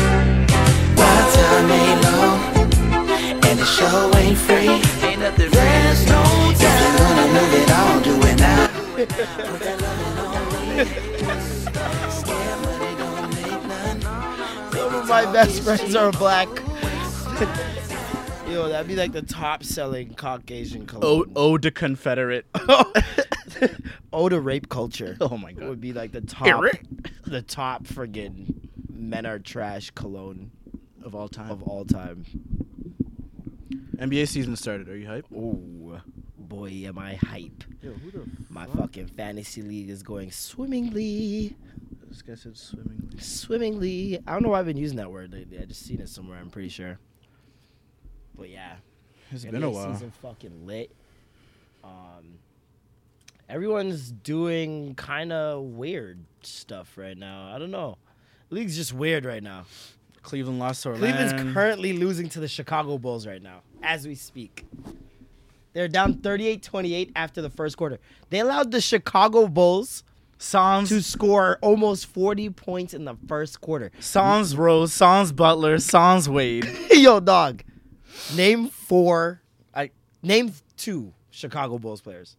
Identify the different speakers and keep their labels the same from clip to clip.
Speaker 1: My time ain't long, and the show ain't free. Ain't nothing There's no time. If you wanna move it on, do it now. Put that loving on me. Scam money don't make none. Baby,
Speaker 2: of my
Speaker 1: talk
Speaker 2: best
Speaker 1: is
Speaker 2: friends
Speaker 1: cheap.
Speaker 2: are black. Yo, that'd be like the top selling Caucasian
Speaker 3: O-
Speaker 2: cologne.
Speaker 3: Ode to Confederate.
Speaker 2: Oda rape culture.
Speaker 3: Oh my God.
Speaker 2: Would be like the top the top friggin' men are trash cologne
Speaker 3: of all time.
Speaker 2: of all time.
Speaker 3: NBA season started. Are you hype?
Speaker 2: Ooh. Boy am I hype. My fucking fantasy league is going swimmingly.
Speaker 3: This guy said swimming.
Speaker 2: Swimmingly. I don't know why I've been using that word lately. I just seen it somewhere, I'm pretty sure. But yeah.
Speaker 3: It's
Speaker 2: NBA
Speaker 3: been a while.
Speaker 2: Season fucking lit. Um, everyone's doing kind of weird stuff right now. I don't know. League's just weird right now.
Speaker 3: Cleveland lost to Orlando.
Speaker 2: Cleveland's currently losing to the Chicago Bulls right now, as we speak. They're down 38-28 after the first quarter. They allowed the Chicago Bulls to
Speaker 3: Sans,
Speaker 2: score almost 40 points in the first quarter.
Speaker 3: Sans Rose, Sans Butler, Sans Wade.
Speaker 2: Yo, dog. Name four.
Speaker 3: I
Speaker 2: Name two Chicago Bulls players.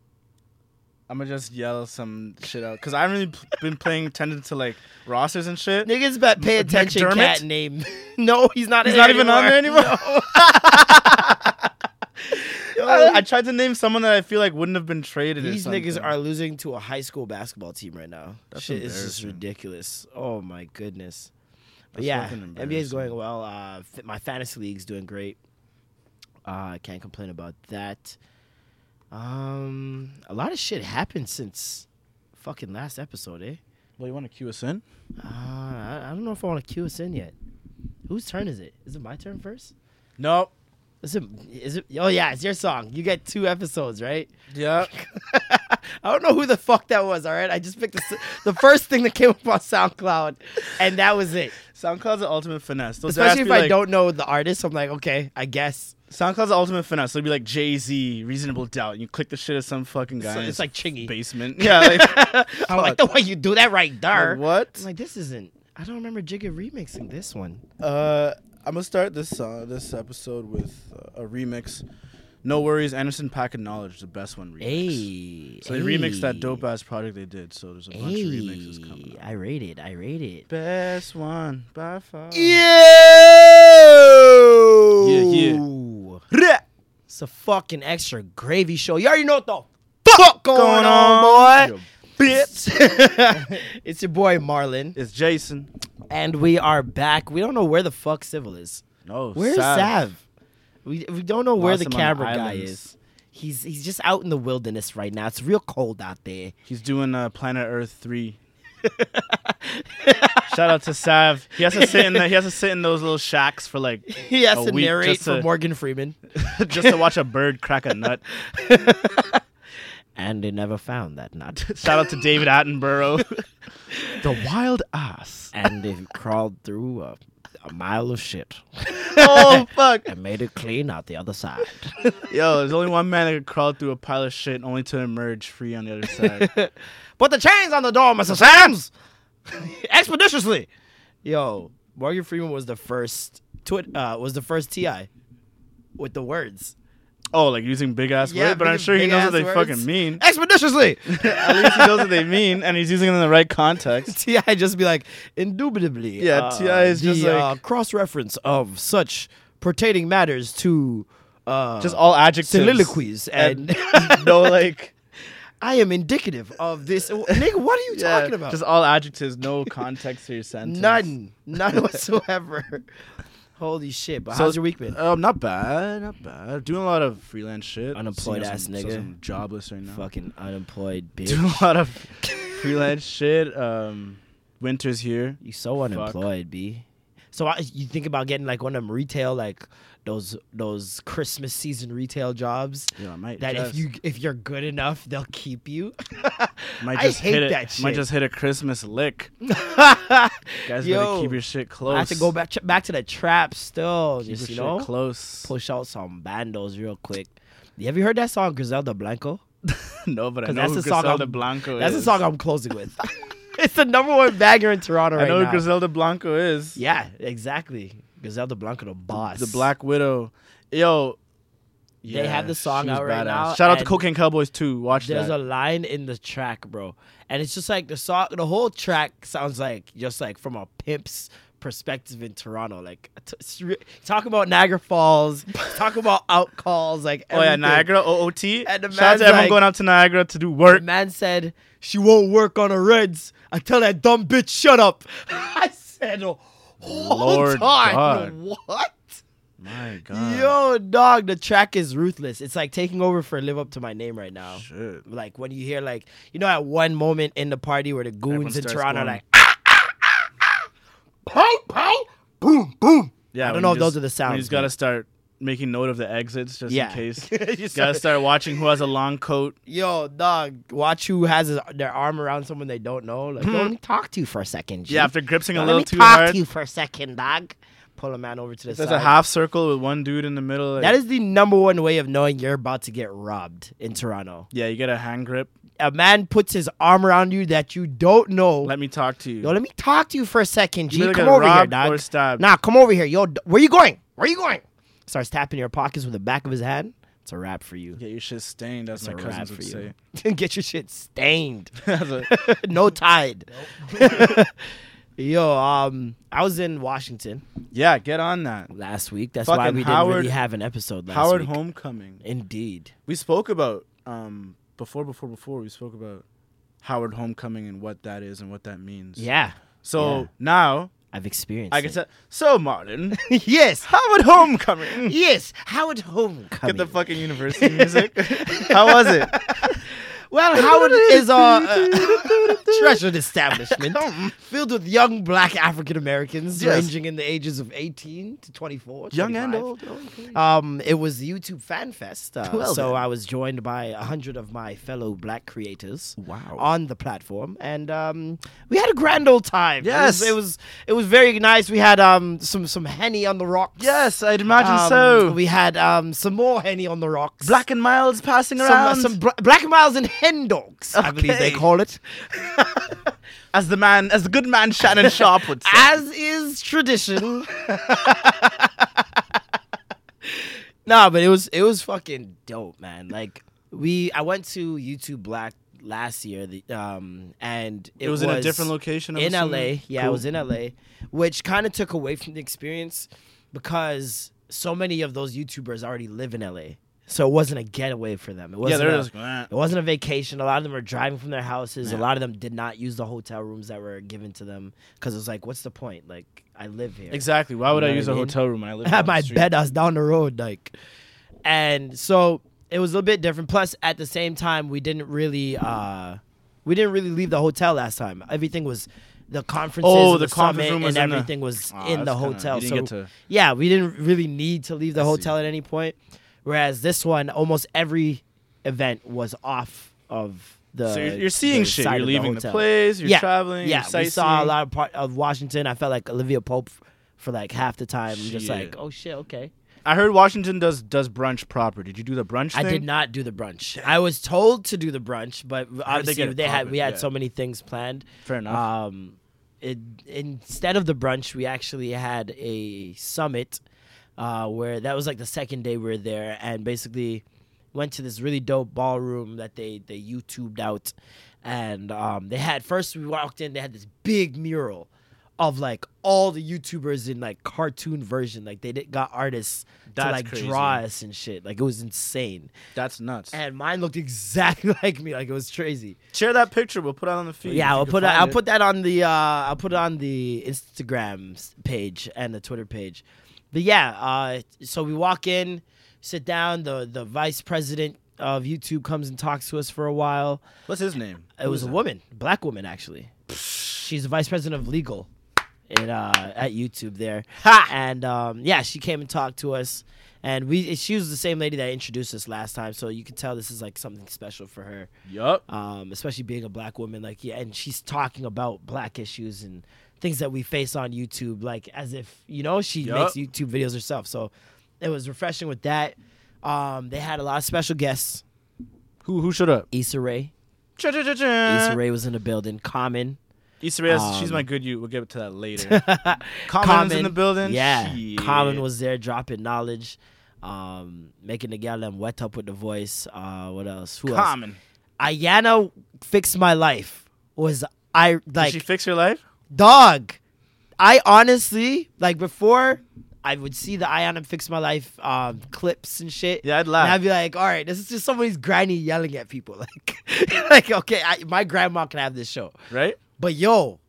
Speaker 3: I'm gonna just yell some shit out because I haven't really p- been paying attention to like rosters and shit.
Speaker 2: Niggas bet pay
Speaker 3: M-
Speaker 2: attention
Speaker 3: McDermott?
Speaker 2: cat name. no, he's not.
Speaker 3: He's
Speaker 2: in
Speaker 3: not
Speaker 2: it
Speaker 3: even on there anymore. I, I tried to name someone that I feel like wouldn't have been traded. or
Speaker 2: These
Speaker 3: something.
Speaker 2: niggas are losing to a high school basketball team right now.
Speaker 3: That's
Speaker 2: Shit is just
Speaker 3: embarrassing.
Speaker 2: ridiculous. Oh my goodness. But
Speaker 3: That's
Speaker 2: yeah,
Speaker 3: fucking
Speaker 2: NBA's
Speaker 3: embarrassing.
Speaker 2: going well. Uh, f- my fantasy league's doing great. Uh, I can't complain about that. Um, a lot of shit happened since fucking last episode, eh?
Speaker 3: Well, you want to cue us in?
Speaker 2: Uh, I, I don't know if I want to cue us in yet. Whose turn is it? Is it my turn first?
Speaker 3: No.
Speaker 2: Is it? Is it? Oh yeah, it's your song. You get two episodes, right?
Speaker 3: Yeah.
Speaker 2: I don't know who the fuck that was. All right, I just picked the, s- the first thing that came up on SoundCloud, and that was it.
Speaker 3: SoundCloud's the ultimate finesse. They'll
Speaker 2: Especially
Speaker 3: ask
Speaker 2: if
Speaker 3: you,
Speaker 2: I
Speaker 3: like-
Speaker 2: don't know the artist, I'm like, okay, I guess.
Speaker 3: SoundCloud's the ultimate finesse. It'll be like Jay Z, Reasonable Doubt. You click the shit of some fucking guy.
Speaker 2: So
Speaker 3: in
Speaker 2: it's
Speaker 3: his
Speaker 2: like Chingy.
Speaker 3: basement. Yeah. Like,
Speaker 2: I like the way you do that right there.
Speaker 3: Like, what?
Speaker 2: I'm like, this isn't. I don't remember Jigga remixing this one.
Speaker 3: Uh, I'm gonna start this uh, this episode with uh, a remix. No worries, Anderson Pack and Knowledge, the best one remix.
Speaker 2: Hey,
Speaker 3: So they remixed that dope ass project they did. So there's a bunch of remixes coming. Up.
Speaker 2: I rate it. I rate it.
Speaker 3: Best one by far.
Speaker 2: Yeah.
Speaker 3: yeah.
Speaker 2: It's a fucking extra gravy show. You already know what the fuck going, on, boy. Bitch. it's your boy Marlon,
Speaker 3: It's Jason.
Speaker 2: and we are back. We don't know where the fuck Civil is.
Speaker 3: No.
Speaker 2: Where's
Speaker 3: Oh, Sav?
Speaker 2: Sav? We we don't know where
Speaker 3: Lost
Speaker 2: the
Speaker 3: him on
Speaker 2: camera
Speaker 3: the
Speaker 2: guy
Speaker 3: islands.
Speaker 2: is. He's he's just out in the wilderness right now. It's real cold out there.
Speaker 3: He's doing uh, Planet Earth three. Shout out to Sav. He has to sit in the, he has to sit in those little shacks for like
Speaker 2: He has
Speaker 3: a
Speaker 2: to
Speaker 3: week
Speaker 2: narrate
Speaker 3: just
Speaker 2: for
Speaker 3: to-
Speaker 2: Morgan Freeman.
Speaker 3: just to watch a bird crack a nut.
Speaker 2: And they never found that nut.
Speaker 3: Shout out to David Attenborough. the wild ass.
Speaker 2: and they crawled through a, a mile of shit
Speaker 3: Oh fuck.
Speaker 2: and made it clean out the other side.
Speaker 3: Yo, there's only one man that could crawl through a pile of shit only to emerge free on the other side.
Speaker 2: Put the chains on the door, Mr. Sams! Expeditiously! Yo, Morgan Freeman was the first twit uh was the first TI with the words.
Speaker 3: oh, like using big ass words, but I'm
Speaker 2: big-
Speaker 3: sure he knows
Speaker 2: big-ass
Speaker 3: what they
Speaker 2: words.
Speaker 3: fucking mean.
Speaker 2: Expeditiously!
Speaker 3: At least he knows what they mean, and he's using them in the right context.
Speaker 2: TI just be like, indubitably.
Speaker 3: Yeah, TI is
Speaker 2: the,
Speaker 3: just
Speaker 2: uh,
Speaker 3: like-
Speaker 2: cross reference of such pertaining matters to uh
Speaker 3: Just all adjectives,
Speaker 2: soliloquies and,
Speaker 3: no like
Speaker 2: I am indicative of this. Nigga, what are you
Speaker 3: yeah,
Speaker 2: talking about?
Speaker 3: Just all adjectives, no context to your sentence.
Speaker 2: None. None whatsoever. Holy shit! But
Speaker 3: So-
Speaker 2: how's your week been?
Speaker 3: Um, not bad, not bad. Doing a lot of freelance shit.
Speaker 2: Unemployed
Speaker 3: Seeing
Speaker 2: ass
Speaker 3: some-
Speaker 2: nigga.
Speaker 3: some jobless right now.
Speaker 2: Fucking unemployed
Speaker 3: Doing
Speaker 2: bitch.
Speaker 3: a lot of freelance shit. Um, winter's here.
Speaker 2: you so unemployed, b. So I, you think about getting like one of them retail, like those those Christmas season retail jobs.
Speaker 3: Yeah, I might
Speaker 2: That if
Speaker 3: just-
Speaker 2: you if you're good enough, they'll keep you.
Speaker 3: might
Speaker 2: I
Speaker 3: just
Speaker 2: hate
Speaker 3: hit a-
Speaker 2: that shit.
Speaker 3: Might just hit a Christmas lick. Guys, better
Speaker 2: Yo,
Speaker 3: keep your shit close.
Speaker 2: I have to go back back to the trap still.
Speaker 3: Keep
Speaker 2: Just you
Speaker 3: your shit
Speaker 2: know,
Speaker 3: close.
Speaker 2: push out some bandos real quick. Have you heard that song Griselda Blanco?
Speaker 3: no, but I know
Speaker 2: 'Cause that's
Speaker 3: who
Speaker 2: the song
Speaker 3: Griselda
Speaker 2: I'm-
Speaker 3: Blanco
Speaker 2: That's the
Speaker 3: is.
Speaker 2: song I'm closing with. it's the number one bagger in Toronto
Speaker 3: I
Speaker 2: right
Speaker 3: know who
Speaker 2: now.
Speaker 3: Griselda Blanco is.
Speaker 2: yeah, exactly. Griselda Blanco, the boss.
Speaker 3: The Black Widow. Yo.
Speaker 2: They have the song
Speaker 3: she's
Speaker 2: out right
Speaker 3: badass.
Speaker 2: now,
Speaker 3: Shout out to
Speaker 2: and
Speaker 3: Cocaine Cowboys too. Watch
Speaker 2: There's
Speaker 3: that.
Speaker 2: a line in the track, bro, and it's just like the song. The whole track sounds like just like from a pimp's perspective in Toronto. Like t- it's re- talk about Niagara Falls, talk about outcalls, like
Speaker 3: oh yeah,
Speaker 2: everything.
Speaker 3: Niagara OOT.
Speaker 2: And the
Speaker 3: Shout out
Speaker 2: man's
Speaker 3: to everyone
Speaker 2: like-
Speaker 3: going out to Niagara to do
Speaker 2: The
Speaker 3: work.
Speaker 2: man said, She won't work on her reds. I tell that dumb bitch, shut up. I said, Hold
Speaker 3: Lord God. Uh.
Speaker 2: on. What?
Speaker 3: My God.
Speaker 2: Yo, dog, the track is ruthless. It's like taking over for Live Up to My Name right now.
Speaker 3: Shit.
Speaker 2: Like when you hear, like, you know, at one moment in the party where the
Speaker 3: Everyone
Speaker 2: goons in
Speaker 3: starts
Speaker 2: Toronto are
Speaker 3: going.
Speaker 2: like, ah, ah, ah, ah, pow, pow, boom, boom.
Speaker 3: Yeah.
Speaker 2: I don't
Speaker 3: when
Speaker 2: know
Speaker 3: you
Speaker 2: if those
Speaker 3: just-
Speaker 2: are the sounds,
Speaker 3: You just gotta
Speaker 2: but-
Speaker 3: start making note of the exits just
Speaker 2: Yeah.
Speaker 3: in case.
Speaker 2: You
Speaker 3: you gotta
Speaker 2: start-
Speaker 3: start watching who has a long coat.
Speaker 2: Yo, dog, watch who has his, their arm around someone they don't know. Like, yo, let me talk to you for a second. G.
Speaker 3: Hmm. Yeah, after gripsing a
Speaker 2: Now,
Speaker 3: little
Speaker 2: let me
Speaker 3: too
Speaker 2: talk
Speaker 3: hard.
Speaker 2: to you for a second, dog. Pull a man over to the
Speaker 3: There's
Speaker 2: side.
Speaker 3: a half circle with one dude in the middle. like-
Speaker 2: that is the number one way of knowing you're about to get robbed in Toronto.
Speaker 3: Yeah, you get a hand grip.
Speaker 2: A man puts his arm around you that you don't know.
Speaker 3: Let me talk to you.
Speaker 2: Yo, let me talk to you for a second,
Speaker 3: You
Speaker 2: G.
Speaker 3: either
Speaker 2: Come
Speaker 3: get
Speaker 2: over here,
Speaker 3: robbed
Speaker 2: dog.
Speaker 3: or stabbed.
Speaker 2: Nah, come over here. Yo, d- where you going? Where you going? Starts tapping your pockets with the back of his hand. It's a wrap for you.
Speaker 3: Get your shit stained, as
Speaker 2: It's
Speaker 3: my
Speaker 2: a wrap
Speaker 3: cousins
Speaker 2: for
Speaker 3: would
Speaker 2: you.
Speaker 3: say.
Speaker 2: Get your shit stained.
Speaker 3: That's a-
Speaker 2: no tide. Yo, um, I was in Washington
Speaker 3: yeah, get on that.
Speaker 2: last week. That's why
Speaker 3: Fucking
Speaker 2: we didn't
Speaker 3: Howard-
Speaker 2: really have an episode last
Speaker 3: Howard
Speaker 2: week.
Speaker 3: Homecoming.
Speaker 2: Indeed.
Speaker 3: We spoke about um before, before, before. We spoke about Howard Homecoming and what that is and what that means.
Speaker 2: Yeah.
Speaker 3: So
Speaker 2: Yeah.
Speaker 3: now
Speaker 2: I've experienced
Speaker 3: I can
Speaker 2: it.
Speaker 3: say, so Martin,
Speaker 2: yes.
Speaker 3: Howard Homecoming.
Speaker 2: Yes. Howard Homecoming.
Speaker 3: Get the fucking university music. How was it?
Speaker 2: well, Howard is our uh, treasured establishment filled with young black African Americans
Speaker 3: Yes.
Speaker 2: ranging in the ages of 18 to 24.
Speaker 3: Young and
Speaker 2: 25.
Speaker 3: old.
Speaker 2: Um, it was the YouTube Fan Fest. Uh,
Speaker 3: Well
Speaker 2: so
Speaker 3: then.
Speaker 2: I was joined by a hundred of my fellow black creators.
Speaker 3: Wow.
Speaker 2: On the platform, and um, we had a grand old time. It was-
Speaker 3: Yes.
Speaker 2: it was it was very nice. We had um some some henny on the rocks.
Speaker 3: Yes, I'd imagine
Speaker 2: Um,
Speaker 3: so.
Speaker 2: We had um some more henny on the rocks.
Speaker 3: Black and Miles passing around.
Speaker 2: some, uh, some bla- black miles and hen dogs, I believe they
Speaker 3: Okay.
Speaker 2: call it,
Speaker 3: as the man, as the good man Shannon Sharp would say.
Speaker 2: as is tradition. nah, but it was it was fucking dope, man. Like we, I went to YouTube Black last year, the, um, and it,
Speaker 3: it was, in a different location I'm
Speaker 2: in
Speaker 3: assuming?
Speaker 2: LA. Yeah,
Speaker 3: Cool.
Speaker 2: it was in LA, which kind of took away from the experience because so many of those YouTubers already live in LA. So it wasn't a getaway for them. It
Speaker 3: Yeah,
Speaker 2: wasn't
Speaker 3: they're
Speaker 2: a,
Speaker 3: just like,
Speaker 2: It wasn't a vacation. A lot of them are driving from their houses. A lot of them did not use the hotel rooms that were given to them because it was like, what's the point? Like, I live here.
Speaker 3: Exactly. Why would
Speaker 2: You know
Speaker 3: I
Speaker 2: what
Speaker 3: use
Speaker 2: I
Speaker 3: a
Speaker 2: mean?
Speaker 3: hotel room when I live?
Speaker 2: I
Speaker 3: down the
Speaker 2: might
Speaker 3: street?
Speaker 2: bed us down the road, like, and so it was a little bit different. Plus, at the same time, we didn't really, uh we didn't really leave the hotel last time. Everything was the conferences,
Speaker 3: Oh,
Speaker 2: and
Speaker 3: the
Speaker 2: the,
Speaker 3: conference
Speaker 2: summit,
Speaker 3: room was
Speaker 2: and
Speaker 3: in the-
Speaker 2: everything was
Speaker 3: Ah,
Speaker 2: in the
Speaker 3: that's kinda-
Speaker 2: hotel.
Speaker 3: you
Speaker 2: so
Speaker 3: didn't get to-
Speaker 2: yeah, we didn't really need to leave the
Speaker 3: see.
Speaker 2: hotel at any point. Whereas this one, almost every event was off of the.
Speaker 3: So you're, you're seeing
Speaker 2: the
Speaker 3: shit.
Speaker 2: side
Speaker 3: You're
Speaker 2: of
Speaker 3: leaving the,
Speaker 2: hotel.
Speaker 3: place. You're
Speaker 2: yeah,
Speaker 3: traveling.
Speaker 2: Yeah,
Speaker 3: You're
Speaker 2: we saw a lot of part of Washington. I felt like Olivia Pope for like half the time. I'm just like,
Speaker 3: Shit.
Speaker 2: oh shit, okay.
Speaker 3: I heard Washington does does brunch proper. Did you do the brunch
Speaker 2: I
Speaker 3: thing?
Speaker 2: did not do the brunch. I was told to do the brunch, but obviously
Speaker 3: get
Speaker 2: they,
Speaker 3: it
Speaker 2: had
Speaker 3: poppin',
Speaker 2: we had
Speaker 3: yeah.
Speaker 2: so many things planned.
Speaker 3: Fair enough.
Speaker 2: Um, it, instead of the brunch, we actually had a summit uh, where that was like the second day we were there, and basically went to this really dope ballroom that they they YouTubed out, and um, they had first we walked in, they had this big mural of like all the YouTubers in like cartoon version, like they did, got artists to
Speaker 3: That's
Speaker 2: like
Speaker 3: crazy.
Speaker 2: draw us and shit, like it was insane
Speaker 3: That's nuts.
Speaker 2: and mine looked exactly like me. Like it was crazy.
Speaker 3: Share that picture. We'll put it on the feed. if
Speaker 2: yeah,
Speaker 3: you
Speaker 2: I'll
Speaker 3: can
Speaker 2: put that,
Speaker 3: find
Speaker 2: I'll
Speaker 3: it.
Speaker 2: put that on the uh, I'll put it on the Instagram s- page and the Twitter page. but yeah, uh, so we walk in, sit down. The the vice president of YouTube comes and talks to us for a while.
Speaker 3: What's his name?
Speaker 2: It was a woman, black woman actually. She's the vice president of legal in, uh, at YouTube there. And um, yeah, she came and talked to us, and we she was the same lady that introduced us last time, so you can tell this is like something special for her,
Speaker 3: Yup.
Speaker 2: um, especially being a black woman. Like yeah, and she's talking about black issues and things that we face on YouTube, like as if you know she
Speaker 3: Yup.
Speaker 2: makes YouTube videos herself. So it was refreshing with that. Um, they had a lot of special guests.
Speaker 3: Who who showed up?
Speaker 2: Issa Rae, Issa
Speaker 3: Issa
Speaker 2: Rae was in the building. Common.
Speaker 3: Ray. she's my good you. We'll get to that later. Common's in the building.
Speaker 2: Yeah,
Speaker 3: Shit.
Speaker 2: Common was there dropping knowledge, um, making the gal them wet up with the voice. Uh, what else? Who
Speaker 3: Common.
Speaker 2: else? Ayana fixed my life. Was I
Speaker 3: Did
Speaker 2: like
Speaker 3: she fix your life?
Speaker 2: dog? I honestly like before. I would see the Ayana fix my life um, clips and shit.
Speaker 3: Yeah, I'd
Speaker 2: And I'd
Speaker 3: laugh.
Speaker 2: be like, all right, this is just somebody's granny yelling at people. Like, like okay, I, my grandma can have this show.
Speaker 3: Right?
Speaker 2: But yo,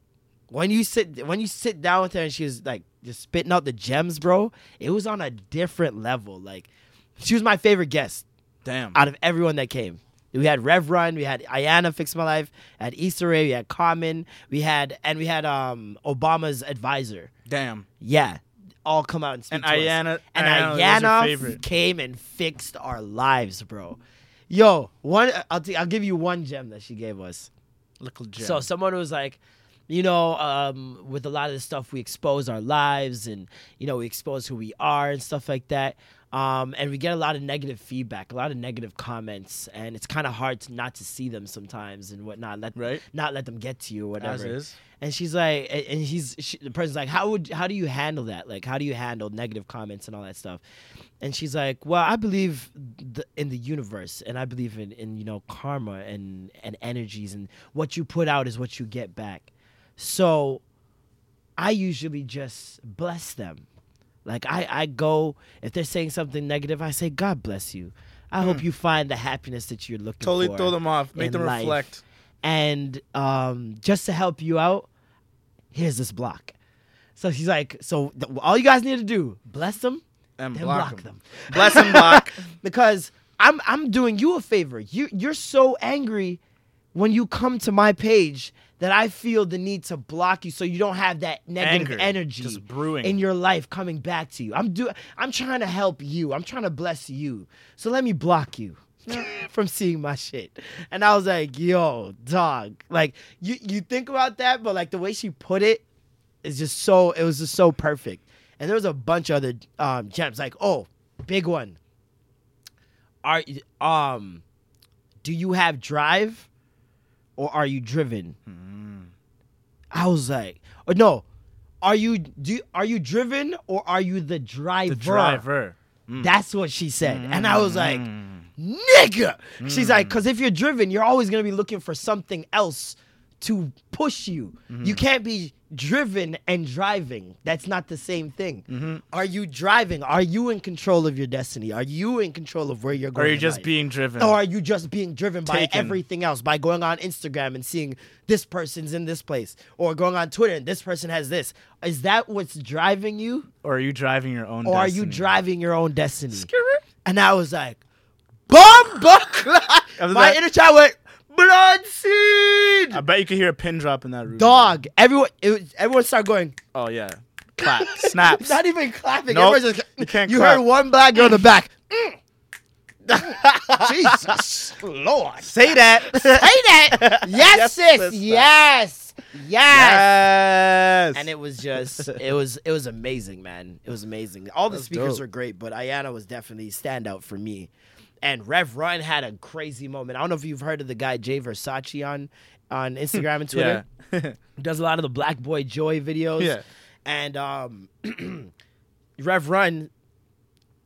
Speaker 2: when you sit when you sit down with her and she was like just spitting out the gems, bro, it was on a different level. Like she was my favorite guest
Speaker 3: Damn.
Speaker 2: out of everyone that came. We had Rev Run, we had Ayana Fix My Life, had Issa Rae, we had Common, we had and we had um Obama's advisor.
Speaker 3: Damn.
Speaker 2: Yeah. All come out and speak
Speaker 3: And
Speaker 2: to
Speaker 3: Ayana-
Speaker 2: us. And
Speaker 3: Ayana was
Speaker 2: Ayana,
Speaker 3: your
Speaker 2: f-
Speaker 3: favorite.
Speaker 2: came and fixed our lives, bro. Yo, one I'll t- I'll give you one gem that she gave us.
Speaker 3: Little gem.
Speaker 2: So someone was like, you know, um, with a lot of the stuff we expose our lives and you know we expose who we are and stuff like that. Um, and we get a lot of negative feedback, a lot of negative comments, and it's kind of hard to not to see them sometimes and whatnot. Let
Speaker 3: Right.
Speaker 2: not let them get to you or whatever.
Speaker 3: is.
Speaker 2: And she's like, and and he's she, the person's like, how would how do you handle that? Like, how do you handle negative comments and all that stuff? And she's like, well, I believe the, in the universe, and I believe in in you know karma and and energies, and what you put out is what you get back. So, I usually just bless them. Like I, I go if they're saying something negative, I say, God bless you. I hope you find the happiness that you're looking
Speaker 3: Hmm. Totally
Speaker 2: for
Speaker 3: throw them off. Make
Speaker 2: in
Speaker 3: them
Speaker 2: life.
Speaker 3: reflect.
Speaker 2: And um, just to help you out, here's this block. So she's like, so th- all you guys need to do, bless them
Speaker 3: And
Speaker 2: then
Speaker 3: block
Speaker 2: block,
Speaker 3: them.
Speaker 2: them.
Speaker 3: Bless and block.
Speaker 2: because I'm I'm doing you a favor. You you're so angry when you come to my page that I feel the need to block you so you don't have that negative
Speaker 3: Anger,
Speaker 2: energy
Speaker 3: just brewing.
Speaker 2: in your life coming back to you. I'm do I'm trying to help you. I'm trying to bless you. So let me block you. from seeing my shit. And I was like, yo, dog. Like you you think about that, but like the way she put it is just so it was just so perfect. And there was a bunch of other um gems like, oh, big one. Are you- um do you have drive or are you driven?
Speaker 3: Hmm.
Speaker 2: I was like, oh, no. Are you do you- are you driven or are you the driver?
Speaker 3: The driver. Hmm.
Speaker 2: That's what she said. And I was like, nigga. She's like,
Speaker 3: Hmm.
Speaker 2: because if you're driven, you're always going to be looking for something else to push you.
Speaker 3: Hmm.
Speaker 2: You can't be driven and driving. That's not the same thing.
Speaker 3: Mm-hmm.
Speaker 2: Are you driving? Are you in control of your destiny? Are you in control of where you're
Speaker 3: Or
Speaker 2: going?
Speaker 3: are you
Speaker 2: in
Speaker 3: just
Speaker 2: life?
Speaker 3: being driven?
Speaker 2: Or are you just being driven by
Speaker 3: Taken.
Speaker 2: everything else by going on Instagram and seeing this person's in this place or going on Twitter and this person has this? Is that what's driving you?
Speaker 3: Or are you driving your own
Speaker 2: Or are you
Speaker 3: destiny?
Speaker 2: driving your own destiny? And I was like, Bomb
Speaker 3: was
Speaker 2: My
Speaker 3: like-
Speaker 2: inner child went, Blood seed!
Speaker 3: I bet you could hear a pin drop in that room.
Speaker 2: Dog. Everyone it was, everyone started going,
Speaker 3: Oh yeah. Clap. Snaps.
Speaker 2: not even clapping.
Speaker 3: Nope.
Speaker 2: Everyone's just,
Speaker 3: You can't
Speaker 2: you
Speaker 3: clap.
Speaker 2: heard one black girl in the back. Jesus Lord.
Speaker 3: Say that.
Speaker 2: Say that. Yes, sis.
Speaker 3: sister.
Speaker 2: Yes. Yes.
Speaker 3: yes.
Speaker 2: And it was just, it was, it was amazing, man. It was amazing. All the speakers
Speaker 3: dope.
Speaker 2: were great, but Ayana was definitely standout for me. And Rev Run had a crazy moment. I don't know if you've heard of the guy Jay Versace on, on Instagram and Twitter
Speaker 3: yeah.
Speaker 2: does a lot of the Black Boy Joy videos.
Speaker 3: Yeah.
Speaker 2: And um, Rev Run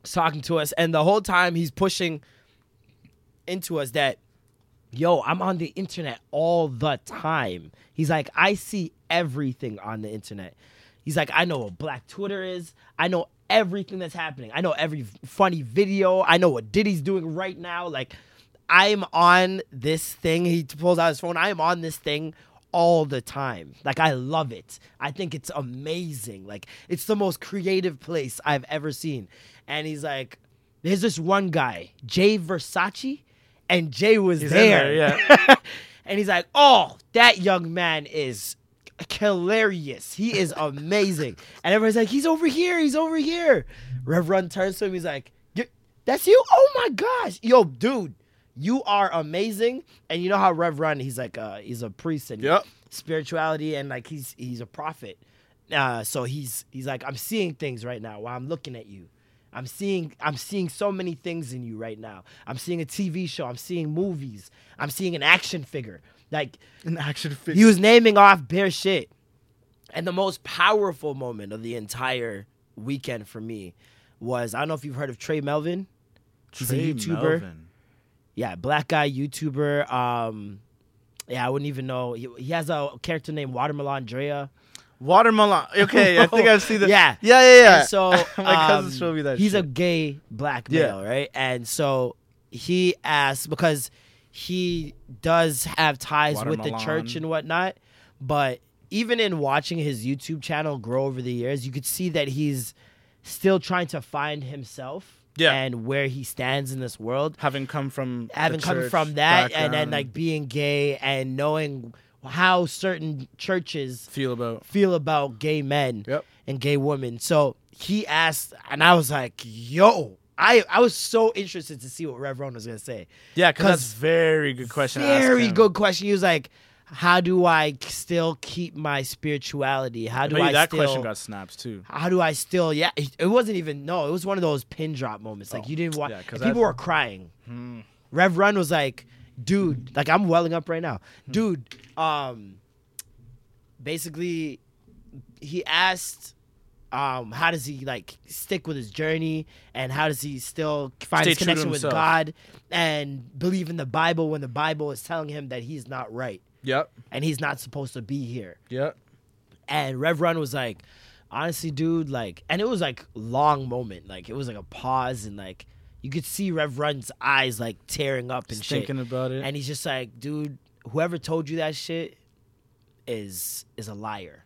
Speaker 2: is talking to us, and the whole time he's pushing into us that, yo, I'm on the internet all the time. He's like, I see everything on the internet. He's like, I know what Black Twitter is. I know everything that's happening. I know every funny video. I know what Diddy's doing right now. Like, I'm on this thing. He pulls out his phone. I am on this thing all the time. Like I love it. I think it's amazing. Like it's the most creative place I've ever seen. And he's like, there's this one guy, Jay Versace, and Jay was
Speaker 4: He's in
Speaker 2: there.
Speaker 4: there, yeah.
Speaker 2: and he's like, oh, that young man is hilarious. He is amazing. and everybody's like, he's over here. He's over here. Rev Run turns to him. He's like, "Y- that's you? Oh my gosh. Yo, dude, you are amazing. And you know how Rev Run, he's like, uh, he's a priest and
Speaker 3: Yep.
Speaker 2: spirituality and like he's he's a prophet. Uh, so he's he's like, I'm seeing things right now while I'm looking at you. I'm seeing I'm seeing so many things in you right now. I'm seeing a TV show. I'm seeing movies. I'm seeing an action figure. Like
Speaker 3: An action figure.
Speaker 2: he was naming off bare shit. And the most powerful moment of the entire weekend for me was I don't know if you've heard of Trey Melvin. He's a YouTuber. Yeah, black guy YouTuber. Um, yeah, I wouldn't even know. He, he has a character named Watermelon Drea.
Speaker 4: Watermelon. Okay, I
Speaker 3: Oh,
Speaker 4: think I've seen that.
Speaker 2: Yeah.
Speaker 4: yeah, yeah, yeah.
Speaker 2: And so
Speaker 4: my cousin
Speaker 2: um,
Speaker 4: showed me that.
Speaker 2: He's
Speaker 4: shit.
Speaker 2: a gay black
Speaker 4: Yeah.
Speaker 2: male, right? And so he asked because he does have ties with the church
Speaker 4: Watermelon.
Speaker 2: and whatnot, but even in watching his YouTube channel grow over the years, you could see that he's still trying to find himself
Speaker 3: Yeah.
Speaker 2: and where he stands in this world
Speaker 3: having come from a
Speaker 2: having come
Speaker 3: church
Speaker 2: from that and then
Speaker 3: background,
Speaker 2: like being gay and knowing how certain churches
Speaker 3: feel about
Speaker 2: feel about gay men
Speaker 3: Yep.
Speaker 2: and gay women. So he asked, and I was like, "Yo." I, I was so interested to see what Rev Ron was gonna say.
Speaker 4: yeah, because that's
Speaker 2: 'cause
Speaker 4: very good question. to ask
Speaker 2: Very
Speaker 4: him.
Speaker 2: good question. He was like, "How do I k- still keep my spirituality? How do
Speaker 3: Maybe
Speaker 2: I
Speaker 3: that
Speaker 2: still?
Speaker 3: question got snaps too.
Speaker 2: how do I still? Yeah, it it wasn't even no. It was one of those pin drop moments. Like you didn't watch.
Speaker 3: Oh, yeah, 'cause
Speaker 2: and
Speaker 3: Hmm.
Speaker 2: people
Speaker 3: I've-
Speaker 2: were crying. Rev Run was like, dude, like I'm welling up right now,
Speaker 3: Hmm.
Speaker 2: dude. Um, basically, he asked, um, how does he like stick with his journey, and how does he still find
Speaker 3: Stay
Speaker 2: his
Speaker 3: true to
Speaker 2: connection with
Speaker 3: himself.
Speaker 2: God, and believe in the Bible when the Bible is telling him that he's not right
Speaker 3: Yep.
Speaker 2: and he's not supposed to be here.
Speaker 3: Yep.
Speaker 2: And Rev Run was like, honestly, dude, like, and it was like long moment, like it was like a pause, and like you could see Rev Run's eyes like tearing up and
Speaker 3: Just
Speaker 2: shit.
Speaker 3: thinking about it.
Speaker 2: and he's just like, dude, whoever told you that shit is is a liar.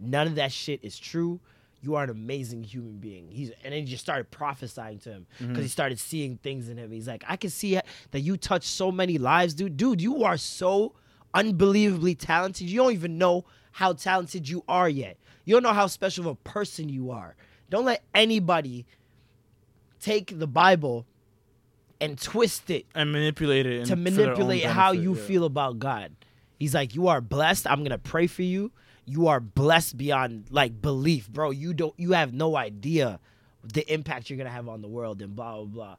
Speaker 2: None of that shit is true. You are an amazing human being. He's and then he just started prophesying to him because he started seeing things in him. He's like, I can see it- that you touch so many lives, dude. Dude, you are so unbelievably talented. You don't even know how talented you are yet. You don't know how special of a person you are. Don't let anybody take the Bible and twist it
Speaker 3: and manipulate it
Speaker 2: to
Speaker 3: in- for their own
Speaker 2: manipulate how
Speaker 3: benefit,
Speaker 2: you
Speaker 3: yeah.
Speaker 2: feel about God. He's like, you are blessed. I'm gonna pray for you. You are blessed beyond like belief, bro. You don't. You have no idea the impact you're gonna have on the world and blah blah blah.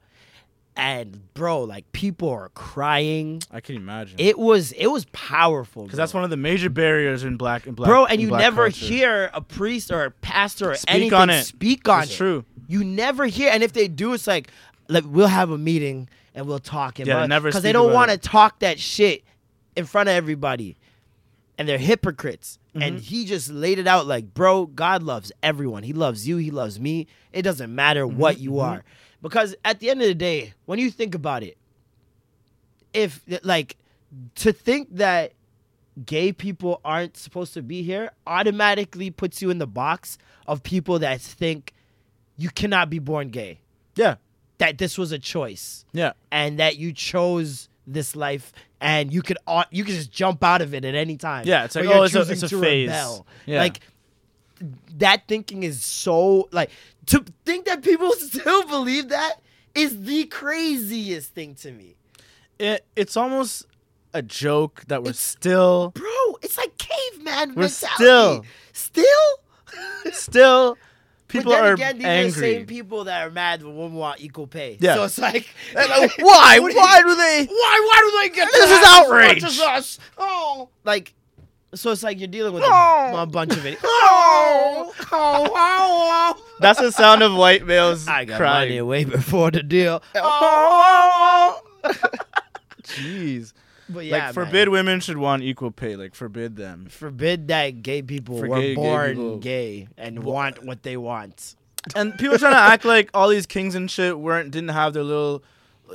Speaker 2: And bro, like people are crying.
Speaker 3: I can imagine
Speaker 2: It was it was powerful.
Speaker 3: because that's one of the major barriers in black and black.
Speaker 2: bro. And
Speaker 3: in
Speaker 2: you
Speaker 3: black
Speaker 2: never
Speaker 3: culture.
Speaker 2: hear a priest or a pastor or
Speaker 3: Speak
Speaker 2: anything
Speaker 3: on it.
Speaker 2: speak on
Speaker 3: It's
Speaker 2: it.
Speaker 3: true.
Speaker 2: You never hear, and if they do, it's like, like we'll have a meeting and we'll talk. And
Speaker 3: Yeah,
Speaker 2: blah-
Speaker 3: never
Speaker 2: they
Speaker 3: speak
Speaker 2: don't
Speaker 3: about
Speaker 2: want to
Speaker 3: it.
Speaker 2: talk that shit in front of everybody, and they're hypocrites.
Speaker 3: Mm-hmm.
Speaker 2: And he just laid it out like, bro, God loves everyone. He loves you. He loves me. It doesn't matter
Speaker 3: Mm-hmm.
Speaker 2: what you are, because at the end of the day, when you think about it, if like to think that gay people aren't supposed to be here automatically puts you in the box of people that think you cannot be born gay
Speaker 3: Yeah.
Speaker 2: that this was a choice
Speaker 3: Yeah.
Speaker 2: and that you chose this life and you could au- you could just jump out of it at any time
Speaker 3: Yeah, it's
Speaker 2: But
Speaker 3: like,
Speaker 2: you're
Speaker 3: oh, it's a-
Speaker 2: choosing
Speaker 3: it's a
Speaker 2: to
Speaker 3: phase.
Speaker 2: rebel.
Speaker 3: Yeah.
Speaker 2: like that thinking is so like to think that people still believe that is the craziest thing to me
Speaker 3: It, it's almost a joke that we're
Speaker 2: It's-
Speaker 3: still
Speaker 2: bro it's like caveman
Speaker 3: We're
Speaker 2: mentality. still still
Speaker 3: still people
Speaker 2: but then
Speaker 3: are
Speaker 2: again, these
Speaker 3: angry.
Speaker 2: are the same people that are mad when women want equal pay.
Speaker 3: Yeah.
Speaker 2: So it's like,
Speaker 3: Like, why?
Speaker 2: What do
Speaker 3: Why
Speaker 2: you-
Speaker 3: do they?
Speaker 2: why? Why do they get
Speaker 3: This
Speaker 2: to
Speaker 3: is
Speaker 2: have as
Speaker 3: outrage.
Speaker 2: much as us? Oh, like, so it's like you're dealing with
Speaker 3: No.
Speaker 2: a, a bunch of it. oh, oh, oh, oh.
Speaker 3: That's the sound of white males
Speaker 2: I got
Speaker 3: crying.
Speaker 2: money way before the deal.
Speaker 3: Oh, Jeez.
Speaker 2: But yeah,
Speaker 3: like forbid
Speaker 2: man.
Speaker 3: women should want equal pay. Like forbid them.
Speaker 2: forbid that gay people
Speaker 3: For
Speaker 2: were
Speaker 3: gay- gay
Speaker 2: born
Speaker 3: people.
Speaker 2: gay and want what they want.
Speaker 3: And people are trying to act like all these kings and shit weren't didn't have their little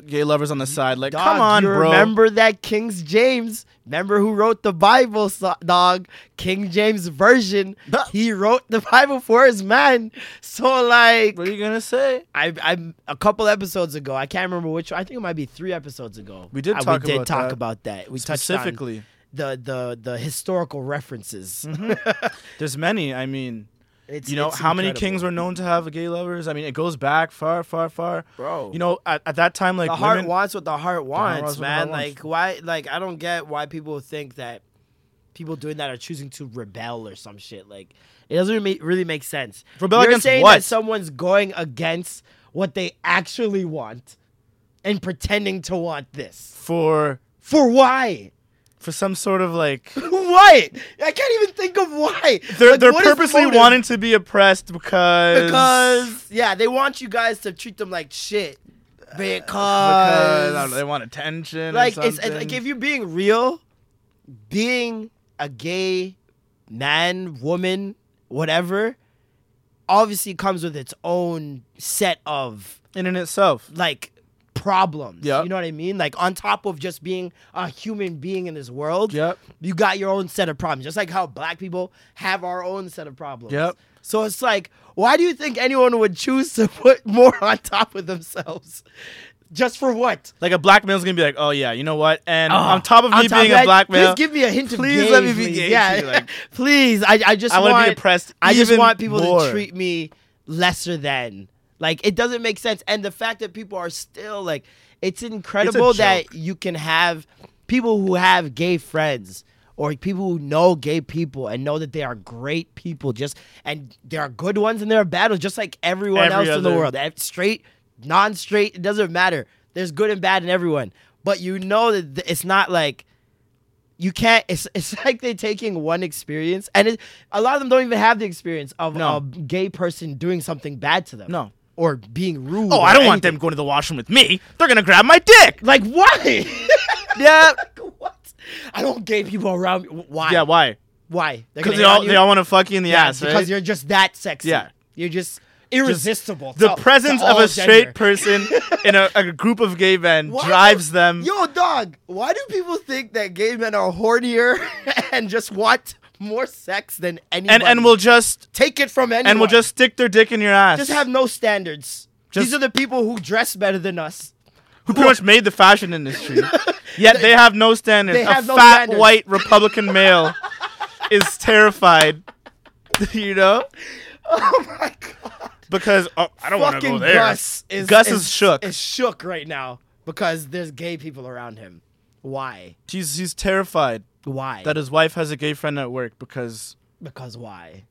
Speaker 3: gay lovers on the side. Like,
Speaker 2: Dog,
Speaker 3: come on,
Speaker 2: you
Speaker 3: bro.
Speaker 2: Remember that King James? Remember who wrote the Bible, so- dog? King James version.
Speaker 3: Duh.
Speaker 2: He wrote the Bible for his man. So like,
Speaker 3: What are you gonna say?
Speaker 2: I, I'm a couple episodes ago. I can't remember which. I think it might be three episodes ago.
Speaker 3: We did
Speaker 2: I-
Speaker 3: talk
Speaker 2: we did
Speaker 3: about
Speaker 2: talk
Speaker 3: that.
Speaker 2: about that. We touched on
Speaker 3: Specifically,
Speaker 2: the the the historical references.
Speaker 3: there's many. I mean,
Speaker 2: It's-
Speaker 3: you know
Speaker 2: it's
Speaker 3: how many
Speaker 2: incredible.
Speaker 3: kings were known to have gay lovers? I mean, it goes back far, far, far.
Speaker 2: Bro.
Speaker 3: you know, at, at that time, like
Speaker 2: the heart
Speaker 3: women-
Speaker 2: wants what the heart wants,
Speaker 3: wants what the
Speaker 2: man.
Speaker 3: heart
Speaker 2: like
Speaker 3: wants.
Speaker 2: why? Like I don't get why people think that people doing that are choosing to rebel or some shit. Like it doesn't really make, really make sense.
Speaker 3: Rebel
Speaker 2: You're
Speaker 3: against
Speaker 2: saying
Speaker 3: what?
Speaker 2: that someone's going against what they actually want and pretending to want this
Speaker 3: for
Speaker 2: for why?
Speaker 3: for some sort of like
Speaker 2: Why? I can't even think of why.
Speaker 3: they're
Speaker 2: Like,
Speaker 3: they're
Speaker 2: what is
Speaker 3: purposely
Speaker 2: motive?
Speaker 3: wanting to be oppressed because
Speaker 2: because yeah, they want you guys to treat them like shit because,
Speaker 3: because I don't know, they want attention. or
Speaker 2: like it's, it's
Speaker 3: something.
Speaker 2: like if you're being real, being a gay man, woman, whatever, obviously comes with its own set of
Speaker 3: in and itself.
Speaker 2: like problems.
Speaker 3: Yep.
Speaker 2: You know what I mean? Like on top of just being a human being in this world,
Speaker 3: Yep.
Speaker 2: you got your own set of problems. Just like how black people have our own set of problems.
Speaker 3: Yep.
Speaker 2: So it's like, why do you think anyone would choose to put more on top of themselves? Just for what?
Speaker 3: Like a black male's gonna be like, oh yeah, you know what? And
Speaker 2: Oh,
Speaker 3: on top of me
Speaker 2: top
Speaker 3: being
Speaker 2: of
Speaker 3: a
Speaker 2: that,
Speaker 3: black male,
Speaker 2: please give me a hint of
Speaker 3: please
Speaker 2: gay,
Speaker 3: let me be
Speaker 2: please.
Speaker 3: gay
Speaker 2: Yeah,
Speaker 3: too, like-
Speaker 2: please. I, I just
Speaker 3: I
Speaker 2: want
Speaker 3: wanna be oppressed
Speaker 2: I just
Speaker 3: even
Speaker 2: want people to
Speaker 3: more.
Speaker 2: treat me lesser than. Like it doesn't make sense, and the fact that people are still like, it's incredible that you can have people who have gay friends or people who know gay people and know that they are great people. Just and there are good ones and there are bad ones, just like everyone
Speaker 3: Every
Speaker 2: else in the
Speaker 3: other-
Speaker 2: world. Ev- Straight, non-straight, it doesn't matter. There's good and bad in everyone, but you know that th- it's not like you can't it's it's like they're taking one experience and it, a lot of them don't even have the experience of
Speaker 3: No.
Speaker 2: a gay person doing something bad to them
Speaker 3: No.
Speaker 2: or being rude
Speaker 3: oh,
Speaker 2: or
Speaker 3: I don't want
Speaker 2: anything.
Speaker 3: them going to the washroom with me. They're gonna grab my dick.
Speaker 2: like why
Speaker 3: Yeah,
Speaker 2: Like, what i don't want gay people around me W- why
Speaker 3: yeah. Why?
Speaker 2: why They're gonna
Speaker 3: Because they
Speaker 2: hit on
Speaker 3: all
Speaker 2: you?
Speaker 3: they all want to fuck you in the ass,
Speaker 2: because
Speaker 3: right?
Speaker 2: you're just that sexy
Speaker 3: Yeah.
Speaker 2: you're just irresistible to-
Speaker 3: The
Speaker 2: to
Speaker 3: presence of
Speaker 2: all gender.
Speaker 3: a straight person in a, a group of gay men
Speaker 2: Why do-
Speaker 3: drives them.
Speaker 2: Yo, dog, why do people think that gay men are hornier and just want more sex than anyone?
Speaker 3: and and will just
Speaker 2: take it from anyone.
Speaker 3: and will just stick their dick in your ass.
Speaker 2: just have no standards.
Speaker 3: Just-
Speaker 2: These are the people who dress better than us.
Speaker 3: who pretty much made the fashion industry. Yet they have no standards.
Speaker 2: They have
Speaker 3: a
Speaker 2: no
Speaker 3: fat
Speaker 2: standards.
Speaker 3: white Republican male is terrified. you know?
Speaker 2: Oh my god!
Speaker 3: Because oh, I don't want to
Speaker 2: Fucking
Speaker 3: go there.
Speaker 2: Gus is
Speaker 3: Gus is shook.
Speaker 2: Is shook right now because there's gay people around him. Why?
Speaker 3: He's he's terrified
Speaker 2: Why?
Speaker 3: that his wife has a gay friend at work because
Speaker 2: because why?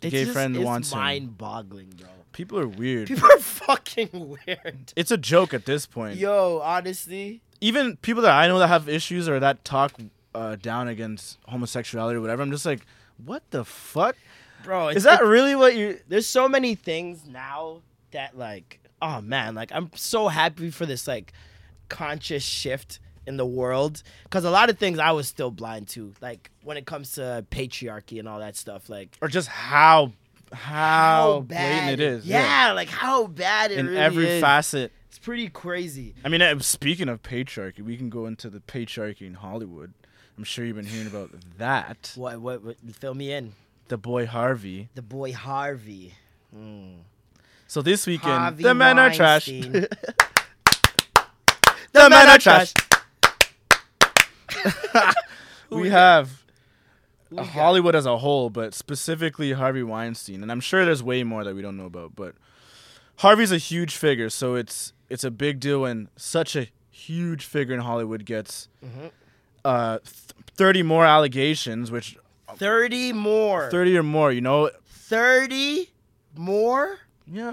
Speaker 3: gay friend
Speaker 2: it's
Speaker 3: wants him.
Speaker 2: mind-boggling, bro.
Speaker 3: people are weird.
Speaker 2: People are fucking weird.
Speaker 3: It's a joke at this point.
Speaker 2: Yo, honestly,
Speaker 3: Even people that I know that have issues or that talk uh, down against homosexuality or whatever, I'm just like, what the fuck?
Speaker 2: bro,
Speaker 3: Is that really what you?
Speaker 2: there's so many things now that like oh man like i'm so happy for this like conscious shift in the world because a lot of things i was still blind to like when it comes to patriarchy and all that stuff like
Speaker 3: Or just how how, blatant it is?
Speaker 2: yeah, like how bad it
Speaker 3: in
Speaker 2: really
Speaker 3: every
Speaker 2: is.
Speaker 3: facet.
Speaker 2: it's pretty crazy
Speaker 3: I mean, uh, speaking of patriarchy, we can go into the patriarchy in Hollywood. I'm sure you've been hearing about that.
Speaker 2: what, what what fill me in
Speaker 3: The boy Harvey.
Speaker 2: the boy harvey
Speaker 3: So this weekend,
Speaker 2: Harvey
Speaker 3: the men are trash.
Speaker 2: Weinstein.
Speaker 3: the men are trash. we have uh, Hollywood as a whole, but specifically Harvey Weinstein, and I'm sure there's way more that we don't know about. But Harvey's a huge figure, so it's it's a big deal when such a huge figure in Hollywood gets uh, th- 30 more allegations, which
Speaker 2: 30 more 30,
Speaker 3: 30 or more, you know,
Speaker 2: more
Speaker 3: yeah,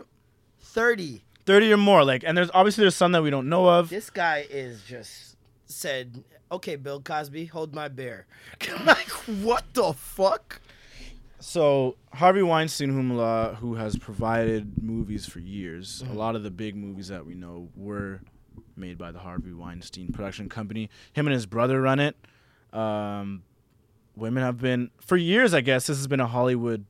Speaker 2: 30
Speaker 3: 30 or more. Like, and there's obviously there's some that we don't know of.
Speaker 2: this guy is just said, okay, Bill Cosby, hold my beer. like, what the fuck?
Speaker 3: So Harvey Weinstein, whom uh, who has provided movies for years,
Speaker 2: Mm-hmm.
Speaker 3: a lot of the big movies that we know were made by the Harvey Weinstein production company. Him and his brother run it. Um, women have been for years, I guess. This has been a Hollywood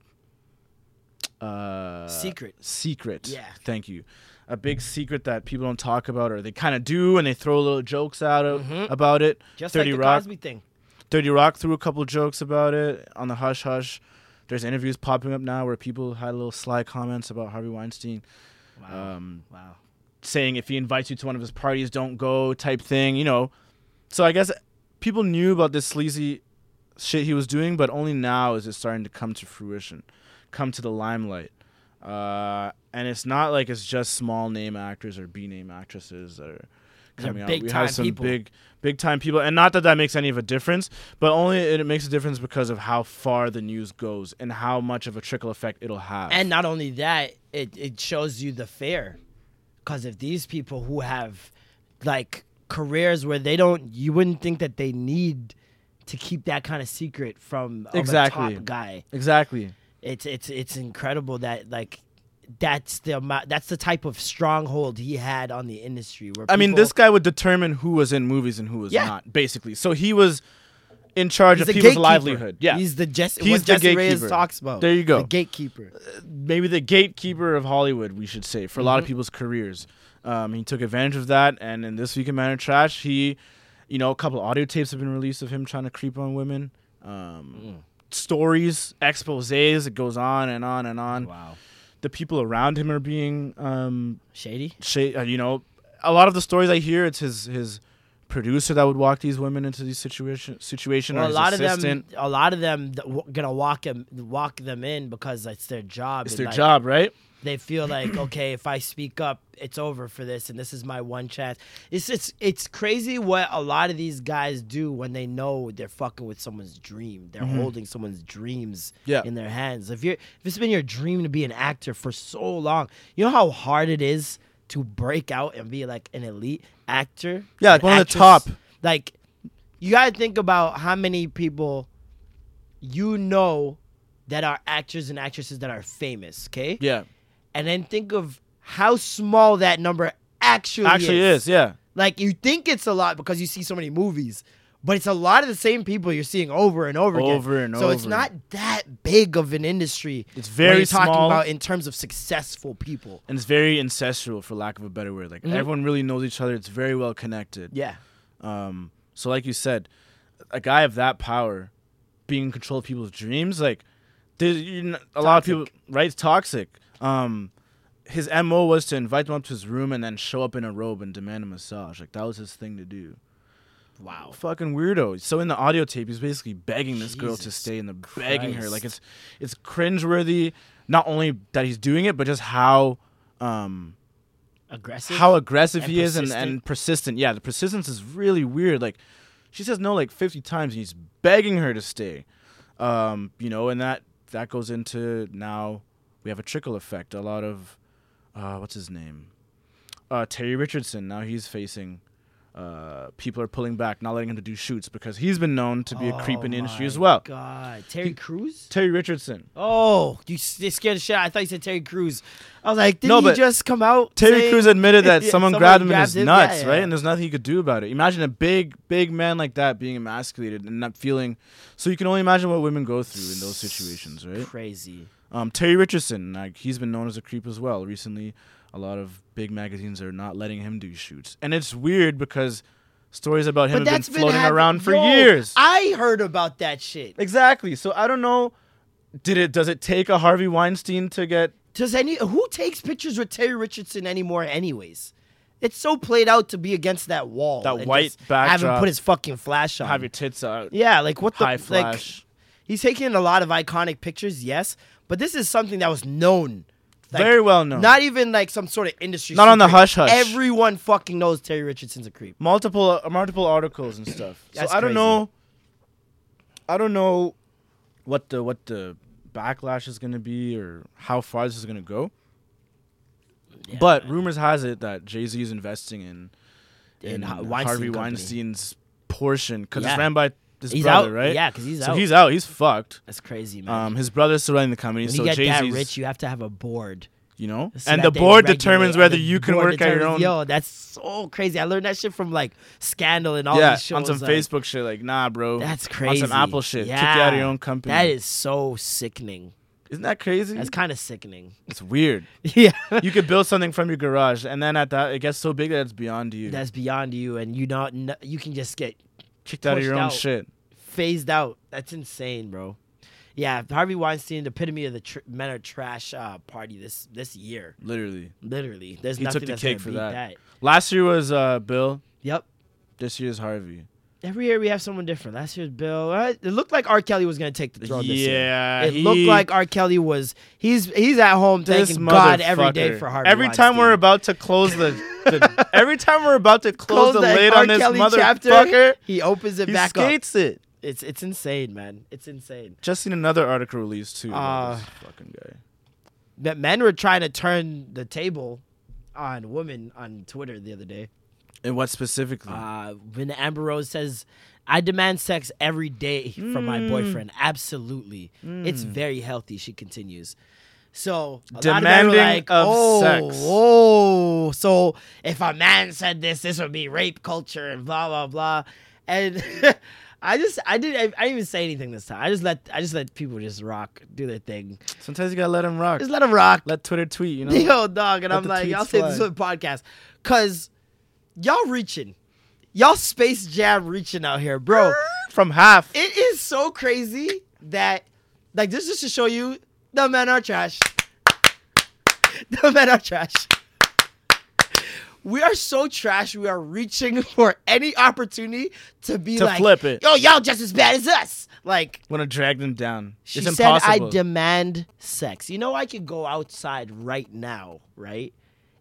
Speaker 3: uh,
Speaker 2: Secret.
Speaker 3: Secret.
Speaker 2: Yeah.
Speaker 3: Thank you. a big secret that people don't talk about, or they kind of do, and they throw little jokes out of, about it.
Speaker 2: Mm-hmm. Just
Speaker 3: Thirty
Speaker 2: like the
Speaker 3: Rock,
Speaker 2: Cosby thing.
Speaker 3: Thirty Rock threw a couple jokes about it on the hush hush. There's interviews popping up now where people had little sly comments about Harvey Weinstein,
Speaker 2: Wow.
Speaker 3: um,
Speaker 2: wow.
Speaker 3: saying if he invites you to one of his parties, don't go type thing. You know, so I guess people knew about this sleazy shit he was doing, but only now is it starting to come to fruition, come to the limelight. Uh, and it's not like it's just small name actors or B name actresses that are
Speaker 2: They're
Speaker 3: coming out.
Speaker 2: big
Speaker 3: we
Speaker 2: time
Speaker 3: have some
Speaker 2: people.
Speaker 3: big, big time people, and not that that makes any of a difference, but only it, it makes a difference because of how far the news goes and how much of a trickle effect it'll have.
Speaker 2: And not only that, it, it shows you the fear. Because if these people who have like careers where they don't, you wouldn't think that they need to keep that kind of secret from of
Speaker 3: Exactly.
Speaker 2: a top guy.
Speaker 3: exactly.
Speaker 2: It's it's it's incredible that like that's the amount, that's the type of stronghold he had on the industry. Where
Speaker 3: I mean,
Speaker 2: people-
Speaker 3: this guy would determine who was in movies and who was
Speaker 2: Yeah.
Speaker 3: not, basically. So he was in charge
Speaker 2: he's
Speaker 3: of
Speaker 2: a
Speaker 3: people's
Speaker 2: gatekeeper.
Speaker 3: livelihood. Yeah,
Speaker 2: he's the Jesse.
Speaker 3: He's
Speaker 2: He's
Speaker 3: the
Speaker 2: Jesse Reyes
Speaker 3: gatekeeper.
Speaker 2: talks about.
Speaker 3: There you go.
Speaker 2: The gatekeeper.
Speaker 3: maybe the gatekeeper of Hollywood, we should say, for a
Speaker 2: Mm-hmm.
Speaker 3: lot of people's careers. Um, he took advantage of that, and in this week in Man of Trash, he, you know, a couple audio tapes have been released of him trying to creep on women.
Speaker 2: Mm.
Speaker 3: Um, Stories, exposés, it goes on and on and on.
Speaker 2: Wow.
Speaker 3: The people around him are being um,
Speaker 2: Shady.
Speaker 3: Sha- uh, you know, a lot of the stories I hear, it's his his producer that would walk these women into these situation situation
Speaker 2: Well,
Speaker 3: or
Speaker 2: a
Speaker 3: his
Speaker 2: lot
Speaker 3: assistant.
Speaker 2: of them, a lot of them th- w- gonna walk them walk them in because it's their job.
Speaker 3: it's
Speaker 2: and,
Speaker 3: their
Speaker 2: like,
Speaker 3: job, right?
Speaker 2: They feel like okay, if I speak up, it's over for this, and this is my one chance. It's it's it's crazy what a lot of these guys do when they know they're fucking with someone's dream. They're holding someone's dreams
Speaker 3: Mm-hmm. Yeah.
Speaker 2: in their hands. If you're if it's been your dream to be an actor for so long, you know how hard it is to break out and be like an elite actor.
Speaker 3: Yeah, like
Speaker 2: an
Speaker 3: one of the
Speaker 2: actress?
Speaker 3: top.
Speaker 2: Like you gotta think about how many people you know that are actors and actresses that are famous, okay?
Speaker 3: Yeah,
Speaker 2: And then think of how small that number actually,
Speaker 3: actually is. yeah,
Speaker 2: Like you think it's a lot because you see so many movies, but it's a lot of the same people you're seeing over and over, again.
Speaker 3: Over and
Speaker 2: so it's
Speaker 3: over.
Speaker 2: not that big of an industry.
Speaker 3: It's
Speaker 2: when
Speaker 3: very
Speaker 2: you're talking
Speaker 3: small.
Speaker 2: about in terms of successful people.
Speaker 3: and it's very ancestral, for lack of a better word. Like everyone really knows each other. It's very well connected.
Speaker 2: Mm-hmm. Yeah.
Speaker 3: Um, so like you said, a guy of that power, being in control of people's dreams, like there's you kn- a lot of people, right? It's toxic. Um, his mo was to invite them up to his room and then show up in a robe and demand a massage. Like that was his thing to do.
Speaker 2: Wow.
Speaker 3: Fucking weirdo. So in the audio tape, he's basically begging this girl to
Speaker 2: Jesus
Speaker 3: stay and they're begging her.
Speaker 2: Christ.
Speaker 3: Like it's it's cringeworthy. Not only that he's doing it, but just how um,
Speaker 2: Aggressive.
Speaker 3: how aggressive
Speaker 2: and
Speaker 3: he is and,
Speaker 2: persistent.
Speaker 3: and persistent. Yeah, the persistence is really weird. Like she says no like 50 times and he's begging her to stay. Um, you know, and that that goes into now we have a trickle effect. A lot of uh, what's his name? Uh, Terry Richardson. Now he's facing uh, people are pulling back, not letting him to do shoots because he's been known to be a creep in the industry as well.
Speaker 2: Oh God, Terry Crews.
Speaker 3: Terry Richardson.
Speaker 2: Oh, you s- it scared the shit. out- I thought you said Terry Crews. I was like, did
Speaker 3: No,
Speaker 2: he
Speaker 3: but
Speaker 2: just come out?
Speaker 3: Terry
Speaker 2: saying-
Speaker 3: Crews admitted that
Speaker 2: Yeah,
Speaker 3: someone, grabbed him in
Speaker 2: grabbed
Speaker 3: his
Speaker 2: him?
Speaker 3: nuts,
Speaker 2: Yeah, yeah.
Speaker 3: right? And there's nothing he could do about it. Imagine a big, big man like that being emasculated and not feeling. So you can only imagine what women go through in those situations, right?
Speaker 2: Crazy.
Speaker 3: Um, Terry Richardson, like he's been known as a creep as well. Recently, a lot of big magazines are not letting him do shoots, and it's weird because stories about him
Speaker 2: But
Speaker 3: have
Speaker 2: that's
Speaker 3: been floating
Speaker 2: hap-
Speaker 3: around for
Speaker 2: Yo,
Speaker 3: years.
Speaker 2: I heard about that shit.
Speaker 3: exactly. So I don't know. Did it? Does it take a Harvey Weinstein to get?
Speaker 2: Does any who takes pictures with Terry Richardson anymore? Anyways, it's so played out to be against that wall.
Speaker 3: That
Speaker 2: and
Speaker 3: white
Speaker 2: just Have him
Speaker 3: backdrop.
Speaker 2: put his fucking flash on.
Speaker 3: Have your tits out.
Speaker 2: yeah, like what the
Speaker 3: high
Speaker 2: like,
Speaker 3: flash.
Speaker 2: He's taking a lot of iconic pictures, yes, but this is something that was known. Like,
Speaker 3: Very well known.
Speaker 2: Not even like some sort of industry.
Speaker 3: Not on the
Speaker 2: secret.
Speaker 3: hush hush.
Speaker 2: Everyone fucking knows Terry Richardson's a creep.
Speaker 3: multiple uh, multiple articles and stuff. so
Speaker 2: That's
Speaker 3: I don't
Speaker 2: crazy.
Speaker 3: know. I don't know what the what the backlash is going to be or how far this is going to go. but rumors has it that Jay Z is investing in in,
Speaker 2: In Ha- Weinstein
Speaker 3: Harvey
Speaker 2: Company.
Speaker 3: Weinstein's portion because
Speaker 2: Yeah.
Speaker 3: it's ran by his
Speaker 2: He's
Speaker 3: brother,
Speaker 2: out?
Speaker 3: right?
Speaker 2: Yeah, 'cause he's
Speaker 3: so
Speaker 2: out.
Speaker 3: he's out. He's fucked.
Speaker 2: That's crazy, man.
Speaker 3: Um, his brother's still running the company,
Speaker 2: when
Speaker 3: so
Speaker 2: you get
Speaker 3: Jay
Speaker 2: that
Speaker 3: Z's,
Speaker 2: rich, you have to have a board.
Speaker 3: you know,
Speaker 2: so
Speaker 3: and
Speaker 2: that
Speaker 3: the
Speaker 2: they
Speaker 3: board
Speaker 2: regulate-
Speaker 3: determines
Speaker 2: and
Speaker 3: whether
Speaker 2: the
Speaker 3: you can
Speaker 2: board
Speaker 3: work at your
Speaker 2: determines-
Speaker 3: own.
Speaker 2: Yo, that's so crazy. I learned that shit from like Scandal and all
Speaker 3: yeah,
Speaker 2: these shows.
Speaker 3: on some
Speaker 2: like,
Speaker 3: Facebook shit, like nah, bro.
Speaker 2: That's crazy.
Speaker 3: On some Apple shit, kick you out of your own company.
Speaker 2: That is so sickening.
Speaker 3: Isn't that crazy?
Speaker 2: That's kind of sickening.
Speaker 3: It's weird.
Speaker 2: yeah.
Speaker 3: you could build something from your garage, and then at that, it gets so big that it's beyond you.
Speaker 2: That's beyond you, and you not kn- you can just get
Speaker 3: kicked out of
Speaker 2: pushed
Speaker 3: your own
Speaker 2: out.
Speaker 3: shit.
Speaker 2: phased out. That's insane, bro. Yeah, Harvey Weinstein, the epitome of the tr- men are trash uh, party this this year.
Speaker 3: Literally,
Speaker 2: Literally, there's
Speaker 3: he
Speaker 2: nothing
Speaker 3: took the
Speaker 2: that's gonna
Speaker 3: cake for
Speaker 2: beat
Speaker 3: that.
Speaker 2: that.
Speaker 3: Last year was uh, Bill.
Speaker 2: Yep.
Speaker 3: This year's Harvey.
Speaker 2: Every year we have someone different. Last year's Bill. uh, It looked like R. Kelly was gonna take the throne this year.
Speaker 3: Yeah,
Speaker 2: It
Speaker 3: he-
Speaker 2: looked like R. Kelly was he's he's at home
Speaker 3: this
Speaker 2: thanking God every day
Speaker 3: motherfucker.
Speaker 2: for Harvey.
Speaker 3: Every time we're
Speaker 2: Weinstein.
Speaker 3: about to close the, the every time we're about to close, the
Speaker 2: that
Speaker 3: lid
Speaker 2: R.
Speaker 3: on this
Speaker 2: Kelly chapter,
Speaker 3: motherfucker,
Speaker 2: he opens it
Speaker 3: he
Speaker 2: back
Speaker 3: skates it.
Speaker 2: up. It's it's insane, man. It's insane.
Speaker 3: Just seen another article released too. about
Speaker 2: Uh,
Speaker 3: this fucking guy.
Speaker 2: That men were trying to turn the table on women on Twitter the other day.
Speaker 3: And what specifically?
Speaker 2: Uh, when Amber Rose says, "I demand sex every day from my boyfriend," absolutely, it's very healthy. She continues. So a lot of men were
Speaker 3: Demanding
Speaker 2: like,
Speaker 3: of
Speaker 2: oh,
Speaker 3: sex."
Speaker 2: Oh, so if a man said this, this would be rape culture and blah blah blah. And I just, I didn't, I, I didn't even say anything this time. I just let, I just let people just rock, do their thing.
Speaker 3: Sometimes you gotta let him rock.
Speaker 2: Just let them rock.
Speaker 3: Let Twitter tweet. You know.
Speaker 2: Yo, dog, and I'm
Speaker 3: the
Speaker 2: like,
Speaker 3: tweets
Speaker 2: y'all say this
Speaker 3: fly.
Speaker 2: on the podcast, cause y'all reaching, y'all Space Jam reaching out here, bro.
Speaker 3: From half.
Speaker 2: it is so crazy that, like, this is just to show you the men are trash. the men are trash. We are so trash. We are reaching for any opportunity to be
Speaker 3: To
Speaker 2: like,
Speaker 3: flip it.
Speaker 2: Yo, y'all just as bad as us. Like,
Speaker 3: Wanna drag them down.
Speaker 2: she
Speaker 3: it's
Speaker 2: said,
Speaker 3: impossible.
Speaker 2: "I demand sex." You know, I could go outside right now, right,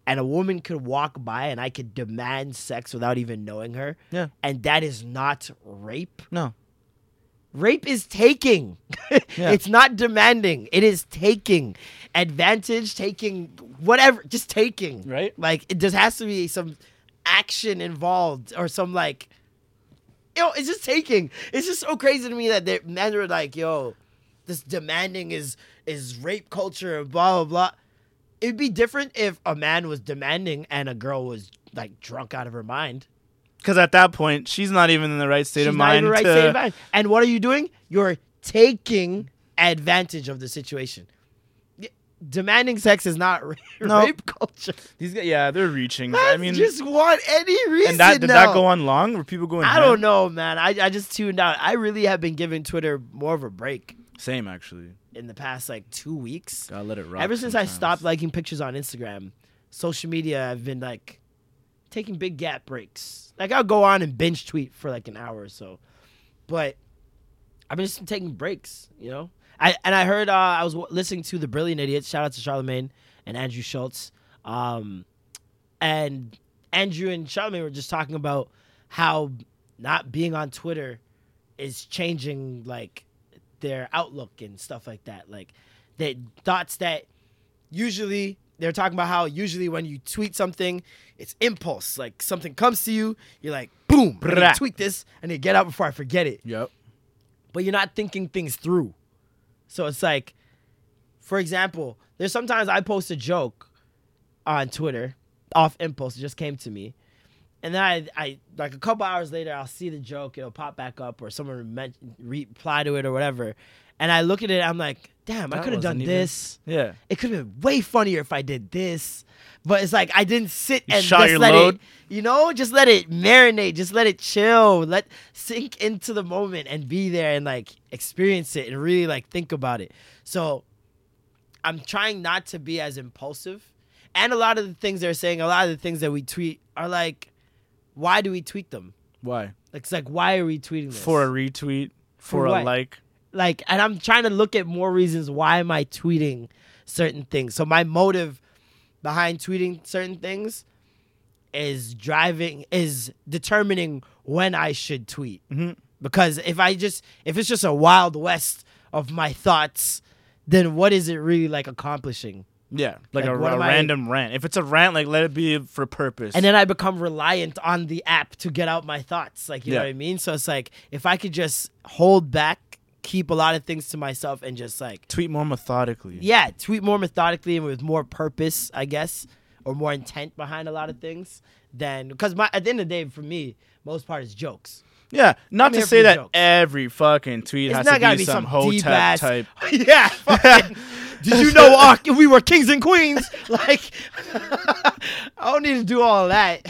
Speaker 2: and a woman could walk by, and I could demand sex without even knowing her.
Speaker 3: Yeah.
Speaker 2: and that is not rape.
Speaker 3: no.
Speaker 2: Rape is taking.
Speaker 3: Yeah.
Speaker 2: It's not demanding. It is taking advantage, taking whatever, just taking.
Speaker 3: Right.
Speaker 2: Like it just has to be some action involved or some like. Yo, it's just taking. It's just so crazy to me that they, men are like, "Yo, this demanding is is rape culture and blah blah blah." It'd be different if a man was demanding and a girl was like drunk out of her mind.
Speaker 3: Because at that point, she's not even in the right state of
Speaker 2: She's not
Speaker 3: mind.
Speaker 2: even right
Speaker 3: to-
Speaker 2: state of mind. And what are you doing? You're taking advantage of the situation. Y- Demanding sex is not ra-
Speaker 3: No.
Speaker 2: rape culture.
Speaker 3: These guys, yeah, they're reaching. I
Speaker 2: That's
Speaker 3: mean,
Speaker 2: just want any reason.
Speaker 3: and that did
Speaker 2: now.
Speaker 3: that go on long? Were people going?
Speaker 2: I don't know, man. I, I just tuned out. I really have been giving Twitter more of a break
Speaker 3: Same actually.
Speaker 2: in the past like two weeks.
Speaker 3: Gotta let it rock.
Speaker 2: Ever since
Speaker 3: sometimes.
Speaker 2: I stopped liking pictures on Instagram, social media, I've been like taking big gap breaks. Like I'll go on and binge tweet for like an hour or so, but I've been just taking breaks, you know. I and I heard uh, I was w- listening to the Brilliant Idiots. Shout out to Charlemagne and Andrew Schultz. Um, and Andrew and Charlemagne were just talking about how not being on Twitter is changing like their outlook and stuff like that. Like that thoughts that usually they're talking about how usually when you tweet something, it's impulse. Like something comes to you, you're like, boom, I need to
Speaker 3: Brah.
Speaker 2: tweet this, and need to get out before I forget it
Speaker 3: Yep.
Speaker 2: but you're not thinking things through. So it's like, for example, there's sometimes I post a joke on Twitter off impulse, it just came to me. And then I, I like a couple hours later, I'll see the joke, it'll pop back up, or someone men- reply to it or whatever. And I look at it, I'm like, damn, I
Speaker 3: That
Speaker 2: could have done
Speaker 3: wasn't even-
Speaker 2: this.
Speaker 3: Yeah.
Speaker 2: It could have been way funnier if I did this. But it's like I didn't sit
Speaker 3: You
Speaker 2: and
Speaker 3: shot
Speaker 2: just
Speaker 3: your
Speaker 2: let
Speaker 3: load?
Speaker 2: it, you know, just let it marinate, just let it chill, let sink into the moment and be there and like experience it and really like think about it. So I'm trying not to be as impulsive. And a lot of the things they're saying, a lot of the things that we tweet are like, why do we tweet them?
Speaker 3: Why?
Speaker 2: It's like, why are we tweeting this?
Speaker 3: For a retweet. For,
Speaker 2: For
Speaker 3: a
Speaker 2: what?
Speaker 3: like.
Speaker 2: like and i'm trying to look at more reasons why am i tweeting certain things so my motive behind tweeting certain things is driving is determining when i should tweet because if i just if it's just a wild west of my thoughts then what is it really like accomplishing
Speaker 3: Yeah. Like,
Speaker 2: Like,
Speaker 3: a,
Speaker 2: what
Speaker 3: a
Speaker 2: am I-
Speaker 3: random rant. If it's a rant, like let it be for purpose.
Speaker 2: and then i become reliant on the app to get out my thoughts like you know
Speaker 3: Yeah.
Speaker 2: what i mean so it's like if i could just hold back keep a lot of things to myself and just like
Speaker 3: tweet more methodically.
Speaker 2: yeah, tweet more methodically and with more purpose, I guess, or more intent behind a lot of things than because my at the end of the day, for me, most part is jokes.
Speaker 3: Yeah, not
Speaker 2: I'm
Speaker 3: to
Speaker 2: here
Speaker 3: say
Speaker 2: for the
Speaker 3: that
Speaker 2: jokes.
Speaker 3: every fucking tweet
Speaker 2: It's
Speaker 3: has
Speaker 2: not
Speaker 3: to
Speaker 2: gotta
Speaker 3: be,
Speaker 2: be
Speaker 3: some
Speaker 2: some deep
Speaker 3: hotep
Speaker 2: ass-
Speaker 3: type.
Speaker 2: yeah, fucking- Did you know our, we were kings and queens? Like, I don't need to do all that.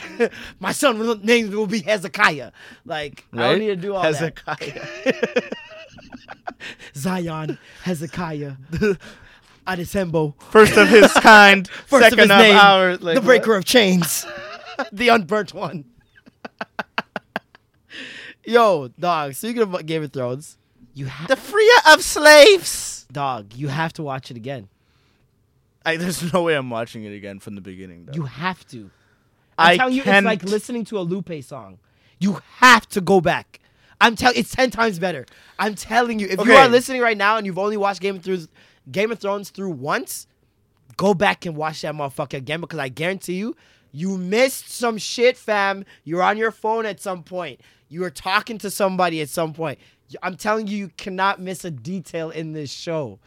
Speaker 2: My son will- name will be Hezekiah. Like, I
Speaker 3: Right?
Speaker 2: don't need to do all
Speaker 4: Hezekiah.
Speaker 2: that. Zion, Hezekiah, Adesembo,
Speaker 3: First of his kind,
Speaker 2: first
Speaker 3: second
Speaker 2: of his name,
Speaker 3: ours. Like,
Speaker 2: the
Speaker 3: what?
Speaker 2: breaker of chains, the unburnt one. Yo, dog. Speaking of Game of Thrones, you have
Speaker 4: the freer of slaves.
Speaker 2: dog. You have to watch it again.
Speaker 3: I, there's no way I'm watching it again from the beginning. Though.
Speaker 2: You have to. I'm
Speaker 3: I
Speaker 2: telling you, it's
Speaker 3: can't.
Speaker 2: like listening to a Lupe song. You have to go back. I'm telling it's ten times better. I'm telling you, if you
Speaker 3: Okay.
Speaker 2: are listening right now and you've only watched Game of Thrones, Game of Thrones through once, go back and watch that motherfucker again because I guarantee you, you missed some shit, fam. You're on your phone at some point. You were talking to somebody at some point. Y- I'm telling you, you cannot miss a detail in this show.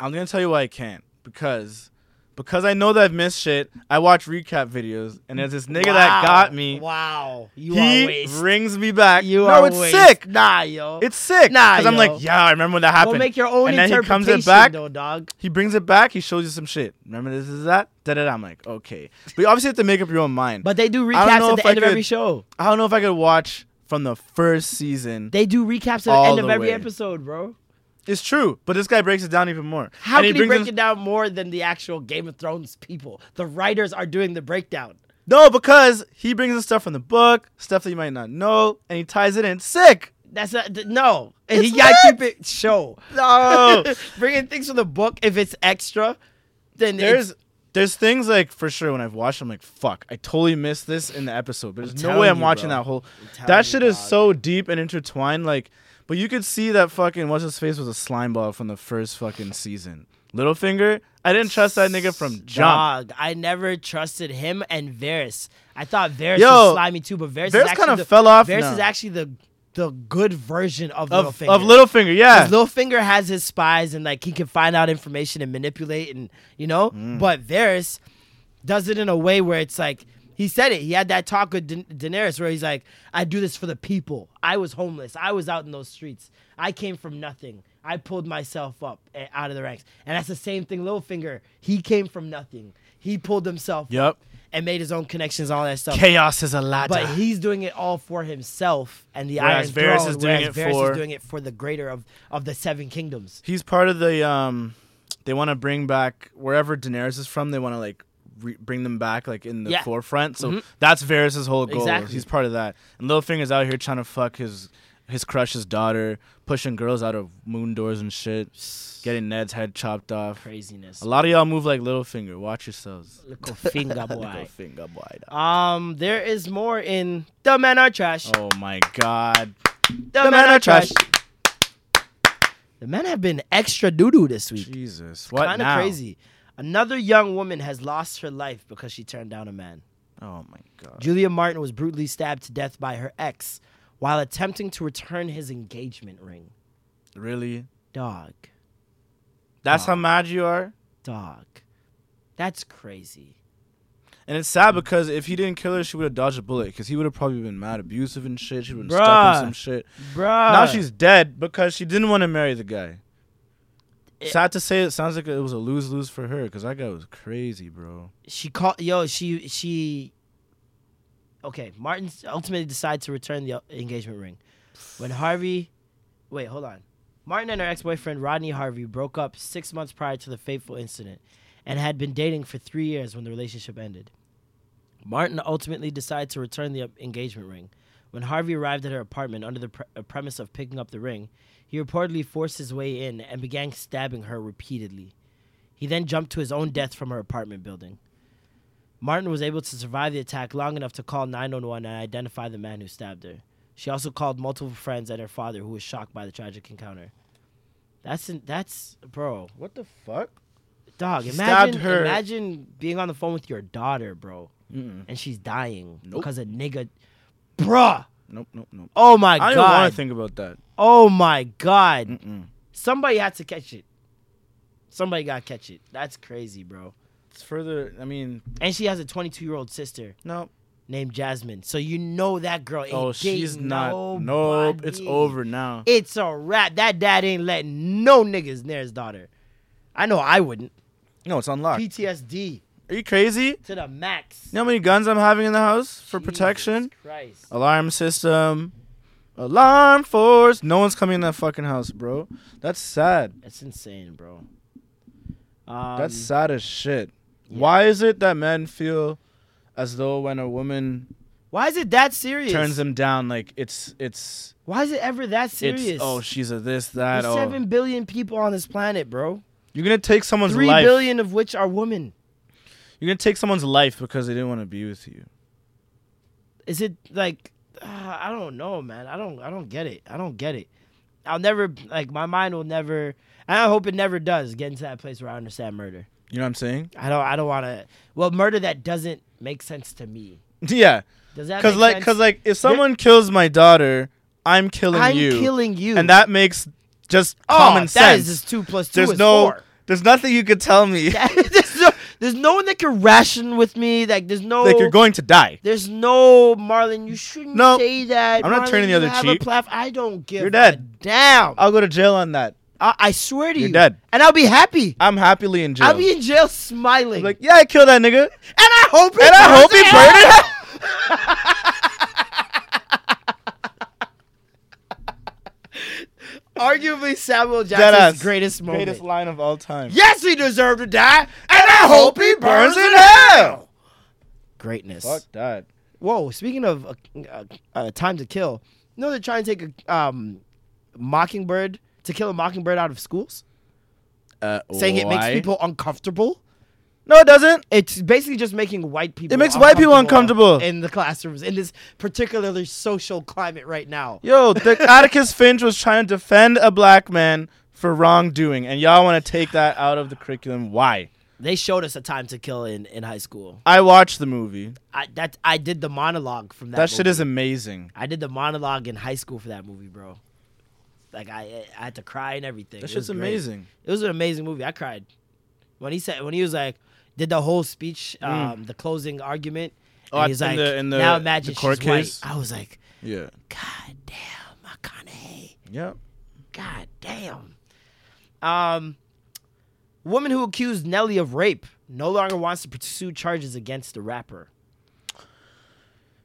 Speaker 3: I'm gonna tell you why I can't because because I know that I've missed shit. I watch recap videos, and there's this nigga
Speaker 2: Wow.
Speaker 3: that got me.
Speaker 2: Wow, you are
Speaker 3: He
Speaker 2: waste.
Speaker 3: rings me back.
Speaker 2: you
Speaker 3: no,
Speaker 2: are
Speaker 3: it's
Speaker 2: waste.
Speaker 3: sick.
Speaker 2: Nah, yo,
Speaker 3: It's sick.
Speaker 2: Nah,
Speaker 3: because I'm
Speaker 2: yo.
Speaker 3: like, yeah, I remember when that
Speaker 2: Go
Speaker 3: happened.
Speaker 2: make your own
Speaker 3: and then he
Speaker 2: interpretation,
Speaker 3: comes it back.
Speaker 2: though, dog.
Speaker 3: He brings it back. He shows you some shit. Remember this is that. Da da da. I'm like, okay. But you obviously have to make up your own mind.
Speaker 2: But they do
Speaker 3: I don't
Speaker 2: recaps
Speaker 3: know
Speaker 2: at
Speaker 3: if
Speaker 2: the
Speaker 3: I
Speaker 2: end of every
Speaker 3: could-
Speaker 2: show.
Speaker 3: I don't know if I could watch from the first season.
Speaker 2: They do recaps at the
Speaker 3: All
Speaker 2: end of
Speaker 3: the
Speaker 2: every
Speaker 3: way.
Speaker 2: episode, bro.
Speaker 3: It's true, but this guy breaks it down even more.
Speaker 2: How
Speaker 3: And
Speaker 2: can he
Speaker 3: brings
Speaker 2: break
Speaker 3: in-
Speaker 2: it down more than the actual Game of Thrones people? The writers are doing the breakdown.
Speaker 3: No, because he brings in stuff from the book, stuff that you might not know, and he ties it in. Sick.
Speaker 2: That's not th- no. And he gotta keep it show.
Speaker 3: No.
Speaker 2: Bringing things from the book if it's extra, then
Speaker 3: there's
Speaker 2: it's,
Speaker 3: there's things like for sure when I've watched, I'm like, fuck, I totally missed this in the episode. But there's no
Speaker 2: telling
Speaker 3: way I'm
Speaker 2: you,
Speaker 3: watching
Speaker 2: bro.
Speaker 3: that whole.
Speaker 2: telling
Speaker 3: That shit
Speaker 2: you,
Speaker 3: is
Speaker 2: dog.
Speaker 3: so deep and intertwined. Like, but you could see that fucking what's his face was a slime ball from the first fucking season. Littlefinger, I didn't trust that nigga from jump.
Speaker 2: dog. I never trusted him and Varys. I thought Varys was
Speaker 3: Yo,
Speaker 2: slimy too, but Varys,
Speaker 3: Varys
Speaker 2: is actually
Speaker 3: kinda
Speaker 2: the-
Speaker 3: fell off
Speaker 2: Varys
Speaker 3: now.
Speaker 2: is actually the the good version of,
Speaker 3: Of
Speaker 2: Littlefinger.
Speaker 3: of Littlefinger, yeah.
Speaker 2: Because Littlefinger has his spies and like he can find out information and manipulate and you know, but Varys does it in a way where it's like he said it. He had that talk with da- Daenerys where he's like, "I do this for the people. I was homeless. I was out in those streets. I came from nothing. I pulled myself up a- out of the ranks." And that's the same thing. Littlefinger, he came from nothing. He pulled himself
Speaker 3: Yep.
Speaker 2: up and made his own connections, all that stuff.
Speaker 3: Chaos is a ladder.
Speaker 2: But he's doing it all for himself and the
Speaker 3: Whereas
Speaker 2: Iron
Speaker 3: Varys
Speaker 2: Throne.
Speaker 3: is doing
Speaker 2: whereas
Speaker 3: it
Speaker 2: Varys
Speaker 3: for-
Speaker 2: is doing it for the greater of, of the Seven Kingdoms.
Speaker 3: He's part of the um. They want to bring back wherever Daenerys is from. They want to like re- bring them back like in the
Speaker 2: Yeah. Mm-hmm.
Speaker 3: forefront. So that's Varys' whole goal.
Speaker 2: Exactly.
Speaker 3: He's part of that. And Littlefinger's out here trying to fuck his his crush's daughter, pushing girls out of moon doors and shit, getting Ned's head chopped off.
Speaker 2: Craziness.
Speaker 3: A lot of y'all move like Littlefinger. Watch yourselves.
Speaker 2: Little finger boy.
Speaker 3: Littlefinger boy.
Speaker 2: Um, there is more in The Men Are Trash.
Speaker 3: Oh my god.
Speaker 2: the, Men, Are Trash. The men have been extra doo doo this week.
Speaker 3: Jesus. What
Speaker 2: Kind of
Speaker 3: now?
Speaker 2: crazy. Another young woman has lost her life because she turned down a man.
Speaker 3: Oh my god.
Speaker 2: Julia Martin was brutally stabbed to death by her ex while attempting to return his engagement ring.
Speaker 3: Really?
Speaker 2: Dog.
Speaker 3: That's how mad you are?
Speaker 2: Dog. That's crazy.
Speaker 3: And it's sad because if he didn't kill her, she would have dodged a bullet because he would have probably been mad, abusive and shit. She would have stuck
Speaker 2: Bruh.
Speaker 3: in some shit.
Speaker 2: Bruh.
Speaker 3: now she's dead because she didn't want to marry the guy. sad to say, it sounds like it was a lose lose for her because that guy was crazy, bro.
Speaker 2: she called yo she she okay martin ultimately decided to return the engagement ring when harvey wait hold on martin and her ex-boyfriend rodney harvey broke up six months prior to the fateful incident and had been dating for three years when the relationship ended martin ultimately decided to return the engagement ring when harvey arrived at her apartment under the pre- uh, premise of picking up the ring he reportedly forced his way in and began stabbing her repeatedly he then jumped to his own death from her apartment building Martin was able to survive the attack long enough to call 911 and identify the man who stabbed her. She also called multiple friends and her father, who was shocked by the tragic encounter. That's an, that's bro,
Speaker 3: What the fuck?
Speaker 2: dog.
Speaker 3: stabbed
Speaker 2: Imagine
Speaker 3: her.
Speaker 2: imagine being on the phone with your daughter, bro, and she's dying because a nigga, bruh.
Speaker 3: Nope, nope, nope.
Speaker 2: Oh my
Speaker 3: I don't
Speaker 2: god.
Speaker 3: want to think about that.
Speaker 2: oh my god. Somebody had to catch it. Somebody got to catch it. That's crazy, bro.
Speaker 3: It's further. I mean,
Speaker 2: And she has a 22 year old sister.
Speaker 3: no.
Speaker 2: named Jasmine. So you know that girl ain't
Speaker 3: Oh, she's
Speaker 2: dating
Speaker 3: not. Nope. It's
Speaker 2: nobody.
Speaker 3: over now.
Speaker 2: It's a wrap. That dad ain't letting no niggas near his daughter. I know I wouldn't.
Speaker 3: No, it's unlocked.
Speaker 2: PTSD
Speaker 3: Are you crazy?
Speaker 2: to the max.
Speaker 3: You know how many guns I'm having in the house for
Speaker 2: Jesus
Speaker 3: protection? Oh.
Speaker 2: Christ.
Speaker 3: Alarm system. Alarm force. No one's coming in that fucking house, bro. That's sad.
Speaker 2: That's insane, bro. Um,
Speaker 3: That's sad as shit. Why is it that men feel as though when a woman
Speaker 2: why is it that serious?
Speaker 3: turns them down, like it's it's
Speaker 2: why is it ever that serious?
Speaker 3: it's oh she's a this that
Speaker 2: There's
Speaker 3: oh
Speaker 2: seven billion people on this planet, bro.
Speaker 3: you're gonna take someone's
Speaker 2: Three
Speaker 3: life.
Speaker 2: billion of which are women.
Speaker 3: You're gonna take someone's life because they didn't want to be with you.
Speaker 2: Is it like uh, I don't know, man. I don't I don't get it. I don't get it. I'll never like my mind will never. And I hope it never does get into that place where I understand murder.
Speaker 3: You know what I'm saying?
Speaker 2: I don't. I don't want to. Well, murder that doesn't make sense to me.
Speaker 3: yeah,
Speaker 2: Does that?
Speaker 3: because
Speaker 2: make
Speaker 3: like
Speaker 2: sense?
Speaker 3: because like if someone kills my daughter, I'm killing
Speaker 2: I'm
Speaker 3: you.
Speaker 2: killing you,
Speaker 3: and that makes just
Speaker 2: oh,
Speaker 3: common sense.
Speaker 2: That is just two plus two
Speaker 3: there's
Speaker 2: is
Speaker 3: no
Speaker 2: four.
Speaker 3: there's nothing you could tell me.
Speaker 2: there's, no, there's no one that can ration with me. Like there's no.
Speaker 3: like you're going to die.
Speaker 2: there's no Marlon. You shouldn't
Speaker 3: No,
Speaker 2: say that.
Speaker 3: I'm not
Speaker 2: Marlon,
Speaker 3: turning the
Speaker 2: you
Speaker 3: other
Speaker 2: have
Speaker 3: cheek.
Speaker 2: A plaf- I don't give.
Speaker 3: You're dead.
Speaker 2: A damn. I,
Speaker 3: I'll go to jail on that.
Speaker 2: I swear to
Speaker 3: You're
Speaker 2: you.
Speaker 3: dead.
Speaker 2: And I'll be happy.
Speaker 3: I'm happily in jail.
Speaker 2: I'll be in jail smiling.
Speaker 3: like, yeah, I killed that nigga.
Speaker 2: and I hope. It
Speaker 3: And I
Speaker 2: burns
Speaker 3: hope he
Speaker 2: in
Speaker 3: burned it
Speaker 2: hell.
Speaker 3: up.
Speaker 2: Arguably Samuel
Speaker 3: ass.
Speaker 2: Jackson's greatest moment.
Speaker 3: Greatest line of all time.
Speaker 2: Yes, he deserved to die, and I hope he burns in hell. Greatness.
Speaker 3: Fuck that.
Speaker 2: Whoa! Speaking of uh, uh, uh, time to kill, you know they're trying to take a um, mockingbird to kill a mockingbird out of schools,
Speaker 3: Uh,
Speaker 2: saying it makes
Speaker 3: why?
Speaker 2: people uncomfortable.
Speaker 3: No, it doesn't.
Speaker 2: It's basically just making white people.
Speaker 3: makes white people uncomfortable.
Speaker 2: in the classrooms in this particularly social climate right now.
Speaker 3: Yo, the Atticus Finch was trying to defend a black man for wrongdoing, and y'all want to take that out of the curriculum. Why?
Speaker 2: They showed us a time to kill in, in high school.
Speaker 3: I watched the movie.
Speaker 2: I that I did the monologue from that.
Speaker 3: That shit
Speaker 2: movie.
Speaker 3: is amazing.
Speaker 2: I did the monologue in high school for that movie, bro. Like I, I had to cry and everything. It
Speaker 3: That shit's
Speaker 2: was great.
Speaker 3: amazing.
Speaker 2: It was an amazing movie. I cried when he said when he was like did the whole speech, um, the closing argument.
Speaker 3: Mm. Oh,
Speaker 2: and
Speaker 3: I-
Speaker 2: he's
Speaker 3: in
Speaker 2: like,
Speaker 3: the- in the-
Speaker 2: now imagine
Speaker 3: the court
Speaker 2: she's white."
Speaker 3: case?
Speaker 2: I was like,
Speaker 3: Yeah.
Speaker 2: God damn, McConaughey.
Speaker 3: Yeah.
Speaker 2: God damn. Um, woman who accused Nelly of rape no longer wants to pursue charges against the rapper.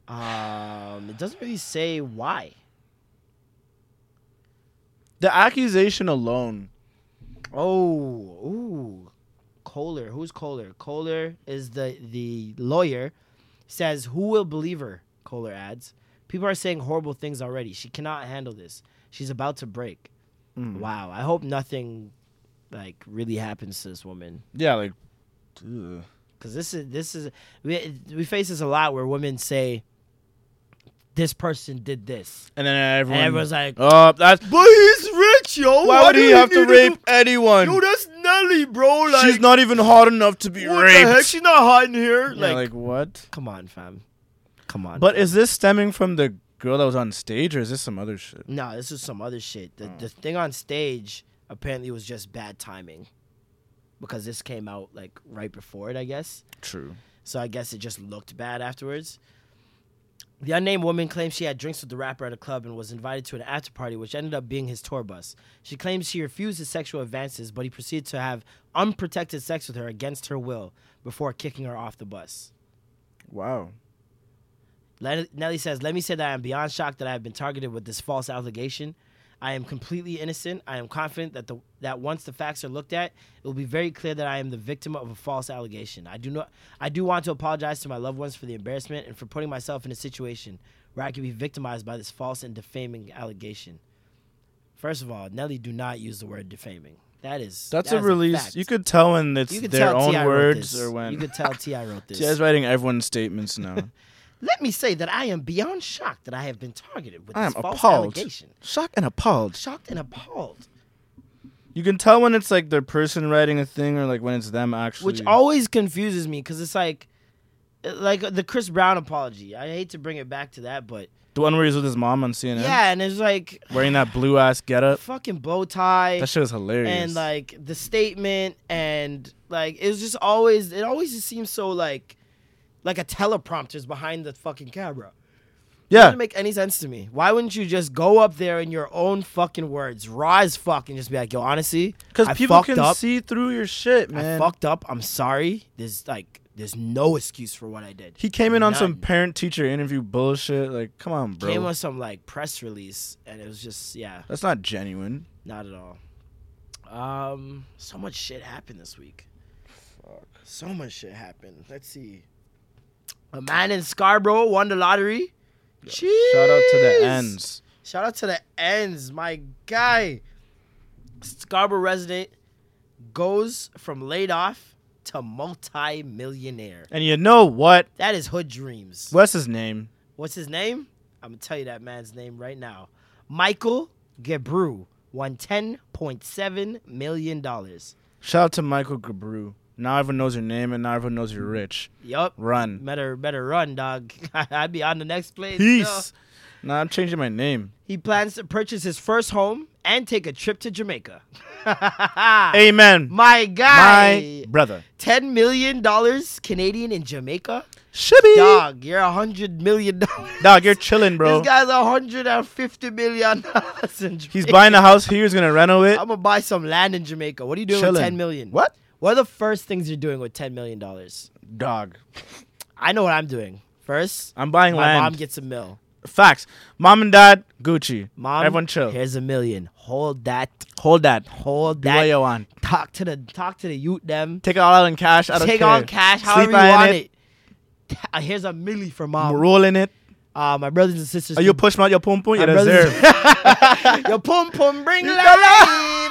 Speaker 2: Um, it doesn't really say why.
Speaker 3: The accusation alone.
Speaker 2: Oh, ooh. Kohler. Who's Kohler? Kohler is the the lawyer. Says who will believe her? Kohler adds. People are saying horrible things already. She cannot handle this. She's about to break. Wow. I hope nothing like really happens to this woman
Speaker 3: Yeah, like. ugh.
Speaker 2: because this is this is we we face this a lot where women say this person did this
Speaker 3: And then everyone.
Speaker 2: and everyone's like
Speaker 3: oh, that's.
Speaker 2: but he's rich yo
Speaker 3: Why would he have to rape anyone?
Speaker 2: that's Nelly bro
Speaker 3: She's not even hot enough to be raped.
Speaker 2: she's not hiding here
Speaker 3: Yeah, like what?
Speaker 2: come on fam come on
Speaker 3: But is this stemming from the girl that was on stage, or is this some other shit?
Speaker 2: no this is some other shit the, the thing on stage apparently was just bad timing because this came out like right before it I guess
Speaker 3: True.
Speaker 2: so I guess it just looked bad afterwards. The unnamed woman claims she had drinks with the rapper at a club and was invited to an after party, which ended up being his tour bus. She claims she refused his sexual advances, but he proceeded to have unprotected sex with her against her will before kicking her off the bus.
Speaker 3: Wow.
Speaker 2: Len- Nelly says, Let me say that I am beyond shocked that I have been targeted with this false allegation. I am completely innocent. I am confident that the that once the facts are looked at, it will be very clear that I am the victim of a false allegation. I do not I do want to apologize to my loved ones for the embarrassment and for putting myself in a situation where I could be victimized by this false and defaming allegation. First of all, Nelly do not use the word defaming. That is
Speaker 3: That's
Speaker 2: that
Speaker 3: a
Speaker 2: is
Speaker 3: release.
Speaker 2: fact.
Speaker 3: you could tell when it's
Speaker 2: You could
Speaker 3: their
Speaker 2: tell
Speaker 3: own
Speaker 2: T.I. wrote
Speaker 3: words
Speaker 2: this.
Speaker 3: or when.
Speaker 2: you could tell T.I. wrote this.
Speaker 3: See, I was writing everyone's statements now.
Speaker 2: Let me say that I am beyond shocked that I have been targeted with
Speaker 3: I am
Speaker 2: this false
Speaker 3: appalled.
Speaker 2: allegation.
Speaker 3: Shocked and appalled.
Speaker 2: Shocked and appalled,
Speaker 3: You can tell when it's like their person writing a thing or like when it's them actually.
Speaker 2: which always confuses me because it's like, uh, like the Chris Brown apology. I hate to bring it back to that, but
Speaker 3: the one where he's with his mom on CNN.
Speaker 2: yeah, and it's like
Speaker 3: Wearing that blue ass getup.
Speaker 2: fucking blow tie
Speaker 3: That shit was hilarious.
Speaker 2: and like the statement and like it was just always it always just seems so like, like a teleprompter's behind the fucking camera. It
Speaker 3: Yeah.
Speaker 2: doesn't make any sense to me. Why wouldn't you just go up there in your own fucking words, raw as fuck, and just be like, "Yo, honestly,
Speaker 3: Because
Speaker 2: I
Speaker 3: people
Speaker 2: fucked
Speaker 3: can
Speaker 2: up.
Speaker 3: see through your shit,
Speaker 2: I
Speaker 3: man.
Speaker 2: fucked up. I'm sorry. There's like, there's no excuse for what I did."
Speaker 3: He came in on some
Speaker 2: None.
Speaker 3: parent-teacher interview bullshit. Like, come on, bro.
Speaker 2: came with some like press release, and it was just yeah,
Speaker 3: That's not genuine.
Speaker 2: not at all. Um, so much shit happened this week. Fuck. So much shit happened. Let's see. A man in Scarborough won the lottery.
Speaker 3: Shout out to the
Speaker 2: Jeez.
Speaker 3: ends.
Speaker 2: Shout out to the ends, my guy. Scarborough resident goes from laid off to multi-millionaire.
Speaker 3: And you know what?
Speaker 2: That is hood dreams.
Speaker 3: What's his name?
Speaker 2: What's his name? I'm gonna tell you that man's name right now. Michael Gebrew won ten point seven million dollars.
Speaker 3: Shout out to Michael Gabru. Now everyone knows your name, and now everyone knows you're rich.
Speaker 2: Yup.
Speaker 3: Run.
Speaker 2: Better better run, dog. I'd be on the next place. yo.
Speaker 3: Peace. Nah, I'm changing my name.
Speaker 2: He plans to purchase his first home and take a trip to Jamaica.
Speaker 3: Amen.
Speaker 2: My guy.
Speaker 3: My brother.
Speaker 2: Ten million dollars Canadian in Jamaica?
Speaker 3: Shibby. Dog,
Speaker 2: Dog, you're a hundred million dollars.
Speaker 3: you're chilling, bro.
Speaker 2: This guy's a hundred and fifty million dollars in Jamaica.
Speaker 3: He's buying a house here. He's gonna reno it.
Speaker 2: I'm gonna buy some land in Jamaica. What are you doing with
Speaker 3: Chilling.
Speaker 2: ten million?
Speaker 3: What?
Speaker 2: What are the first things you're doing with ten million dollars?
Speaker 3: Dog.
Speaker 2: I know what I'm doing. First,
Speaker 3: I'm buying
Speaker 2: my
Speaker 3: land.
Speaker 2: mom gets a mill.
Speaker 3: Facts. Mom and dad. Gucci.
Speaker 2: Mom,
Speaker 3: Everyone chill.
Speaker 2: Here's a million. Hold that.
Speaker 3: Hold that.
Speaker 2: Hold
Speaker 3: Do what
Speaker 2: that.
Speaker 3: you want.
Speaker 2: Talk to the talk to the youth them.
Speaker 3: Take it all out in cash. I don't
Speaker 2: Take
Speaker 3: care.
Speaker 2: on cash however
Speaker 3: Sleep
Speaker 2: you
Speaker 3: on
Speaker 2: want
Speaker 3: it.
Speaker 2: it. Ta- Here's a milli for
Speaker 3: I'm
Speaker 2: mom.
Speaker 3: rolling it.
Speaker 2: Uh, my brothers and sisters.
Speaker 3: Are you
Speaker 2: can-
Speaker 3: pushing out your pom pom? You
Speaker 2: My brothers-
Speaker 3: deserve.
Speaker 2: Your pum pum bring
Speaker 3: You got
Speaker 2: life.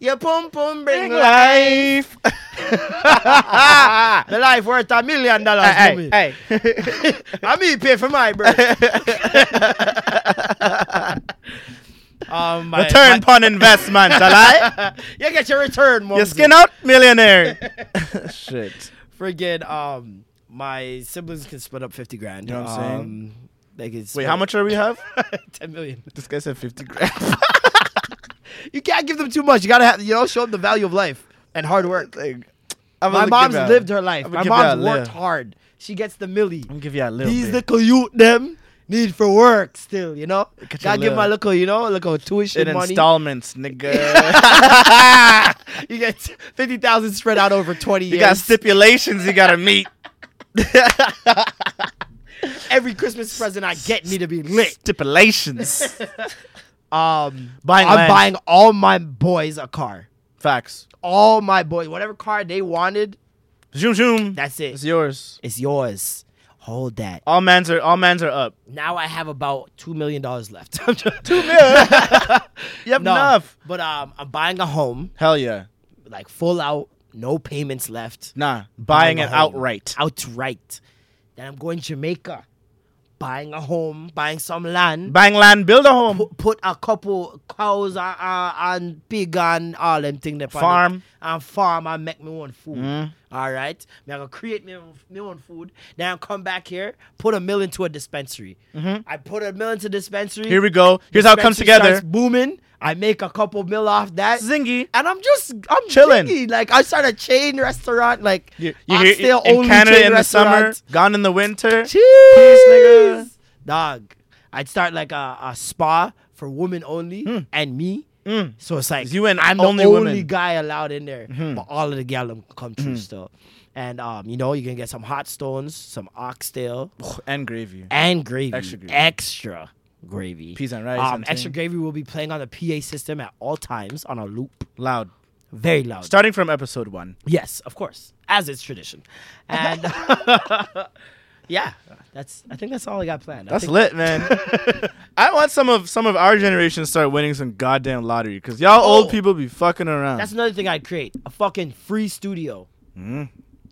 Speaker 2: Your pum pum bring life. Ah,
Speaker 3: life.
Speaker 2: The life worth a million dollars. homie.
Speaker 3: hey, hey.
Speaker 2: I mean, pay for my bro.
Speaker 3: Oh,
Speaker 2: um, my,
Speaker 3: Return upon investment, alright?
Speaker 2: my- you get your return.
Speaker 3: You
Speaker 2: Mumsy.
Speaker 3: skin out, millionaire. Shit.
Speaker 2: Friggin' um, my siblings can split up fifty grand.
Speaker 3: You know what I'm saying?
Speaker 2: Um, They can
Speaker 3: Wait,
Speaker 2: split
Speaker 3: how much are we have?
Speaker 2: Ten million.
Speaker 3: this guy said fifty grand.
Speaker 2: You can't give them too much. You gotta have, you know, show them the value of life and hard work.
Speaker 3: Like, I'm
Speaker 2: My
Speaker 3: gonna
Speaker 2: mom's
Speaker 3: give you a-
Speaker 2: lived her life.
Speaker 3: I'm
Speaker 2: My
Speaker 3: gonna give you
Speaker 2: mom's
Speaker 3: a
Speaker 2: worked
Speaker 3: live.
Speaker 2: hard. She gets the millie.
Speaker 3: I'm gonna give you a little.
Speaker 2: These
Speaker 3: bit.
Speaker 2: little youth them need for work still, you know.
Speaker 3: Catch a
Speaker 2: Gotta give
Speaker 3: little-
Speaker 2: my little, you know, little tuition
Speaker 3: in
Speaker 2: money.
Speaker 3: installments, nigga.
Speaker 2: you get fifty thousand spread out over twenty
Speaker 3: you got
Speaker 2: years.
Speaker 3: stipulations you gotta meet.
Speaker 2: Every Christmas present I get need to be lit.
Speaker 3: Stipulations.
Speaker 2: Um,
Speaker 3: Buying
Speaker 2: I'm
Speaker 3: land.
Speaker 2: buying all my boys a car.
Speaker 3: Facts.
Speaker 2: All my boys, whatever car they wanted,
Speaker 3: Zoom zoom.
Speaker 2: That's it.
Speaker 3: It's yours.
Speaker 2: it's yours. Hold that.
Speaker 3: All mans are all mans are up.
Speaker 2: Now I have about two million dollars left. I'm just-
Speaker 3: You have
Speaker 2: No,
Speaker 3: enough.
Speaker 2: But um, I'm buying a home,
Speaker 3: Hell yeah.
Speaker 2: like full out, no payments left.
Speaker 3: Nah. Buying it
Speaker 2: a home.
Speaker 3: outright.
Speaker 2: outright. Then I'm going Jamaica, buying a home, buying some land,
Speaker 3: Buying land, build a home.
Speaker 2: pu- put a couple cows and, uh, and pig and all them thing there.
Speaker 3: Farm. Mm-hmm.
Speaker 2: and farm and make me own food. All right, me I gonna create me own, me own food. Then I come back here, put a mill into a dispensary. I put a mill into dispensary.
Speaker 3: Mm-hmm. Here we go. Here's how it comes
Speaker 2: dispensary
Speaker 3: together.
Speaker 2: starts Booming. I make a couple mill off that.
Speaker 3: Zingy.
Speaker 2: And I'm just I'm
Speaker 3: Chilling.
Speaker 2: jiggy. Like I start a chain restaurant. Like
Speaker 3: You, you hear
Speaker 2: Oxtail
Speaker 3: in
Speaker 2: only
Speaker 3: Canada
Speaker 2: chain
Speaker 3: in the summer,
Speaker 2: restaurant.
Speaker 3: gone in the winter.
Speaker 2: Cheese,
Speaker 3: nigga.
Speaker 2: Dog, I'd start like a, a spa for women only and me. So it's like
Speaker 3: It's Hmm. you and
Speaker 2: I'm
Speaker 3: only
Speaker 2: the only
Speaker 3: women. Hmm.
Speaker 2: guy allowed in there, but all of the gal them come true still. And um, you know you can get some hot stones, some oxtail,
Speaker 3: And gravy.
Speaker 2: and gravy,
Speaker 3: Extra gravy.
Speaker 2: extra gravy.
Speaker 3: Peas and rice,
Speaker 2: Um,
Speaker 3: I'm
Speaker 2: extra
Speaker 3: saying.
Speaker 2: gravy will be playing on the PA system at all times on a loop,
Speaker 3: Loud.
Speaker 2: very loud.
Speaker 3: Starting from episode one.
Speaker 2: Yes, of course, as is tradition. And yeah, that's. I think that's all I got planned. I
Speaker 3: That's
Speaker 2: think-
Speaker 3: lit, man. I want some of some of our generation to start winning some goddamn lottery because y'all
Speaker 2: Oh.
Speaker 3: old people be fucking around.
Speaker 2: That's another thing I'd create a fucking free studio.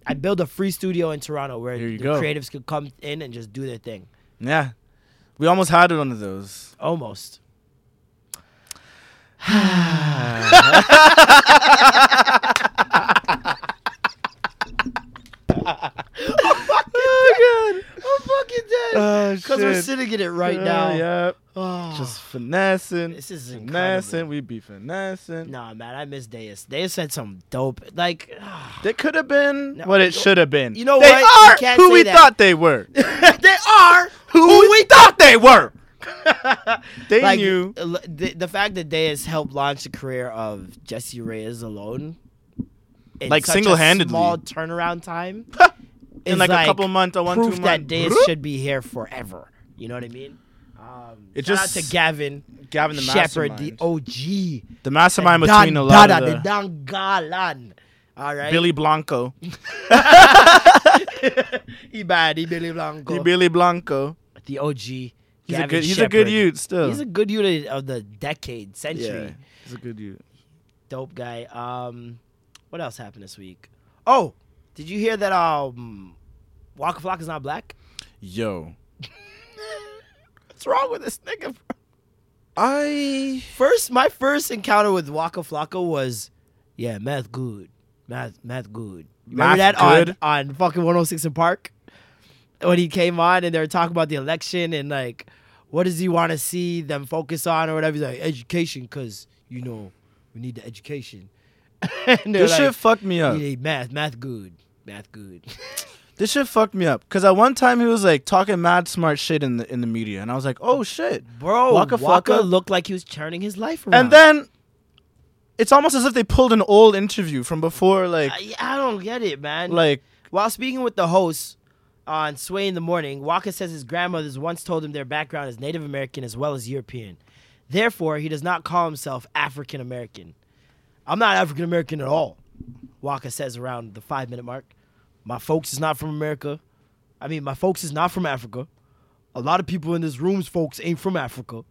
Speaker 2: I'd build a free studio in Toronto where
Speaker 3: There Mm-hmm. you
Speaker 2: the
Speaker 3: go.
Speaker 2: creatives could come in and just do their thing.
Speaker 3: yeah, we almost had one of those.
Speaker 2: Almost. I'm fucking dead.
Speaker 3: Oh
Speaker 2: Because we're sitting in it right now.
Speaker 3: Yep.
Speaker 2: Oh.
Speaker 3: Just finessing.
Speaker 2: This is
Speaker 3: finessing.
Speaker 2: incredible.
Speaker 3: We be finessing.
Speaker 2: Nah, man, I miss Deus. Deus said some dope. Like,
Speaker 3: They could have been
Speaker 2: No,
Speaker 3: what
Speaker 2: you-
Speaker 3: it should have been.
Speaker 2: you know
Speaker 3: they
Speaker 2: what? You
Speaker 3: are
Speaker 2: can't
Speaker 3: who
Speaker 2: say
Speaker 3: we
Speaker 2: that.
Speaker 3: thought they were.
Speaker 2: they are who, we,
Speaker 4: we thought they were.
Speaker 3: They
Speaker 2: like uh,
Speaker 3: knew.
Speaker 2: l- the, the fact that they has helped launch the career of Jesse Reyes alone, in
Speaker 3: Like
Speaker 2: such a
Speaker 3: single-handedly.
Speaker 2: small turnaround time, is
Speaker 3: In like, a couple month or one
Speaker 2: proof
Speaker 3: two
Speaker 2: that
Speaker 3: month.
Speaker 2: Diaz should be here forever. You know what I mean? Um,
Speaker 3: It
Speaker 2: shout
Speaker 3: just-
Speaker 2: out to Gavin
Speaker 3: Gavin the
Speaker 2: Shepherd, the
Speaker 3: mastermind.
Speaker 2: OG,
Speaker 3: the mastermind
Speaker 2: the
Speaker 3: between
Speaker 2: Don
Speaker 3: a lot
Speaker 2: Dada,
Speaker 3: of
Speaker 2: the
Speaker 3: the
Speaker 2: Dangalan. All right,
Speaker 3: Billy Blanco,
Speaker 2: Ibadi, Billy Blanco,
Speaker 3: the Billy Blanco.
Speaker 2: the OG. He's
Speaker 3: He's a good. He's a good youth still.
Speaker 2: He's a good unit of the decade, century.
Speaker 3: yeah. He's a good youth.
Speaker 2: dope guy. Um, what else happened this week? Oh, did you hear that? Um, Waka Flock is not black.
Speaker 3: Yo,
Speaker 2: What's wrong with this nigga? bro?
Speaker 3: I
Speaker 2: First, my first encounter with Waka Flocka was, yeah, math good, math math good. You Remember
Speaker 3: Math
Speaker 2: that
Speaker 3: good?
Speaker 2: on on fucking 106 in Park when he came on and they were talking about the election and like, what does he want to see them focus on or whatever? He's like education because you know we need the education. And they're
Speaker 3: this
Speaker 2: like,
Speaker 3: shit fucked me
Speaker 2: You
Speaker 3: up.
Speaker 2: need math, math good, math good.
Speaker 3: This shit fucked me up. Cause at one time he was like talking mad smart shit in the in the media, and I was like, oh shit,
Speaker 2: Bro,
Speaker 3: Waka
Speaker 2: Waka,
Speaker 3: Flocka-
Speaker 2: looked like he was turning his life around.
Speaker 3: And then it's almost as if they pulled an old interview from before, like
Speaker 2: I, I don't get it, man.
Speaker 3: like
Speaker 2: While speaking with the host on Sway in the Morning, Waka says his grandmothers once told him their background is Native American as well as European. Therefore, he does not call himself African American. I'm not African American at all, Waka says around the five minute mark. My folks is not from America. I mean, my folks is not from Africa. A lot of people in this room's folks ain't from Africa.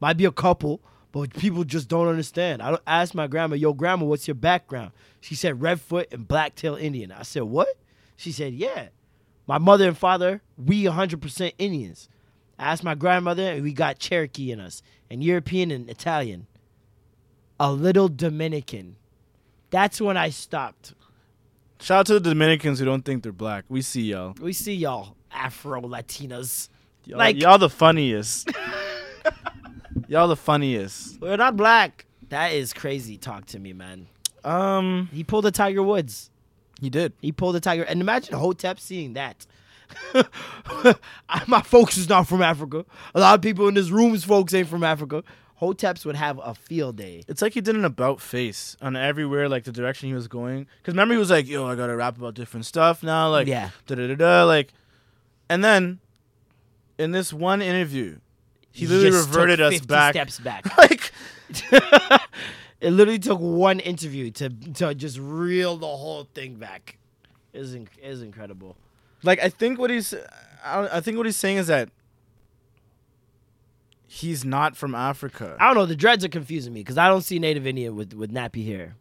Speaker 2: Might be a couple, but people just don't understand. I don't I asked my grandma, "Yo, grandma, what's your background?" She said Redfoot and Blacktail Indian. I said, "What?" She said, "Yeah, my mother and father, we 100% Indians." I asked my grandmother, and we got Cherokee in us, and European and Italian, a little Dominican. That's when I stopped.
Speaker 3: shout out to the Dominicans who don't think they're black. We see y'all.
Speaker 2: We see y'all Afro Latinas.
Speaker 3: y'all
Speaker 2: Like-
Speaker 3: y'all the funniest. y'all the funniest.
Speaker 2: We're not black. That is crazy talk to me, man.
Speaker 3: Um,
Speaker 2: He pulled a Tiger Woods.
Speaker 3: he did.
Speaker 2: He pulled a tiger. And imagine Hotep seeing that. My folks is not from Africa. A lot of people in this room's folks ain't from Africa. Hoteps would have a field day.
Speaker 3: It's like he did an about face on everywhere, like the direction he was going. Cause remember he was like, "Yo, I gotta rap about different stuff now." Like,
Speaker 2: Yeah.
Speaker 3: da da da da. Like, and then in this one interview, he literally
Speaker 2: just
Speaker 3: reverted
Speaker 2: took
Speaker 3: us
Speaker 2: 50
Speaker 3: back.
Speaker 2: steps back.
Speaker 3: Like,
Speaker 2: It literally took one interview to to just reel the whole thing back. It was, inc- it was incredible.
Speaker 3: like I think what he's, I, don't- I think what he's saying is that he's not from Africa.
Speaker 2: I don't know. The dreads are confusing me because I don't see Native Indian with, with nappy hair.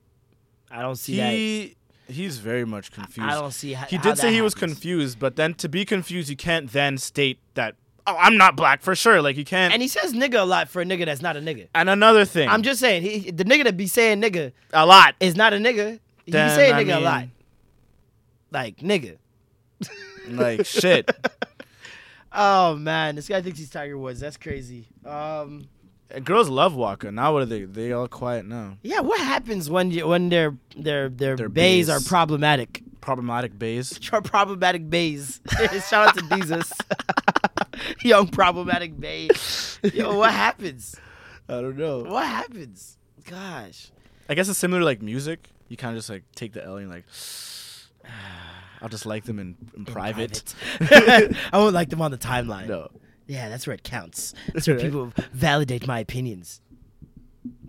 Speaker 2: I don't see
Speaker 3: he he's very much
Speaker 2: that.
Speaker 3: confused.
Speaker 2: I don't see how
Speaker 3: he
Speaker 2: how
Speaker 3: did
Speaker 2: that
Speaker 3: say he was
Speaker 2: happens.
Speaker 3: confused, but then to be confused, you can't then state that. Oh, I'm not black for sure. Like you can't.
Speaker 2: And he says nigga a lot for a nigga that's not a nigga.
Speaker 3: And another thing,
Speaker 2: I'm just saying, he, the nigga that be saying nigga
Speaker 3: a lot.
Speaker 2: is not a nigga. You
Speaker 3: Then,
Speaker 2: say
Speaker 3: I
Speaker 2: nigga a lot.
Speaker 3: mean-
Speaker 2: Like nigga.
Speaker 3: Like shit.
Speaker 2: Oh man, this guy thinks he's Tiger Woods. That's crazy. Um,
Speaker 3: And girls love Walker. Now what are they? They all quiet now.
Speaker 2: yeah, what happens when you, when their their their,
Speaker 3: Their
Speaker 2: bays,
Speaker 3: bays.
Speaker 2: are problematic?
Speaker 3: Problematic bays.
Speaker 2: Your problematic bays. Shout out to Jesus. Young problematic bay. Yo, what happens?
Speaker 3: I don't know.
Speaker 2: What happens? Gosh.
Speaker 3: I guess it's similar to like music. You kind of just like take the L and you're like, I'll just like them in, in, private.
Speaker 2: Private. I won't like them on the timeline.
Speaker 3: No.
Speaker 2: Yeah, that's where it counts. That's where
Speaker 3: Right.
Speaker 2: people validate my opinions.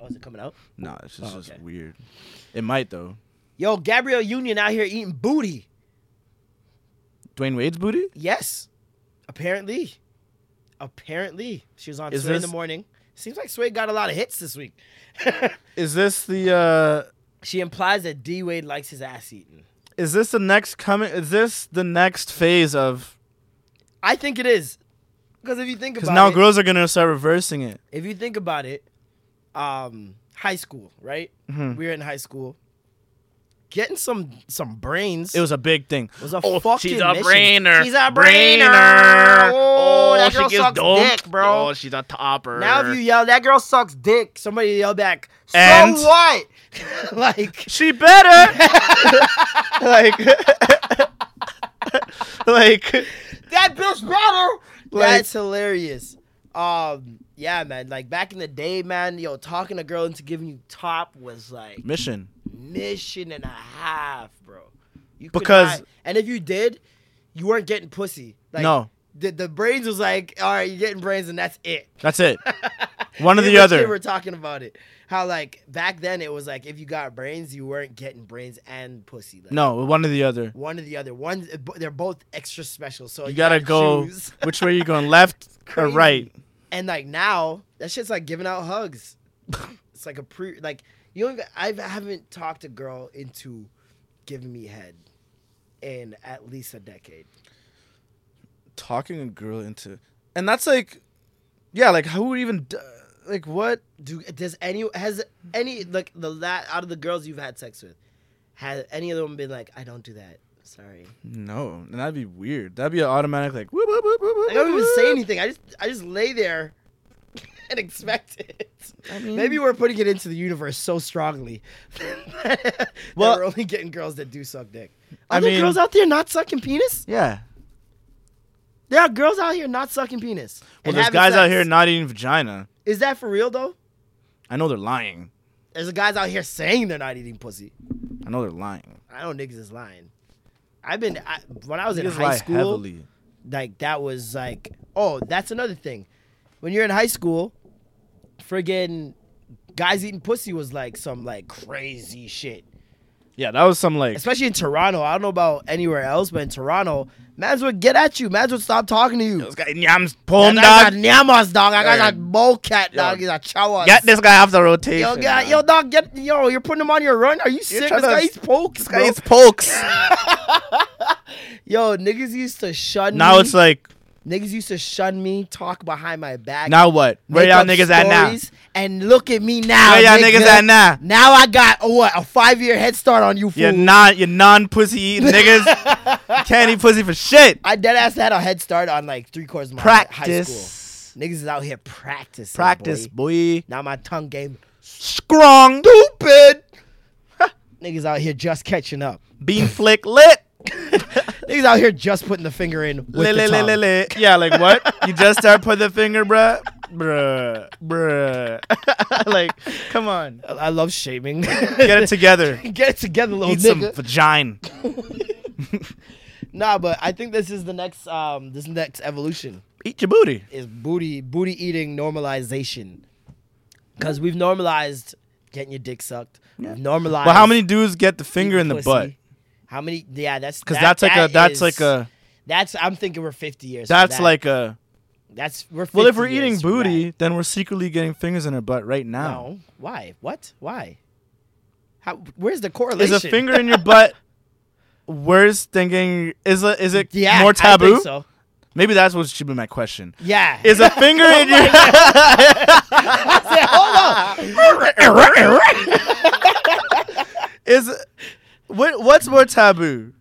Speaker 2: Oh, is it coming out?
Speaker 3: No, it's just, just
Speaker 2: okay.
Speaker 3: weird. It might though.
Speaker 2: Yo, Gabrielle Union out here eating booty.
Speaker 3: Dwayne Wade's booty?
Speaker 2: Yes, apparently. Apparently, she was on
Speaker 3: Is
Speaker 2: Sway in
Speaker 3: this-
Speaker 2: the morning. Seems like Sway got a lot of hits this week.
Speaker 3: Is this the uh
Speaker 2: she implies that D Wade likes his ass eaten.
Speaker 3: is this the next coming is this the next phase of
Speaker 2: I think it is, because if you think
Speaker 3: cuz
Speaker 2: about
Speaker 3: now
Speaker 2: it,
Speaker 3: girls are going to start reversing it.
Speaker 2: if you think about it, um, high school, right?
Speaker 3: Mm-hmm.
Speaker 2: We were in high school. Getting some some brains.
Speaker 3: It was a big thing.
Speaker 2: was a
Speaker 3: oh,
Speaker 2: fucking
Speaker 3: she's a
Speaker 2: mission.
Speaker 3: brainer.
Speaker 2: She's a
Speaker 3: Brainer.
Speaker 2: brainer. Oh, that girl
Speaker 3: she gets
Speaker 2: sucks
Speaker 3: dumped.
Speaker 2: dick, bro.
Speaker 3: Oh, she's a topper.
Speaker 2: Now if you yell, that girl sucks dick, somebody yell back, so
Speaker 3: And-
Speaker 2: what? like,
Speaker 3: she better. like, like,
Speaker 2: that bitch better That's hilarious. Um, yeah, man. Like back in the day, man, yo, talking a girl into giving you top was like
Speaker 3: mission.
Speaker 2: mission and a half, bro. You could
Speaker 3: Because-
Speaker 2: not- and if you did, you weren't getting pussy. Like,
Speaker 3: No.
Speaker 2: the, the brains was like, all right, you're getting brains, and that's it.
Speaker 3: That's it. One or
Speaker 2: Me and
Speaker 3: the
Speaker 2: my kid
Speaker 3: other.
Speaker 2: We're talking about it. How like back then it was like if you got brains, you weren't getting brains and pussy. Like,
Speaker 3: No, one or the other.
Speaker 2: one or the other. One, uh, they're both extra special. So
Speaker 3: You gotta go.
Speaker 2: choose.
Speaker 3: Which way you going? Left or
Speaker 2: Crazy.
Speaker 3: right?
Speaker 2: And like now, that shit's like giving out hugs. it's like a pre like you don't even, I've, I haven't talked a girl into giving me head in at least a decade.
Speaker 3: Talking a girl into, and that's like, yeah, like who would even, d- like what?
Speaker 2: Do does any has any like the la out of the girls you've had sex with, has any of them been like I don't do that? Sorry,
Speaker 3: No, and that'd be weird. That'd be an automatic like. Whoop, whoop, whoop, whoop,
Speaker 2: like, I don't even say
Speaker 3: whoop.
Speaker 2: anything. I just I just lay there. And expect it. Maybe we're putting it into the universe so strongly that
Speaker 3: Well-
Speaker 2: we're only getting girls that do suck dick.
Speaker 3: I
Speaker 2: Are there
Speaker 3: mean-
Speaker 2: girls out there not sucking penis?
Speaker 3: Yeah.
Speaker 2: There are girls out here not sucking penis.
Speaker 3: Well,
Speaker 2: and
Speaker 3: there's
Speaker 2: having
Speaker 3: guys out
Speaker 2: sex.
Speaker 3: here not eating vagina.
Speaker 2: Is that for real though?
Speaker 3: I know they're lying.
Speaker 2: There's guys out here saying they're not eating pussy.
Speaker 3: I know they're lying.
Speaker 2: I know niggas is lying. I've been I, when I was in
Speaker 3: Niggas
Speaker 2: high
Speaker 3: lie
Speaker 2: school.
Speaker 3: heavily.
Speaker 2: Like that was like oh that's another thing. When you're in high school, friggin' guys eating pussy was like some like crazy shit.
Speaker 3: Yeah, that was some like.
Speaker 2: Especially in Toronto. I don't know about anywhere else, but in Toronto, mans would get at you. Mans would stop talking to you.
Speaker 3: This guy yams palm
Speaker 2: That guy's
Speaker 3: dog.
Speaker 2: a nyamas, dog. That guy's
Speaker 3: Yeah.
Speaker 2: a bowcat, dog.
Speaker 3: Yo.
Speaker 2: He's a chawas.
Speaker 3: Get this guy off the rotation.
Speaker 2: Yo, guy,
Speaker 3: man.
Speaker 2: yo, dog, get yo! You're putting him on your run. Are you sick? This
Speaker 3: trying to-
Speaker 2: guy eats pokes,
Speaker 3: This guy
Speaker 2: bro.
Speaker 3: eats pokes.
Speaker 2: Yo, niggas used to shun me.
Speaker 3: now it's like,
Speaker 2: niggas used to shun me, talk behind my back.
Speaker 3: now what? Where
Speaker 2: make
Speaker 3: y'all
Speaker 2: up
Speaker 3: niggas at now?
Speaker 2: stories, And look at me now.
Speaker 3: Where y'all
Speaker 2: nigga.
Speaker 3: niggas at now?
Speaker 2: Now I got oh, what a five year head start on you, fool.
Speaker 3: You non, you non pussy eating niggas. Can't eat pussy for shit.
Speaker 2: I dead ass had a head start on like three quarters of my hi-
Speaker 3: Practice,
Speaker 2: high school. Niggas is out here practicing.
Speaker 3: practice,
Speaker 2: boy.
Speaker 3: boy.
Speaker 2: Now my tongue game
Speaker 3: Strong,
Speaker 2: stupid. niggas out here just catching up.
Speaker 3: bean flick lit.
Speaker 2: Niggas out here just putting the finger in with
Speaker 3: Lit,
Speaker 2: the
Speaker 3: lit, lit,
Speaker 2: tongue.
Speaker 3: lit, lit. Yeah, like what? You just start putting the finger, bruh, bruh, bruh. like, come on,
Speaker 2: I love shaming.
Speaker 3: get it together.
Speaker 2: Get it together, little
Speaker 3: Eat some
Speaker 2: nigga.
Speaker 3: vagina.
Speaker 2: nah, but I think this is the next um this next evolution
Speaker 3: Eat your booty.
Speaker 2: is booty booty eating normalization. Cause we've normalized getting your dick sucked. We've normalized
Speaker 3: But how many dudes get the
Speaker 2: eating
Speaker 3: finger in the
Speaker 2: pussy.
Speaker 3: butt?
Speaker 2: How many yeah, that's
Speaker 3: Because
Speaker 2: that-
Speaker 3: that's like
Speaker 2: that
Speaker 3: a that's
Speaker 2: is-
Speaker 3: like a
Speaker 2: that's I'm thinking we're fifty years. from
Speaker 3: that's
Speaker 2: that.
Speaker 3: like a
Speaker 2: that's we're 50
Speaker 3: well. If we're
Speaker 2: years
Speaker 3: eating
Speaker 2: from
Speaker 3: booty,
Speaker 2: that.
Speaker 3: then we're secretly getting fingers in our butt right now.
Speaker 2: No. Why? What? Why? How where's the correlation?
Speaker 3: Is a finger in your butt worse than getting? Is a, is it
Speaker 2: yeah,
Speaker 3: more
Speaker 2: I think
Speaker 3: taboo?
Speaker 2: so.
Speaker 3: Maybe that's what should be my question.
Speaker 2: Yeah.
Speaker 3: Is a finger in your
Speaker 2: Oh
Speaker 3: is what what's more taboo?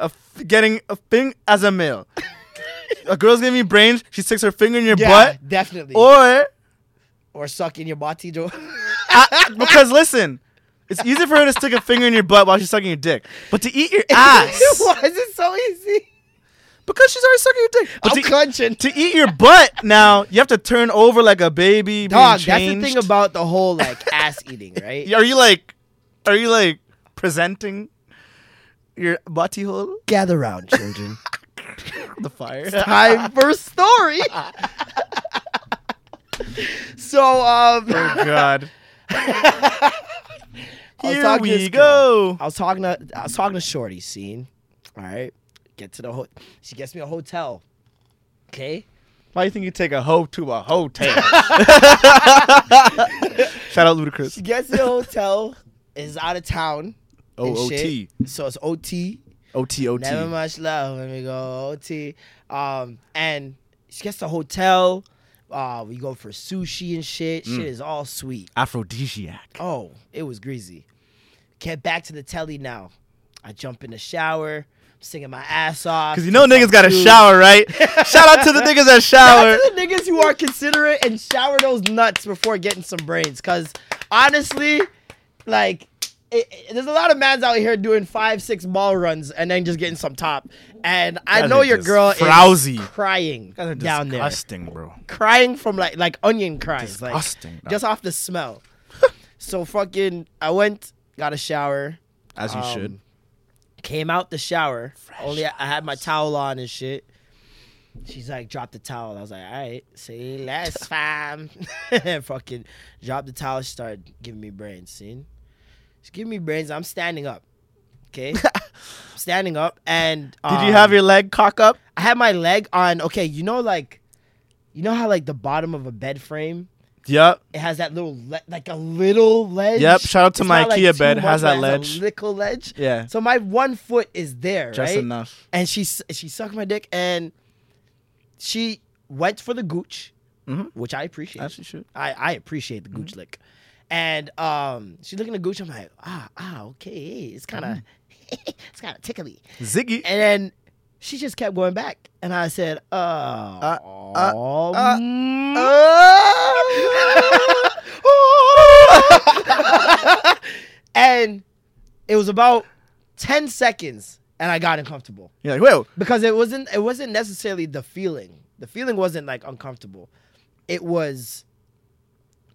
Speaker 3: A f- getting a thing as a male. a girl's giving me brains. She sticks her finger in your
Speaker 2: yeah,
Speaker 3: butt,
Speaker 2: definitely.
Speaker 3: or
Speaker 2: or suck in your body. do-
Speaker 3: I- because listen, it's easy for her to stick a finger in your butt while she's sucking your dick, but to eat your ass
Speaker 2: Why is it so easy?
Speaker 3: because she's already sucking your dick. But
Speaker 2: I'm
Speaker 3: to, e,
Speaker 2: clenching.
Speaker 3: to eat your butt now, you have to turn over like a baby. being
Speaker 2: Dog, that's the thing
Speaker 3: changed.
Speaker 2: about the whole like ass eating, right?
Speaker 3: Are you like, are you like presenting your butty hole
Speaker 2: Gather round, children.
Speaker 3: the fire?
Speaker 2: Time for story. so um,
Speaker 3: Oh God.
Speaker 2: was
Speaker 3: Here
Speaker 2: talking to
Speaker 3: we
Speaker 2: this girl.
Speaker 3: go.
Speaker 2: I was talking to I was talking to Shorty. Scene, all right. Get to the ho- she gets me a hotel. Okay.
Speaker 3: Why do you think you take a hoe to a hotel? Shout out Ludacris.
Speaker 2: She gets me a hotel. Is out of town. and
Speaker 3: OOT.
Speaker 2: shit. So it's OT.
Speaker 3: OT OT.
Speaker 2: Never much love when we go OT. Um, and she gets the hotel. Uh, we go for sushi and shit. Shit is all sweet.
Speaker 3: Aphrodisiac.
Speaker 2: Oh, it was greasy. Get back to the telly now. I jump in the shower, singing my ass off.
Speaker 3: Cause you know niggas got a
Speaker 2: Dude.
Speaker 3: shower, right? Shout out to the niggas that shower.
Speaker 2: Shout out to the niggas who are considerate and shower those nuts before getting some brains. Cause honestly, like it, it- there's a lot of mans out here doing five, six ball runs and then just getting some top. And I
Speaker 3: Guys
Speaker 2: know
Speaker 3: are
Speaker 2: your
Speaker 3: just
Speaker 2: girl
Speaker 3: frowsy.
Speaker 2: is crying
Speaker 3: Guys are
Speaker 2: down there,
Speaker 3: disgusting, bro.
Speaker 2: crying from like like onion cries,
Speaker 3: Disgusting.
Speaker 2: like just off the smell. so fucking, I went, got a shower,
Speaker 3: As you should.
Speaker 2: came out the shower. only I, I had my towel on and shit. She's like, drop the towel. I was like, all right, see, less fam. Fucking drop the towel. She started giving me brains. See, she's giving me brains. I'm standing up. Okay, standing up, and
Speaker 3: Did you have
Speaker 2: um,
Speaker 3: your leg cock up?
Speaker 2: I had my leg on. Okay, you know, like, you know how like the bottom of a bed frame.
Speaker 3: Yep.
Speaker 2: It has that little, le- like a little ledge.
Speaker 3: Yep, shout out to
Speaker 2: It's
Speaker 3: my
Speaker 2: not, like,
Speaker 3: IKEA
Speaker 2: too
Speaker 3: bed,
Speaker 2: much,
Speaker 3: has
Speaker 2: but
Speaker 3: that
Speaker 2: it
Speaker 3: ledge.
Speaker 2: a little ledge.
Speaker 3: Yeah.
Speaker 2: So my one foot is there,
Speaker 3: Just
Speaker 2: right?
Speaker 3: enough.
Speaker 2: and she s- she sucked my dick and she went for the gooch, which I appreciate.
Speaker 3: As you should.
Speaker 2: I, I appreciate the gooch lick. And um, she's looking at gooch. I'm like, ah, ah, okay, it's kind of, it's kind of tickly.
Speaker 3: Ziggy.
Speaker 2: And then she just kept going back, and I said, oh,
Speaker 3: Uh,
Speaker 2: mm. and it was about ten seconds, and I got uncomfortable
Speaker 3: You're like, whoa.
Speaker 2: because it wasn't it wasn't necessarily the feeling the feeling wasn't like uncomfortable it was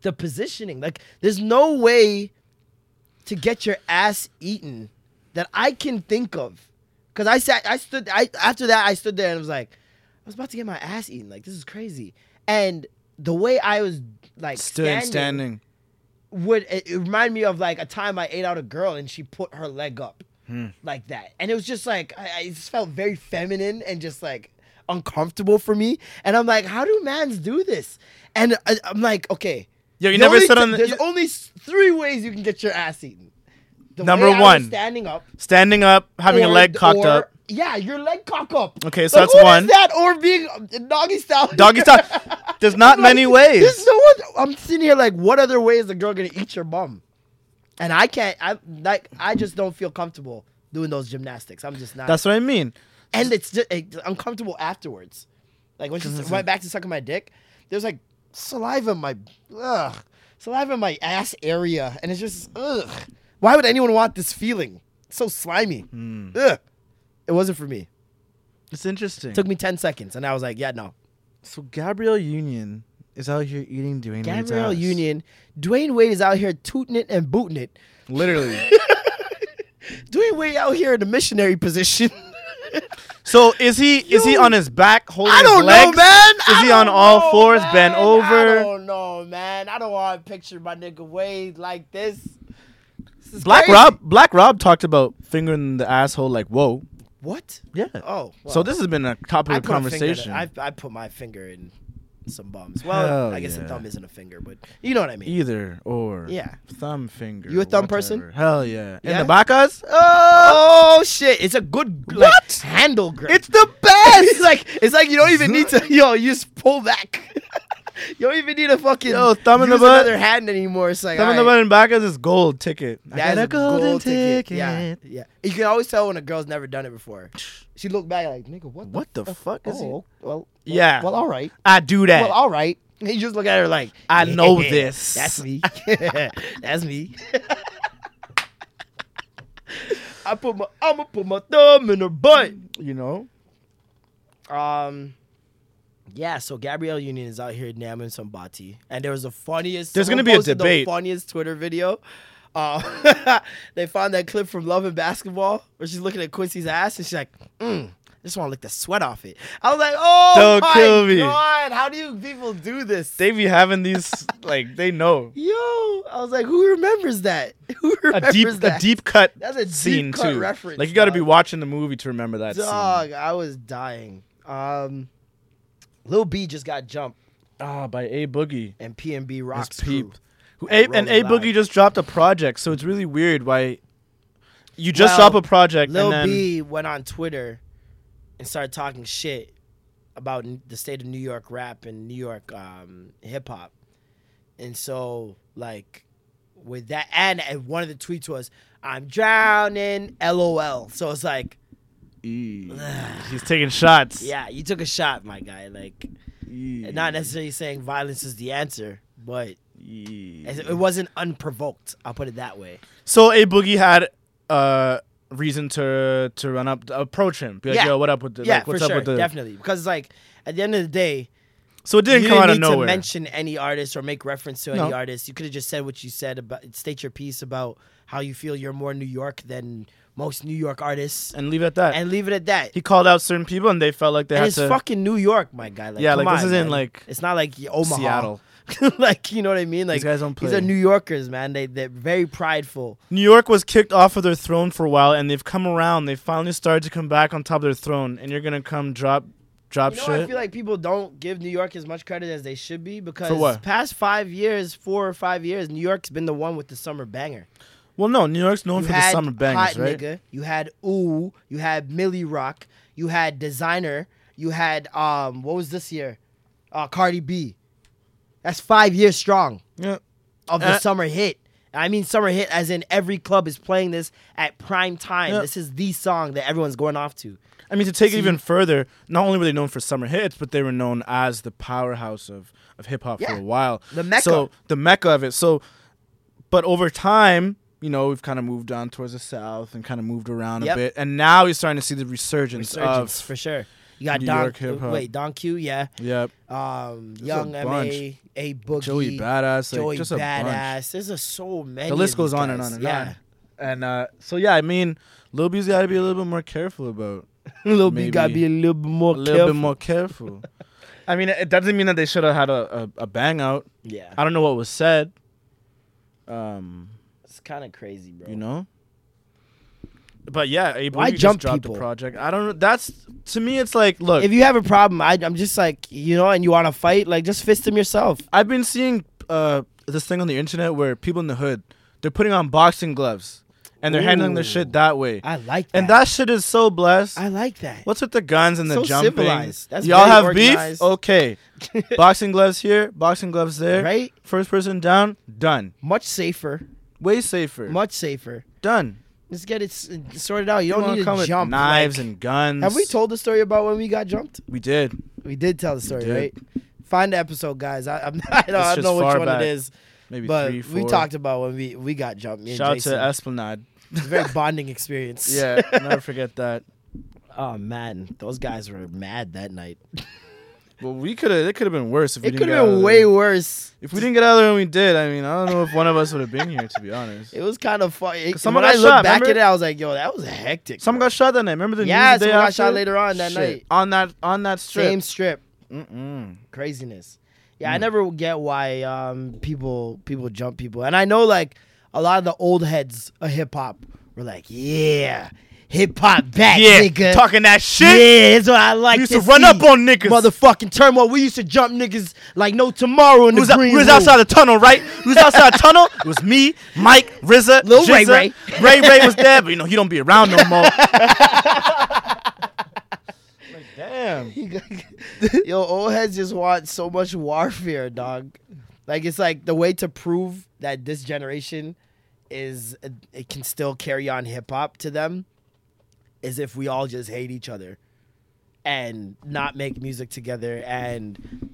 Speaker 2: the positioning like there's no way to get your ass eaten that i can think of because i sat i stood i after that i stood there and was like i was about to get my ass eaten like this is crazy and the way i was like
Speaker 3: Stood
Speaker 2: standing
Speaker 3: standing.
Speaker 2: would it, it remind me of like a time I ate out a girl and she put her leg up
Speaker 3: Hmm.
Speaker 2: like that, and it was just like I, I just felt very feminine and just like uncomfortable for me, and I'm like, how do mans do this? And I, I'm like, okay,
Speaker 3: Yo, you
Speaker 2: the
Speaker 3: never
Speaker 2: only
Speaker 3: stood
Speaker 2: th-
Speaker 3: on the.
Speaker 2: There's
Speaker 3: you-
Speaker 2: only s- three ways you can get your ass eaten. The
Speaker 3: Number
Speaker 2: way I was
Speaker 3: one.
Speaker 2: standing up,
Speaker 3: Standing up, having a
Speaker 2: or-
Speaker 3: leg cocked
Speaker 2: or-
Speaker 3: up.
Speaker 2: Yeah, your leg cock up.
Speaker 3: Okay, so
Speaker 2: Like,
Speaker 3: that's
Speaker 2: what is
Speaker 3: one.
Speaker 2: that or being uh, doggy style?
Speaker 3: Doggy style. There's not
Speaker 2: Like,
Speaker 3: many ways.
Speaker 2: There's no one. I'm sitting here like, what other way is the girl gonna eat your bum? And I can't. I like. I just don't feel comfortable doing those gymnastics. I'm just not.
Speaker 3: That's what I mean.
Speaker 2: and it's just it's uncomfortable afterwards. Like when she s- went back to sucking my dick, there's like saliva in my ugh, saliva in my ass area, and it's just ugh. Why would anyone want this feeling? It's so slimy.
Speaker 3: Hmm.
Speaker 2: Ugh. It wasn't for me.
Speaker 3: It's interesting.
Speaker 2: took me ten seconds, and I was like, yeah, no.
Speaker 3: So Gabrielle Union is out here eating Dwayne Wade's
Speaker 2: Gabrielle
Speaker 3: ass.
Speaker 2: Union, Dwayne Wade is out here tooting it and booting it.
Speaker 3: Literally.
Speaker 2: Dwayne Wade out here in the missionary position.
Speaker 3: so is he is he on his back holding
Speaker 2: I don't
Speaker 3: his legs?
Speaker 2: know, man.
Speaker 3: Is he on all fours, bent
Speaker 2: I
Speaker 3: over?
Speaker 2: don't know, man. I don't want to picture my nigga Wade like this. This is
Speaker 3: Black
Speaker 2: crazy.
Speaker 3: Rob Black Rob talked about fingering the asshole like whoa.
Speaker 2: What?
Speaker 3: Yeah.
Speaker 2: Oh, well,
Speaker 3: so this has been a topic
Speaker 2: I
Speaker 3: of
Speaker 2: put a finger in-
Speaker 3: conversation.
Speaker 2: I, I put my finger in some bums. Well,
Speaker 3: Hell
Speaker 2: I guess
Speaker 3: yeah.
Speaker 2: a thumb isn't a finger, but you know what I mean.
Speaker 3: Either or.
Speaker 2: Yeah.
Speaker 3: Thumb finger.
Speaker 2: You a thumb person?
Speaker 3: whatever. Hell yeah.
Speaker 2: Yeah?
Speaker 3: And the bacas?
Speaker 2: Oh shit! It's a good like,
Speaker 3: What?
Speaker 2: handle grip.
Speaker 3: It's the best.
Speaker 2: it's like it's like you don't even need to yo, you just pull back. you don't even need a fucking
Speaker 3: Yo, thumb in the
Speaker 2: use
Speaker 3: butt.
Speaker 2: another hand anymore. It's like
Speaker 3: Thumb in the
Speaker 2: alright,
Speaker 3: button bacas is gold ticket. I
Speaker 2: that
Speaker 3: got
Speaker 2: is
Speaker 3: a golden
Speaker 2: gold
Speaker 3: ticket.
Speaker 2: Yeah, yeah. You can always tell when a girl's never done it before. She looked back like, nigga, what?
Speaker 3: What the fuck
Speaker 2: The
Speaker 3: is
Speaker 2: oh,
Speaker 3: he?
Speaker 2: well, well,
Speaker 3: Yeah.
Speaker 2: Well, all right.
Speaker 3: I do that.
Speaker 2: Well, all right. And you just look at her like,
Speaker 3: I know
Speaker 2: "Yeah,
Speaker 3: this."
Speaker 2: That's me. that's me. I put my I'ma put my thumb in her butt.
Speaker 3: you know?
Speaker 2: Um, yeah. So Gabrielle Union is out here namming some bati, and there was the funniest.
Speaker 3: There's gonna
Speaker 2: someone
Speaker 3: be a
Speaker 2: posted the
Speaker 3: debate.
Speaker 2: funniest Twitter video. Uh, they found that clip from Love and Basketball where she's looking at Quincy's ass and she's like, mm, "I just want to lick the sweat off it." I was like, "Oh
Speaker 3: Don't
Speaker 2: my
Speaker 3: kill me.
Speaker 2: god, how do you people do this?"
Speaker 3: They be having these like they know.
Speaker 2: Yo, I was like, "Who remembers that? Who remembers
Speaker 3: a deep
Speaker 2: that?"
Speaker 3: a deep cut
Speaker 2: That's a deep
Speaker 3: scene
Speaker 2: cut
Speaker 3: too.
Speaker 2: reference,
Speaker 3: like you got to be
Speaker 2: dog.
Speaker 3: watching the movie to remember that scene.
Speaker 2: dog. I was dying. Um, Lil B just got jumped
Speaker 3: Ah, by A Boogie.
Speaker 2: and P and B
Speaker 3: His
Speaker 2: rocks
Speaker 3: peep. Who, a, and
Speaker 2: Rolling
Speaker 3: A Boogie
Speaker 2: Loud.
Speaker 3: just dropped a project, so it's really weird why you just
Speaker 2: Well,
Speaker 3: drop a project
Speaker 2: Lil
Speaker 3: and then
Speaker 2: B went on Twitter and started talking shit about n- the state of New York rap and New York um, hip hop. And so, like, with that, and, and one of the tweets was, I'm drowning, lol. So it's like,
Speaker 3: Eee. he's taking shots.
Speaker 2: yeah, you took a shot, my guy. Like,
Speaker 3: Eee.
Speaker 2: not necessarily saying violence is the answer, but It it wasn't unprovoked. I'll put it that way.
Speaker 3: So a boogie had uh reason to to run up approach him. Be like,
Speaker 2: Yeah.
Speaker 3: yo, what up with the
Speaker 2: yeah,
Speaker 3: like what's
Speaker 2: for
Speaker 3: up
Speaker 2: sure,
Speaker 3: with the
Speaker 2: definitely. Because like at the end of the day,
Speaker 3: So it didn't
Speaker 2: you
Speaker 3: come
Speaker 2: didn't
Speaker 3: out
Speaker 2: need
Speaker 3: of nowhere.
Speaker 2: to mention any artist or make reference to
Speaker 3: No.
Speaker 2: any artist. You could have just said what you said about state your piece about how you feel you're more New York than most New York artists,
Speaker 3: and leave it at that.
Speaker 2: and leave it at that.
Speaker 3: he called out certain people and they felt like they
Speaker 2: and
Speaker 3: had
Speaker 2: it's
Speaker 3: to
Speaker 2: fucking New York, my guy. Like,
Speaker 3: Yeah,
Speaker 2: come
Speaker 3: like, this
Speaker 2: on,
Speaker 3: isn't,
Speaker 2: man.
Speaker 3: like,
Speaker 2: it's not like Omaha,
Speaker 3: Seattle.
Speaker 2: like you know what I mean? Like
Speaker 3: guys don't
Speaker 2: These
Speaker 3: play.
Speaker 2: are New Yorkers, man. They they're very prideful.
Speaker 3: New York was kicked off of their throne for a while and they've come around. They finally started to come back on top of their throne and you're gonna come drop drop
Speaker 2: You know, I
Speaker 3: shit.
Speaker 2: feel like people don't give New York as much credit as they should be because
Speaker 3: For what?
Speaker 2: past five years, four or five years, New York's been the one with the summer banger.
Speaker 3: well no, New York's known
Speaker 2: You
Speaker 3: for the
Speaker 2: had
Speaker 3: summer bangers,
Speaker 2: Hot
Speaker 3: right?
Speaker 2: Nigga, you had Ooh, you had Millie Rock, you had Designer, you had um, what was this year? Uh, Cardi B. That's five years strong
Speaker 3: Yeah.
Speaker 2: of the
Speaker 3: Uh,
Speaker 2: summer hit. I mean summer hit as in every club is playing this at prime time.
Speaker 3: Yeah.
Speaker 2: This is the song that everyone's going off to.
Speaker 3: I mean, to take
Speaker 2: See-
Speaker 3: it even further, not only were they known for summer hits, but they were known as the powerhouse of, of hip hop for
Speaker 2: Yeah.
Speaker 3: a while.
Speaker 2: The mecca.
Speaker 3: So the mecca of it. So, but over time, you know, we've kind of moved on towards the south and kind of moved around
Speaker 2: Yep.
Speaker 3: a bit, and now we're starting to see the resurgence,
Speaker 2: Resurgence
Speaker 3: of.
Speaker 2: for sure. You got
Speaker 3: New
Speaker 2: Don
Speaker 3: York hip hop.
Speaker 2: wait, Don Q, yeah.
Speaker 3: Yep.
Speaker 2: Um Young
Speaker 3: a
Speaker 2: MA,
Speaker 3: bunch.
Speaker 2: A Boogie,
Speaker 3: Joey Badass, like,
Speaker 2: Joey
Speaker 3: just a bunch.
Speaker 2: Badass. There's a so many.
Speaker 3: The list
Speaker 2: of
Speaker 3: goes
Speaker 2: these
Speaker 3: on and
Speaker 2: guys.
Speaker 3: on and
Speaker 2: yeah.
Speaker 3: on. And uh, so yeah, I mean, Lil B's got to be a little bit more careful about.
Speaker 2: Lil B gotta
Speaker 3: Maybe.
Speaker 2: be a little bit more
Speaker 3: A little bit more careful. I mean, it doesn't mean that they should have had a, a, a bang out.
Speaker 2: Yeah,
Speaker 3: I don't know what was said. Um,
Speaker 2: it's kind of crazy, bro.
Speaker 3: you know. But yeah, Abe
Speaker 2: Why
Speaker 3: Boogie
Speaker 2: jump
Speaker 3: just dropped
Speaker 2: people?
Speaker 3: the project. I don't know. That's to me, it's like look.
Speaker 2: if you have a problem, I, I'm just like you know, and you want to fight, like just fist him yourself.
Speaker 3: I've been seeing uh, this thing on the internet where people in the hood they're putting on boxing gloves and they're handling their
Speaker 2: Ooh.
Speaker 3: shit that way.
Speaker 2: I like that.
Speaker 3: and that shit is so blessed.
Speaker 2: I like that.
Speaker 3: What's with the guns and the
Speaker 2: So
Speaker 3: jumping?
Speaker 2: civilized. That's
Speaker 3: Y'all
Speaker 2: very
Speaker 3: have
Speaker 2: organized.
Speaker 3: beef? Okay. boxing gloves here, boxing gloves there.
Speaker 2: Right?
Speaker 3: First person down, done.
Speaker 2: Much safer.
Speaker 3: Way safer.
Speaker 2: Much safer.
Speaker 3: done.
Speaker 2: Let's get it s- sorted out. You
Speaker 3: You
Speaker 2: don't
Speaker 3: wanna
Speaker 2: need
Speaker 3: come
Speaker 2: to
Speaker 3: with
Speaker 2: jump.
Speaker 3: knives
Speaker 2: like-
Speaker 3: and guns.
Speaker 2: have we told the story about when we got jumped?
Speaker 3: We did.
Speaker 2: We did tell the story,
Speaker 3: did.
Speaker 2: right? Find the episode, guys. I, I'm, I don't, I
Speaker 3: just
Speaker 2: don't know which
Speaker 3: far
Speaker 2: one
Speaker 3: back.
Speaker 2: it is,
Speaker 3: Maybe
Speaker 2: but
Speaker 3: three, four.
Speaker 2: we talked about when we we got jumped. Me and
Speaker 3: Shout out
Speaker 2: Jason.
Speaker 3: to Esplanade.
Speaker 2: It's a very bonding experience.
Speaker 3: Yeah, never forget that.
Speaker 2: Oh man, those guys were mad that night.
Speaker 3: Well, we could have. It could have been worse if we
Speaker 2: It
Speaker 3: didn't
Speaker 2: could
Speaker 3: get out
Speaker 2: have
Speaker 3: of
Speaker 2: been way
Speaker 3: there.
Speaker 2: worse.
Speaker 3: If we didn't get out of there when we did, I mean, I don't know if one of us would have been here to be honest.
Speaker 2: It was kind of funny.
Speaker 3: 'Cause someone
Speaker 2: when I
Speaker 3: got
Speaker 2: look
Speaker 3: shot,
Speaker 2: back at
Speaker 3: remember?
Speaker 2: it, I was like, "Yo, that was hectic."
Speaker 3: Someone
Speaker 2: bro.
Speaker 3: got shot that night. Remember the
Speaker 2: Yeah,
Speaker 3: news the day
Speaker 2: someone got shot
Speaker 3: after?
Speaker 2: later on that
Speaker 3: Shit.
Speaker 2: night.
Speaker 3: On that on that strip.
Speaker 2: same strip.
Speaker 3: Mm-mm.
Speaker 2: Craziness. Yeah,
Speaker 3: Mm.
Speaker 2: I never get why um, people people jump people, and I know like a lot of the old heads of hip hop were like, "Yeah, hip hop back, nigga."
Speaker 3: talking that
Speaker 2: Yeah, that's what I like.
Speaker 3: We used to run up
Speaker 2: see.
Speaker 3: on niggas.
Speaker 2: Motherfucking turmoil. We used to jump niggas like no tomorrow in
Speaker 3: We was,
Speaker 2: the
Speaker 3: out-
Speaker 2: green
Speaker 3: we was
Speaker 2: room.
Speaker 3: outside the tunnel, right? We was outside the tunnel. It was me, Mike, RZA,
Speaker 2: Lil Ray
Speaker 3: Jizza.
Speaker 2: Ray.
Speaker 3: Ray Ray was there, but you know he don't be around no more. like, damn.
Speaker 2: Yo, old heads just want so much warfare, dog. Like it's like the way to prove that this generation is it can still carry on hip hop to them is if we all just hate each other and not make music together and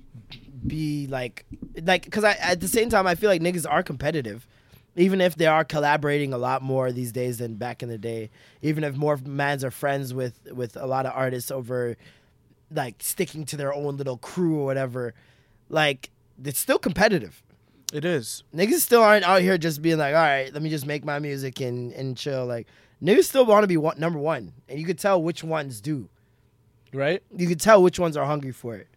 Speaker 2: be like like cuz I at the same time I feel like niggas are competitive even if they are collaborating a lot more these days than back in the day even if more mans are friends with with a lot of artists over like sticking to their own little crew or whatever, like it's still competitive.
Speaker 3: It is.
Speaker 2: Niggas still aren't out here just being like, all right, let me just make my music and and chill. Like niggas still want to be one, number one, and you could tell which ones do.
Speaker 3: Right?
Speaker 2: You could tell which ones are hungry for it.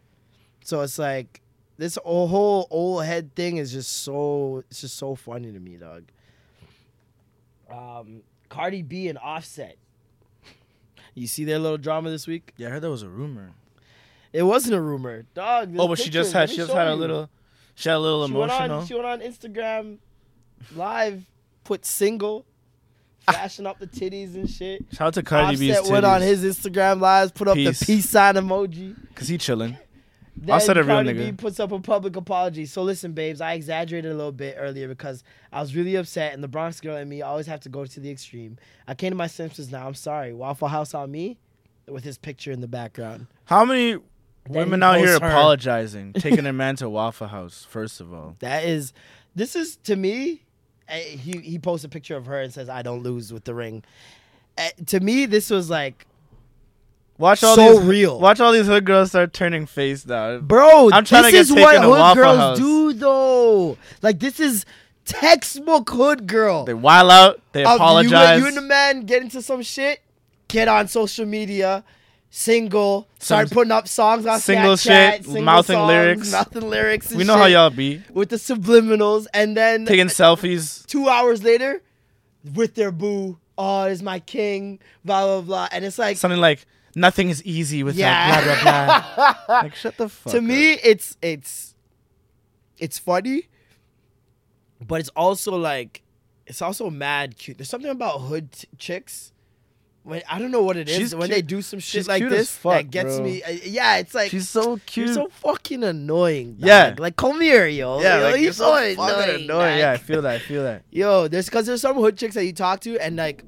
Speaker 2: So it's like this o- whole old head thing is just so it's just so funny to me, dog. Um, Cardi B and Offset. You see their little drama this week?
Speaker 3: Yeah, I heard that was a rumor.
Speaker 2: It wasn't a rumor, dog.
Speaker 3: Oh, but she just had she just had a little she had a little
Speaker 2: She went,
Speaker 3: emotional.
Speaker 2: on, she went on Instagram live, put single, fashion up the titties and shit.
Speaker 3: Shout out to Ah. Cardi B's
Speaker 2: Offset went on
Speaker 3: titties,
Speaker 2: his Instagram lives, put up
Speaker 3: Peace.
Speaker 2: the peace sign emoji.
Speaker 3: cause he chilling.
Speaker 2: Then
Speaker 3: Offset a real
Speaker 2: Cardi
Speaker 3: nigga.
Speaker 2: B puts up a public apology. So listen, babes, I exaggerated a little bit earlier because I was really upset, and the Bronx girl and me always have to go to the extreme. I came to my senses now. I'm sorry. Waffle House on me, with his picture in the background.
Speaker 3: How many
Speaker 2: Then
Speaker 3: women
Speaker 2: he
Speaker 3: out here
Speaker 2: posts her.
Speaker 3: apologizing, taking their man to Waffle House? First of all,
Speaker 2: That is This is to me. eh, He he posts a picture of her and says, "I don't lose with the ring." Eh, to me, this was like,
Speaker 3: Watch all
Speaker 2: So
Speaker 3: these,
Speaker 2: real.
Speaker 3: Watch all these hood girls start turning face now.
Speaker 2: bro,
Speaker 3: I'm trying
Speaker 2: this
Speaker 3: to get
Speaker 2: is
Speaker 3: taken
Speaker 2: what
Speaker 3: to
Speaker 2: hood
Speaker 3: Waffle
Speaker 2: girls
Speaker 3: House.
Speaker 2: do, though. Like this is textbook hood girl.
Speaker 3: They wild out. They
Speaker 2: of
Speaker 3: apologize.
Speaker 2: You, you and the man get into some shit, get on social media, single, start
Speaker 3: Some
Speaker 2: putting up songs on
Speaker 3: single
Speaker 2: Snapchat,
Speaker 3: shit, mouthing
Speaker 2: songs,
Speaker 3: lyrics.
Speaker 2: mouthing lyrics. and
Speaker 3: we know how
Speaker 2: shit
Speaker 3: y'all be.
Speaker 2: with the subliminals, and then
Speaker 3: Taking selfies.
Speaker 2: two hours later, with their boo, oh, it's my king, blah blah blah, and it's like
Speaker 3: Something like, nothing is easy without
Speaker 2: Yeah.
Speaker 3: blah, blah, blah. like, shut the fuck
Speaker 2: to
Speaker 3: up.
Speaker 2: me, it's it's it's funny, but it's also like it's also mad cute. There's something about hood t- chicks. When I don't know what it is
Speaker 3: She's
Speaker 2: when
Speaker 3: cute-
Speaker 2: they do some shit
Speaker 3: she's
Speaker 2: like
Speaker 3: cute as
Speaker 2: this
Speaker 3: fuck,
Speaker 2: that gets
Speaker 3: bro.
Speaker 2: me. I- yeah, it's like
Speaker 3: She's so cute.
Speaker 2: You're so fucking annoying. Dog.
Speaker 3: Yeah.
Speaker 2: like come here, yo.
Speaker 3: yeah,
Speaker 2: yo,
Speaker 3: like,
Speaker 2: you're,
Speaker 3: you're so
Speaker 2: so,
Speaker 3: fucking
Speaker 2: annoying.
Speaker 3: annoying. Oh, Yeah, I
Speaker 2: like.
Speaker 3: feel that. I feel that.
Speaker 2: Yo, there's because there's some hood chicks that you talk to and like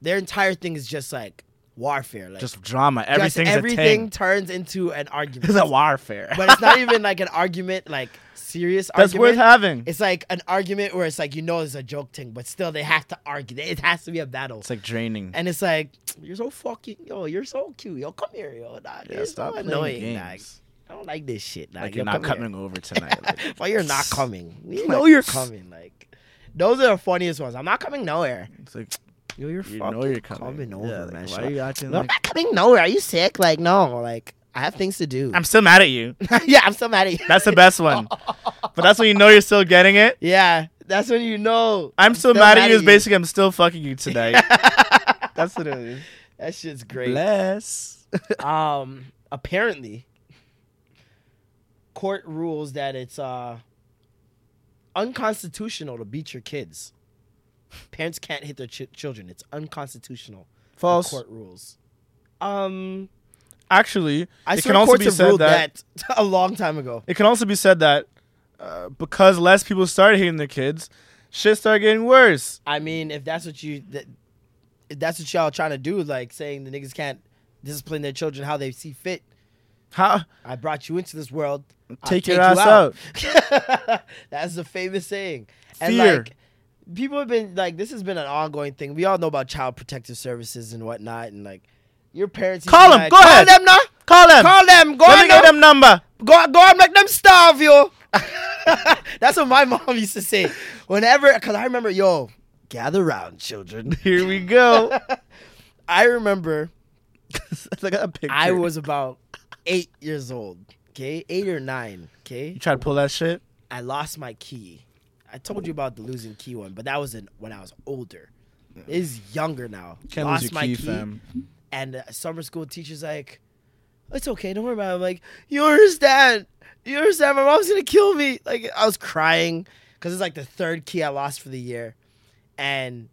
Speaker 2: their entire thing is just like warfare. Like
Speaker 3: Just drama.
Speaker 2: just
Speaker 3: Everything's a
Speaker 2: everything
Speaker 3: tank.
Speaker 2: turns into an argument.
Speaker 3: It's a warfare.
Speaker 2: but it's not even like an argument, like serious
Speaker 3: That's
Speaker 2: argument.
Speaker 3: worth having.
Speaker 2: It's like an argument where it's like you know it's a joke thing, but still they have to argue. It has to be a battle.
Speaker 3: It's like draining.
Speaker 2: and it's like you're so fucking yo, you're so cute, yo. Come here, yo, dog.
Speaker 3: Yeah,
Speaker 2: you're
Speaker 3: stop
Speaker 2: so
Speaker 3: playing
Speaker 2: annoying, dog.
Speaker 3: games.
Speaker 2: I don't like this shit. Dog.
Speaker 3: Like
Speaker 2: Yo,
Speaker 3: you're not
Speaker 2: come here.
Speaker 3: coming over tonight. Like,
Speaker 2: Well, you're not coming. You
Speaker 3: Like,
Speaker 2: know you're
Speaker 3: psst.
Speaker 2: coming. Like, those are the funniest ones. I'm not coming nowhere.
Speaker 3: it's like
Speaker 2: Yo, you're
Speaker 3: you
Speaker 2: fucking
Speaker 3: know you're coming.
Speaker 2: over,
Speaker 3: Yeah, like,
Speaker 2: man.
Speaker 3: Why
Speaker 2: Shut
Speaker 3: are you
Speaker 2: up.
Speaker 3: acting
Speaker 2: No, I'm
Speaker 3: like?
Speaker 2: not coming nowhere. Are you sick? Like, no. Like, I have things to do.
Speaker 3: I'm still mad at you.
Speaker 2: yeah, I'm still mad at you.
Speaker 3: That's the best one. but that's when you know you're still getting it.
Speaker 2: yeah, that's when you know.
Speaker 3: I'm still, mad, at you is basically I'm still fucking you tonight. that's what it is.
Speaker 2: That shit's great.
Speaker 3: Bless.
Speaker 2: um, apparently, court rules that it's uh unconstitutional to beat your kids. Parents can't hit their ch- children. It's unconstitutional. the
Speaker 3: False.
Speaker 2: court rules. Um,
Speaker 3: Actually,
Speaker 2: I
Speaker 3: it
Speaker 2: swear
Speaker 3: can also
Speaker 2: courts
Speaker 3: be
Speaker 2: have
Speaker 3: said
Speaker 2: ruled
Speaker 3: that
Speaker 2: that. a long time ago.
Speaker 3: It can also be said that uh, because less people started hitting their kids, shit started getting worse.
Speaker 2: I mean, if that's what you that, if that's what y'all trying to do, like saying the niggas can't discipline their children how they see fit.
Speaker 3: How?
Speaker 2: I brought you into this world. I'll
Speaker 3: Take your
Speaker 2: you
Speaker 3: ass out.
Speaker 2: That's the famous saying. And
Speaker 3: Fear.
Speaker 2: like people have been like this has been an ongoing thing. We all know about child protective services and whatnot and like your parents used to
Speaker 3: Call
Speaker 2: be
Speaker 3: 'em.
Speaker 2: like,
Speaker 3: Go ahead.
Speaker 2: Call them now.
Speaker 3: Call them.
Speaker 2: Call them. Go
Speaker 3: Let
Speaker 2: on
Speaker 3: me get
Speaker 2: now.
Speaker 3: them number.
Speaker 2: Go go and make them starve yo. That's what my mom used to say. Whenever cause I remember, yo, gather round, children.
Speaker 3: Here we go.
Speaker 2: I remember
Speaker 3: Look at that picture.
Speaker 2: I was about eight years old. Okay, eight or nine. Okay,
Speaker 3: You try to pull that shit.
Speaker 2: I lost my key. I told you about the losing key one, but that was in, when I was older. It's younger now.
Speaker 3: Can't
Speaker 2: lost
Speaker 3: lose your
Speaker 2: my
Speaker 3: key,
Speaker 2: key,
Speaker 3: fam.
Speaker 2: and uh, summer school teacher's like, "It's okay, don't worry about it." I'm like, "You understand? You understand? My mom's gonna kill me." Like I was crying because it's like the third key I lost for the year, and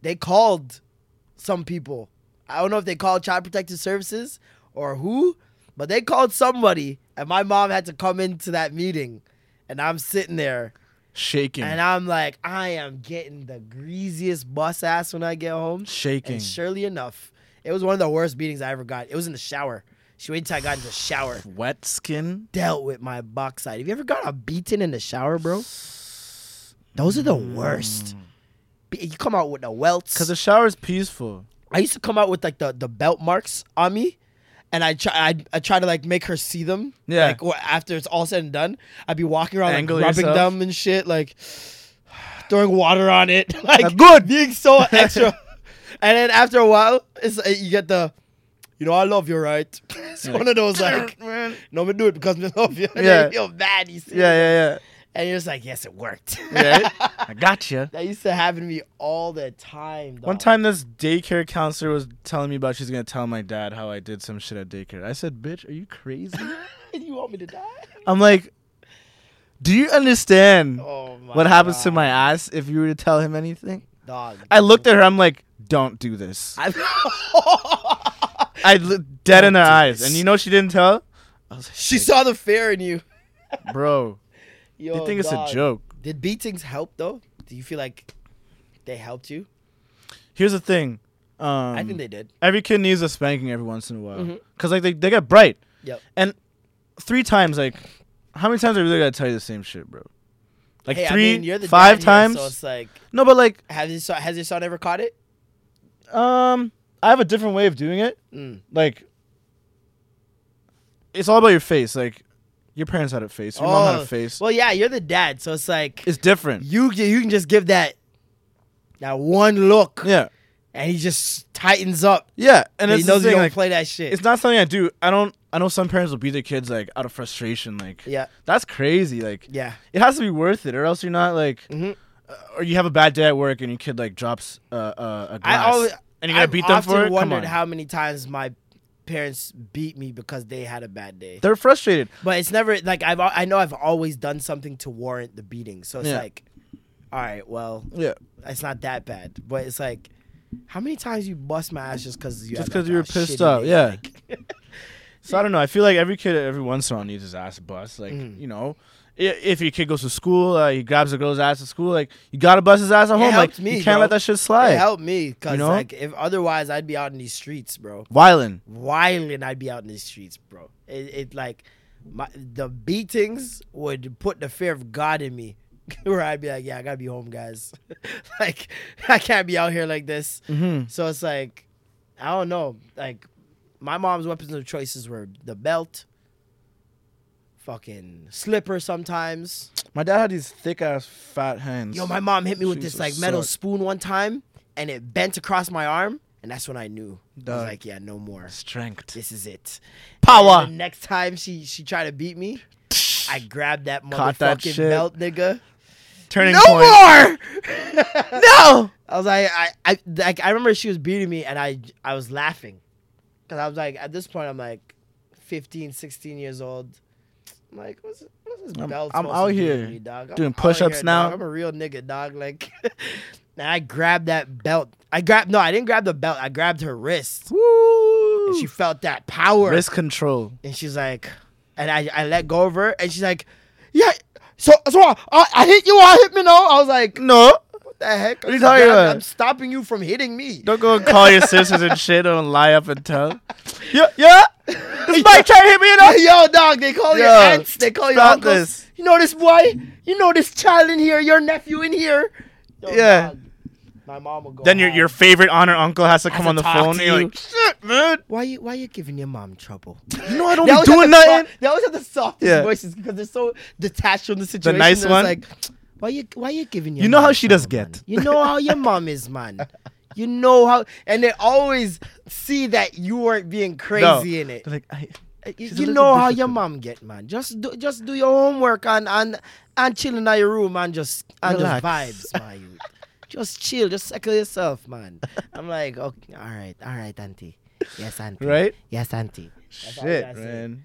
Speaker 2: they called some people. I don't know if they called Child Protective Services or who, but they called somebody, and my mom had to come into that meeting, and I'm sitting there.
Speaker 3: Shaking.
Speaker 2: And I'm like, I am getting the greasiest bus ass when I get home.
Speaker 3: Shaking.
Speaker 2: And surely enough, it was one of the worst beatings I ever got. It was in the shower. She waited till I got in the shower.
Speaker 3: Wet skin.
Speaker 2: Dealt with my backside. Have you ever got a beating in the shower, bro? Those are the worst. Be- You come out with the welts.
Speaker 3: Cause the shower's peaceful.
Speaker 2: I used to come out with like the, the belt marks on me, and I try I I try to like make her see them.
Speaker 3: Yeah.
Speaker 2: Like wh- after it's all said and done, I'd be walking around like,
Speaker 3: Angle
Speaker 2: rubbing
Speaker 3: yourself.
Speaker 2: them and shit, like throwing water on it, like
Speaker 3: good.
Speaker 2: being so extra. and then after a while, it's uh, you get the, you know, I love you, right? it's one of those like,
Speaker 3: Man.
Speaker 2: no, me do it because I love you. And
Speaker 3: Yeah.
Speaker 2: then you feel bad, you see.
Speaker 3: Yeah,
Speaker 2: And you're just like, yes, it worked.
Speaker 3: yeah, yeah. Right? I got you.
Speaker 2: that used to happen to me all the time.
Speaker 3: One
Speaker 2: dog.
Speaker 3: time, this daycare counselor was telling me about she's gonna tell my dad how I did some shit at daycare. I said, "Bitch, are you crazy?"
Speaker 2: you want me to die?
Speaker 3: I'm like, "Do you understand
Speaker 2: Oh my
Speaker 3: what happens to
Speaker 2: God.
Speaker 3: my ass if you were to tell him anything?"
Speaker 2: dog?
Speaker 3: I looked at her. I'm like, "Don't do this." I li- dead in her eyes, and you know what she didn't tell. I was
Speaker 2: she saw the fear in you.
Speaker 3: like, "Bro,
Speaker 2: Yo,
Speaker 3: you think it's a
Speaker 2: dog.
Speaker 3: joke?"
Speaker 2: Did beatings help though? Do you feel like they helped you?
Speaker 3: Here's the thing. Um,
Speaker 2: I think they Mm-hmm. did.
Speaker 3: every kid needs a spanking every once in a while because like they, they get bright
Speaker 2: Yep.
Speaker 3: and three times like how many times i really gotta tell you the same shit bro Like
Speaker 2: Hey, I
Speaker 3: three,
Speaker 2: mean, you're the
Speaker 3: five
Speaker 2: dad here,
Speaker 3: times.
Speaker 2: so it's like,
Speaker 3: no, but like,
Speaker 2: has your son, has your son ever caught it?
Speaker 3: um, I have a different way of doing it.
Speaker 2: Mm.
Speaker 3: Like, it's all about your face. Like, your parents had a face. Your mom had a face.
Speaker 2: Oh. Well, yeah, you're the dad, so it's like
Speaker 3: it's different.
Speaker 2: you you can just give that that one look,
Speaker 3: yeah,
Speaker 2: and he just tightens up.
Speaker 3: yeah, and
Speaker 2: And
Speaker 3: it's
Speaker 2: he
Speaker 3: the
Speaker 2: knows you
Speaker 3: thing,
Speaker 2: don't
Speaker 3: like,
Speaker 2: play that shit.
Speaker 3: it's not something I do. I don't. I know some parents will beat their kids like out of frustration. Like,
Speaker 2: Yeah.
Speaker 3: that's crazy. Like,
Speaker 2: yeah,
Speaker 3: it has to be worth it, or else you're not like,
Speaker 2: Mhm.
Speaker 3: uh, or you have a bad day at work and your kid like drops uh, uh, a glass,
Speaker 2: I always
Speaker 3: and you gotta
Speaker 2: I've
Speaker 3: beat them for
Speaker 2: often
Speaker 3: it. Come on,
Speaker 2: Wondered how many times my parents beat me because they had a bad day.
Speaker 3: they're frustrated.
Speaker 2: But it's never like I've al- I know I've always done something to warrant the beating. So it's
Speaker 3: Yeah.
Speaker 2: like, all right, well,
Speaker 3: Yeah,
Speaker 2: it's not that bad. But it's like, how many times you bust my ass just because you
Speaker 3: Just
Speaker 2: had, like,
Speaker 3: 'cause you were
Speaker 2: a
Speaker 3: pissed
Speaker 2: shitty
Speaker 3: up,
Speaker 2: day?
Speaker 3: yeah.
Speaker 2: Like,
Speaker 3: so I don't know. I feel like every kid every once in a while needs his ass bust. Like
Speaker 2: Mm.
Speaker 3: you know. i- If your kid goes to school, uh, he grabs a girl's ass at school. Like you gotta bust his ass at home. Like
Speaker 2: helped me,
Speaker 3: you can't
Speaker 2: bro.
Speaker 3: let that shit slide.
Speaker 2: it helped me because
Speaker 3: You know?
Speaker 2: like if otherwise I'd be out in these streets, bro.
Speaker 3: Violin.
Speaker 2: Wilding, I'd be out in these streets, bro. It, it like my the beatings would put the fear of God in me. Where I'd be like, yeah, I gotta be home, guys. like, I can't be out here like this.
Speaker 3: Mm-hmm.
Speaker 2: So it's like, I don't know. Like, my mom's weapons of choices were the belt, fucking slipper sometimes.
Speaker 3: My dad had these thick ass fat hands.
Speaker 2: Yo, my mom hit me with this
Speaker 3: Jesus,
Speaker 2: like metal
Speaker 3: suck.
Speaker 2: spoon one time, and it bent across my arm, and that's when I knew. I
Speaker 3: Dog.
Speaker 2: was like, yeah, no more.
Speaker 3: strength.
Speaker 2: This is it.
Speaker 3: Power.
Speaker 2: And the next time she she tried to beat me, I grabbed that
Speaker 3: Caught that
Speaker 2: motherfucking
Speaker 3: shit.
Speaker 2: belt, nigga.
Speaker 3: Turning
Speaker 2: No
Speaker 3: point.
Speaker 2: more. no. I was like, I, I, like, I remember she was beating me, and I, I was laughing, cause I was like, at this point, I'm like, 15, 16 years old. I'm like, what's, what's this
Speaker 3: I'm-
Speaker 2: belt?
Speaker 3: I'm
Speaker 2: supposed
Speaker 3: out
Speaker 2: to do to
Speaker 3: here
Speaker 2: me, dog? I'm
Speaker 3: doing
Speaker 2: out
Speaker 3: push-ups
Speaker 2: here,
Speaker 3: now.
Speaker 2: dog. I'm a real nigga, dog. Like, and I grabbed that belt. I grabbed no, I didn't grab the belt. I grabbed her wrist, and she felt that power.
Speaker 3: Wrist control.
Speaker 2: And she's like, and I, I let go of her, and she's like, yeah, so so I, I hit you, I hit me, no. I was like,
Speaker 3: No.
Speaker 2: what the heck? What
Speaker 3: are you talking about?
Speaker 2: I'm stopping you from hitting me.
Speaker 3: Don't go and call your sisters and shit. Don't lie up and tell. Yeah, yeah. This might try to hit me in the-
Speaker 2: Yo, dog, they call your
Speaker 3: Yo,
Speaker 2: aunts, they call your
Speaker 3: stop
Speaker 2: uncles.
Speaker 3: this.
Speaker 2: You know this boy? You know this child in here, your nephew in here? Yo,
Speaker 3: Yeah.
Speaker 2: dog, my mom will go.
Speaker 3: Then your
Speaker 2: hard.
Speaker 3: your favorite honor uncle has to come
Speaker 2: to
Speaker 3: on the
Speaker 2: talk
Speaker 3: phone.
Speaker 2: to
Speaker 3: and you're
Speaker 2: you.
Speaker 3: like, shit, man.
Speaker 2: Why you why you giving your mom trouble?
Speaker 3: You know I don't
Speaker 2: They
Speaker 3: be
Speaker 2: always have
Speaker 3: doing
Speaker 2: the soft-
Speaker 3: nothing.
Speaker 2: they always have the softest
Speaker 3: Yeah.
Speaker 2: voices because they're so detached from the situation.
Speaker 3: nice
Speaker 2: They're just
Speaker 3: one?
Speaker 2: Like, why you why you giving your
Speaker 3: You know
Speaker 2: mom
Speaker 3: how she does
Speaker 2: trouble, man?
Speaker 3: get.
Speaker 2: You know how your mom is, man. You know how, and they always see that you weren't being
Speaker 3: No.
Speaker 2: crazy in it.
Speaker 3: They're like, I,
Speaker 2: You,
Speaker 3: She's a
Speaker 2: Uh, you
Speaker 3: little
Speaker 2: know how your
Speaker 3: difficult.
Speaker 2: mom get, man. Just do just do your homework and and and chill in your room and just and just
Speaker 3: Relax.
Speaker 2: vibes, man. You. Just chill, just settle yourself, man. I'm like, okay, all right, all right, auntie. Yes, auntie.
Speaker 3: right?
Speaker 2: Yes, auntie. That's all I
Speaker 3: Shit,
Speaker 2: gotta say.
Speaker 3: man.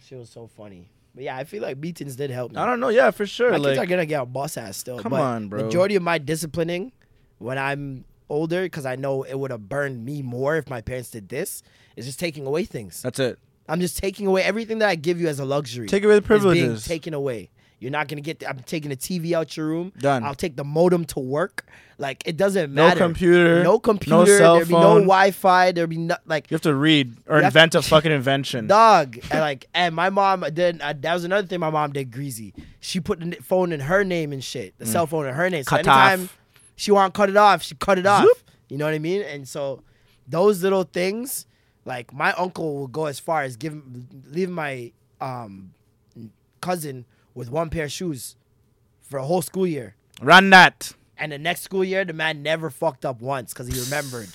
Speaker 2: She was so funny. But yeah, I feel like beatings did help me.
Speaker 3: I don't know. Yeah, for sure.
Speaker 2: My kids are
Speaker 3: like,
Speaker 2: gonna get a boss ass still.
Speaker 3: Come
Speaker 2: but
Speaker 3: on, bro.
Speaker 2: Majority of my disciplining when I'm older, because I know it would have burned me more if my parents did this, is just taking away things.
Speaker 3: that's it.
Speaker 2: I'm just taking away everything that I give you as a luxury.
Speaker 3: Take away the
Speaker 2: is being
Speaker 3: privileges.
Speaker 2: taken away. You're not gonna get. The, I'm taking the TV out your room.
Speaker 3: Done.
Speaker 2: I'll take the modem to work. Like it doesn't
Speaker 3: No
Speaker 2: matter.
Speaker 3: computer,
Speaker 2: No
Speaker 3: no
Speaker 2: computer.
Speaker 3: cell
Speaker 2: there'd be no
Speaker 3: phone.
Speaker 2: Wi-Fi. There'd be no like.
Speaker 3: You have to read or
Speaker 2: You have to-
Speaker 3: invent a fucking invention.
Speaker 2: Dog, and like, and my mom did. Uh, that was another thing my mom did. Greasy. She put the n- phone in her name and shit. The cell phone in her name. So
Speaker 3: Mm. Cut off.
Speaker 2: anytime she want to cut it off, she cut it off.
Speaker 3: Zoop.
Speaker 2: You know what I mean? And so those little things, like my uncle will go as far as giving leaving my um cousin with one pair of shoes for a whole school year.
Speaker 3: Run that.
Speaker 2: And the next school year, the man never fucked up once because he remembered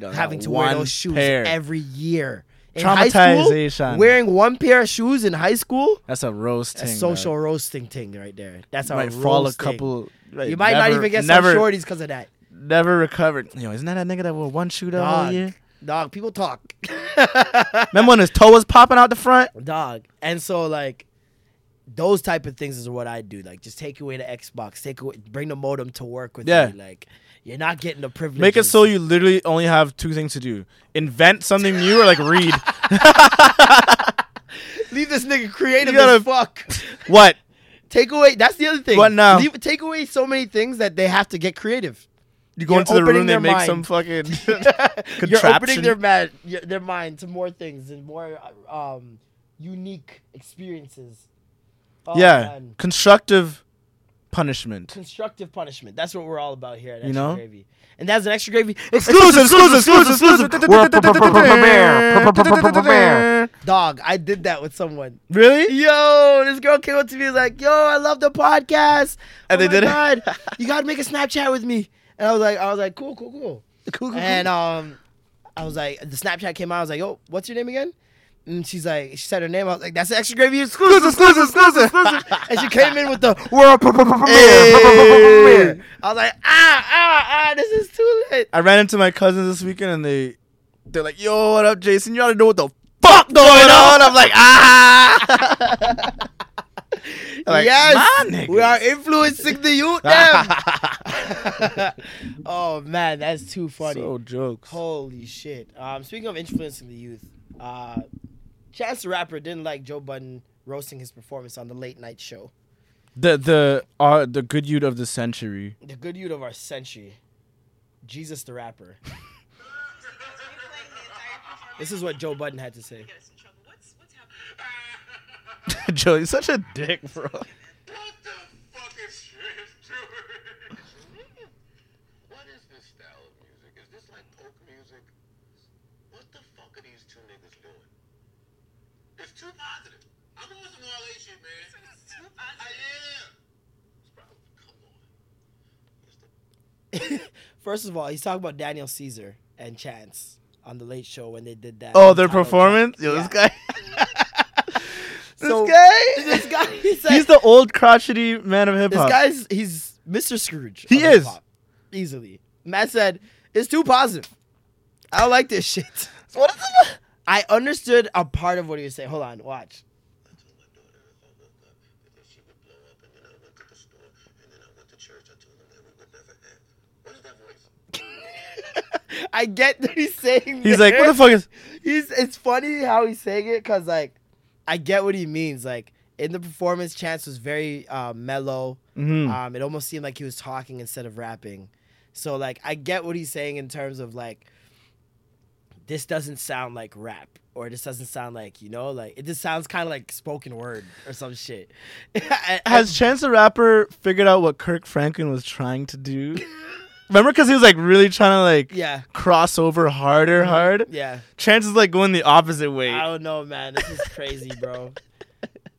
Speaker 2: having to wear
Speaker 3: Uh, One
Speaker 2: those shoes
Speaker 3: pair.
Speaker 2: every year. In high school,
Speaker 3: Traumatization.
Speaker 2: wearing one pair of shoes in high school,
Speaker 3: That's a roast.
Speaker 2: that's social roasting thing right there. That's how
Speaker 3: Might fall a
Speaker 2: roasting.
Speaker 3: couple. right,
Speaker 2: You might not
Speaker 3: never-
Speaker 2: even get
Speaker 3: never,
Speaker 2: some shorties because of that.
Speaker 3: Never recovered. Yo, isn't that that nigga that wore one shoe the whole
Speaker 2: Dog,
Speaker 3: year?
Speaker 2: dog, people talk.
Speaker 3: Remember when his toe was popping out the front?
Speaker 2: dog. And so like those type of things is what I do. Like just take away the Xbox, take away, bring the modem to work with
Speaker 3: Yeah.
Speaker 2: you. Like you're not getting the privilege.
Speaker 3: Make it so you literally only have two things to do: invent something new or like read.
Speaker 2: leave this nigga creative
Speaker 3: You gotta-
Speaker 2: as fuck.
Speaker 3: what?
Speaker 2: Take away. That's the other thing.
Speaker 3: What now?
Speaker 2: Leave, take away so many things that they have to get creative.
Speaker 3: You go
Speaker 2: You're
Speaker 3: into the room,
Speaker 2: opening
Speaker 3: they
Speaker 2: their
Speaker 3: make
Speaker 2: mind.
Speaker 3: some fucking
Speaker 2: You're opening
Speaker 3: contraption.
Speaker 2: their mind, their mind to more things and more um, unique experiences. Oh,
Speaker 3: yeah,
Speaker 2: man.
Speaker 3: constructive punishment.
Speaker 2: constructive punishment. That's what we're all about here at Extra
Speaker 3: You know?
Speaker 2: Gravy. And that's an extra gravy exclusive.
Speaker 3: Exclusive, exclusive, exclusive, exclusive. We're a-
Speaker 2: Dog, I did that with someone.
Speaker 3: Really?
Speaker 2: Yo, this girl came up to me and was like, "Yo, I love the podcast."
Speaker 3: And
Speaker 2: Oh
Speaker 3: they
Speaker 2: my
Speaker 3: did it?
Speaker 2: God, you gotta make a Snapchat with me. And I was like, I was like, cool, cool, cool. And um, I was like, the Snapchat came out. I was like, yo, what's your name again? And she's like, she said her name. I was like, that's an extra gravy exclusive.
Speaker 3: Exclusive, exclusive, exclusive.
Speaker 2: and she came in with the
Speaker 3: We're
Speaker 2: Hey.
Speaker 3: a-
Speaker 2: I was like, ah, ah, ah, this is too late.
Speaker 3: I ran into my cousins this weekend and they they're like, "Yo, what up, Jason? You ought to know what the fuck going on." I'm like, "Ah." Like,
Speaker 2: yes,
Speaker 3: my
Speaker 2: we
Speaker 3: niggas.
Speaker 2: are influencing the youth. Them. oh man, that's too funny.
Speaker 3: So jokes.
Speaker 2: Holy shit. Um, speaking of influencing the youth, uh, Chance the Rapper didn't like Joe Budden roasting his performance on the late night show.
Speaker 3: The the uh, the good youth of the century.
Speaker 2: The good youth of our century, Jesus the Rapper. this is what Joe Budden had to say.
Speaker 3: Joe, you're such a dick, bro.
Speaker 5: What the fuck is Shrimp George? what is this style of music? Is this like folk music? What the fuck are these two niggas doing? It's too positive. I'm on some all that shit, man. It's too positive. I am. It's probably- Come on. It's the
Speaker 2: First of all, he's talking about Daniel Caesar and Chance on the late show when they did that.
Speaker 3: Oh, their
Speaker 2: title track.
Speaker 3: performance. Yo, this guy. this
Speaker 2: So-
Speaker 3: guy.
Speaker 2: This guy, he's, like,
Speaker 3: He's the old crotchety man of hip
Speaker 2: This
Speaker 3: hop.
Speaker 2: guy's he's Mr. Scrooge.
Speaker 3: He
Speaker 2: of
Speaker 3: is.
Speaker 2: hip-hop, easily. Matt said it's too positive. I don't like this shit.
Speaker 3: What is it?
Speaker 2: I understood a part of what he was saying. Hold on, watch.
Speaker 5: that she would blow up, and then I went to the store, and then I went to church. I told them that we would never end. What is that voice?
Speaker 2: I get that he's saying.
Speaker 3: He's like, what the fuck is?
Speaker 2: fuck? He's. It's funny how he's saying it because like, I get what he means. Like in the performance, Chance was very uh, mellow.
Speaker 3: Mhm.
Speaker 2: Um, it almost seemed like he was talking instead of rapping. So like, I get what he's saying in terms of like, this doesn't sound like rap. Or this doesn't sound like you know, like it just sounds kind of like spoken word or some shit. And-
Speaker 3: Has Chance the Rapper figured out what Kirk Franklin was trying to do? Remember, because he was like really trying to like
Speaker 2: Yeah.
Speaker 3: cross over harder, hard.
Speaker 2: yeah.
Speaker 3: Chance is like going the opposite way.
Speaker 2: I don't know, man. This is crazy, bro.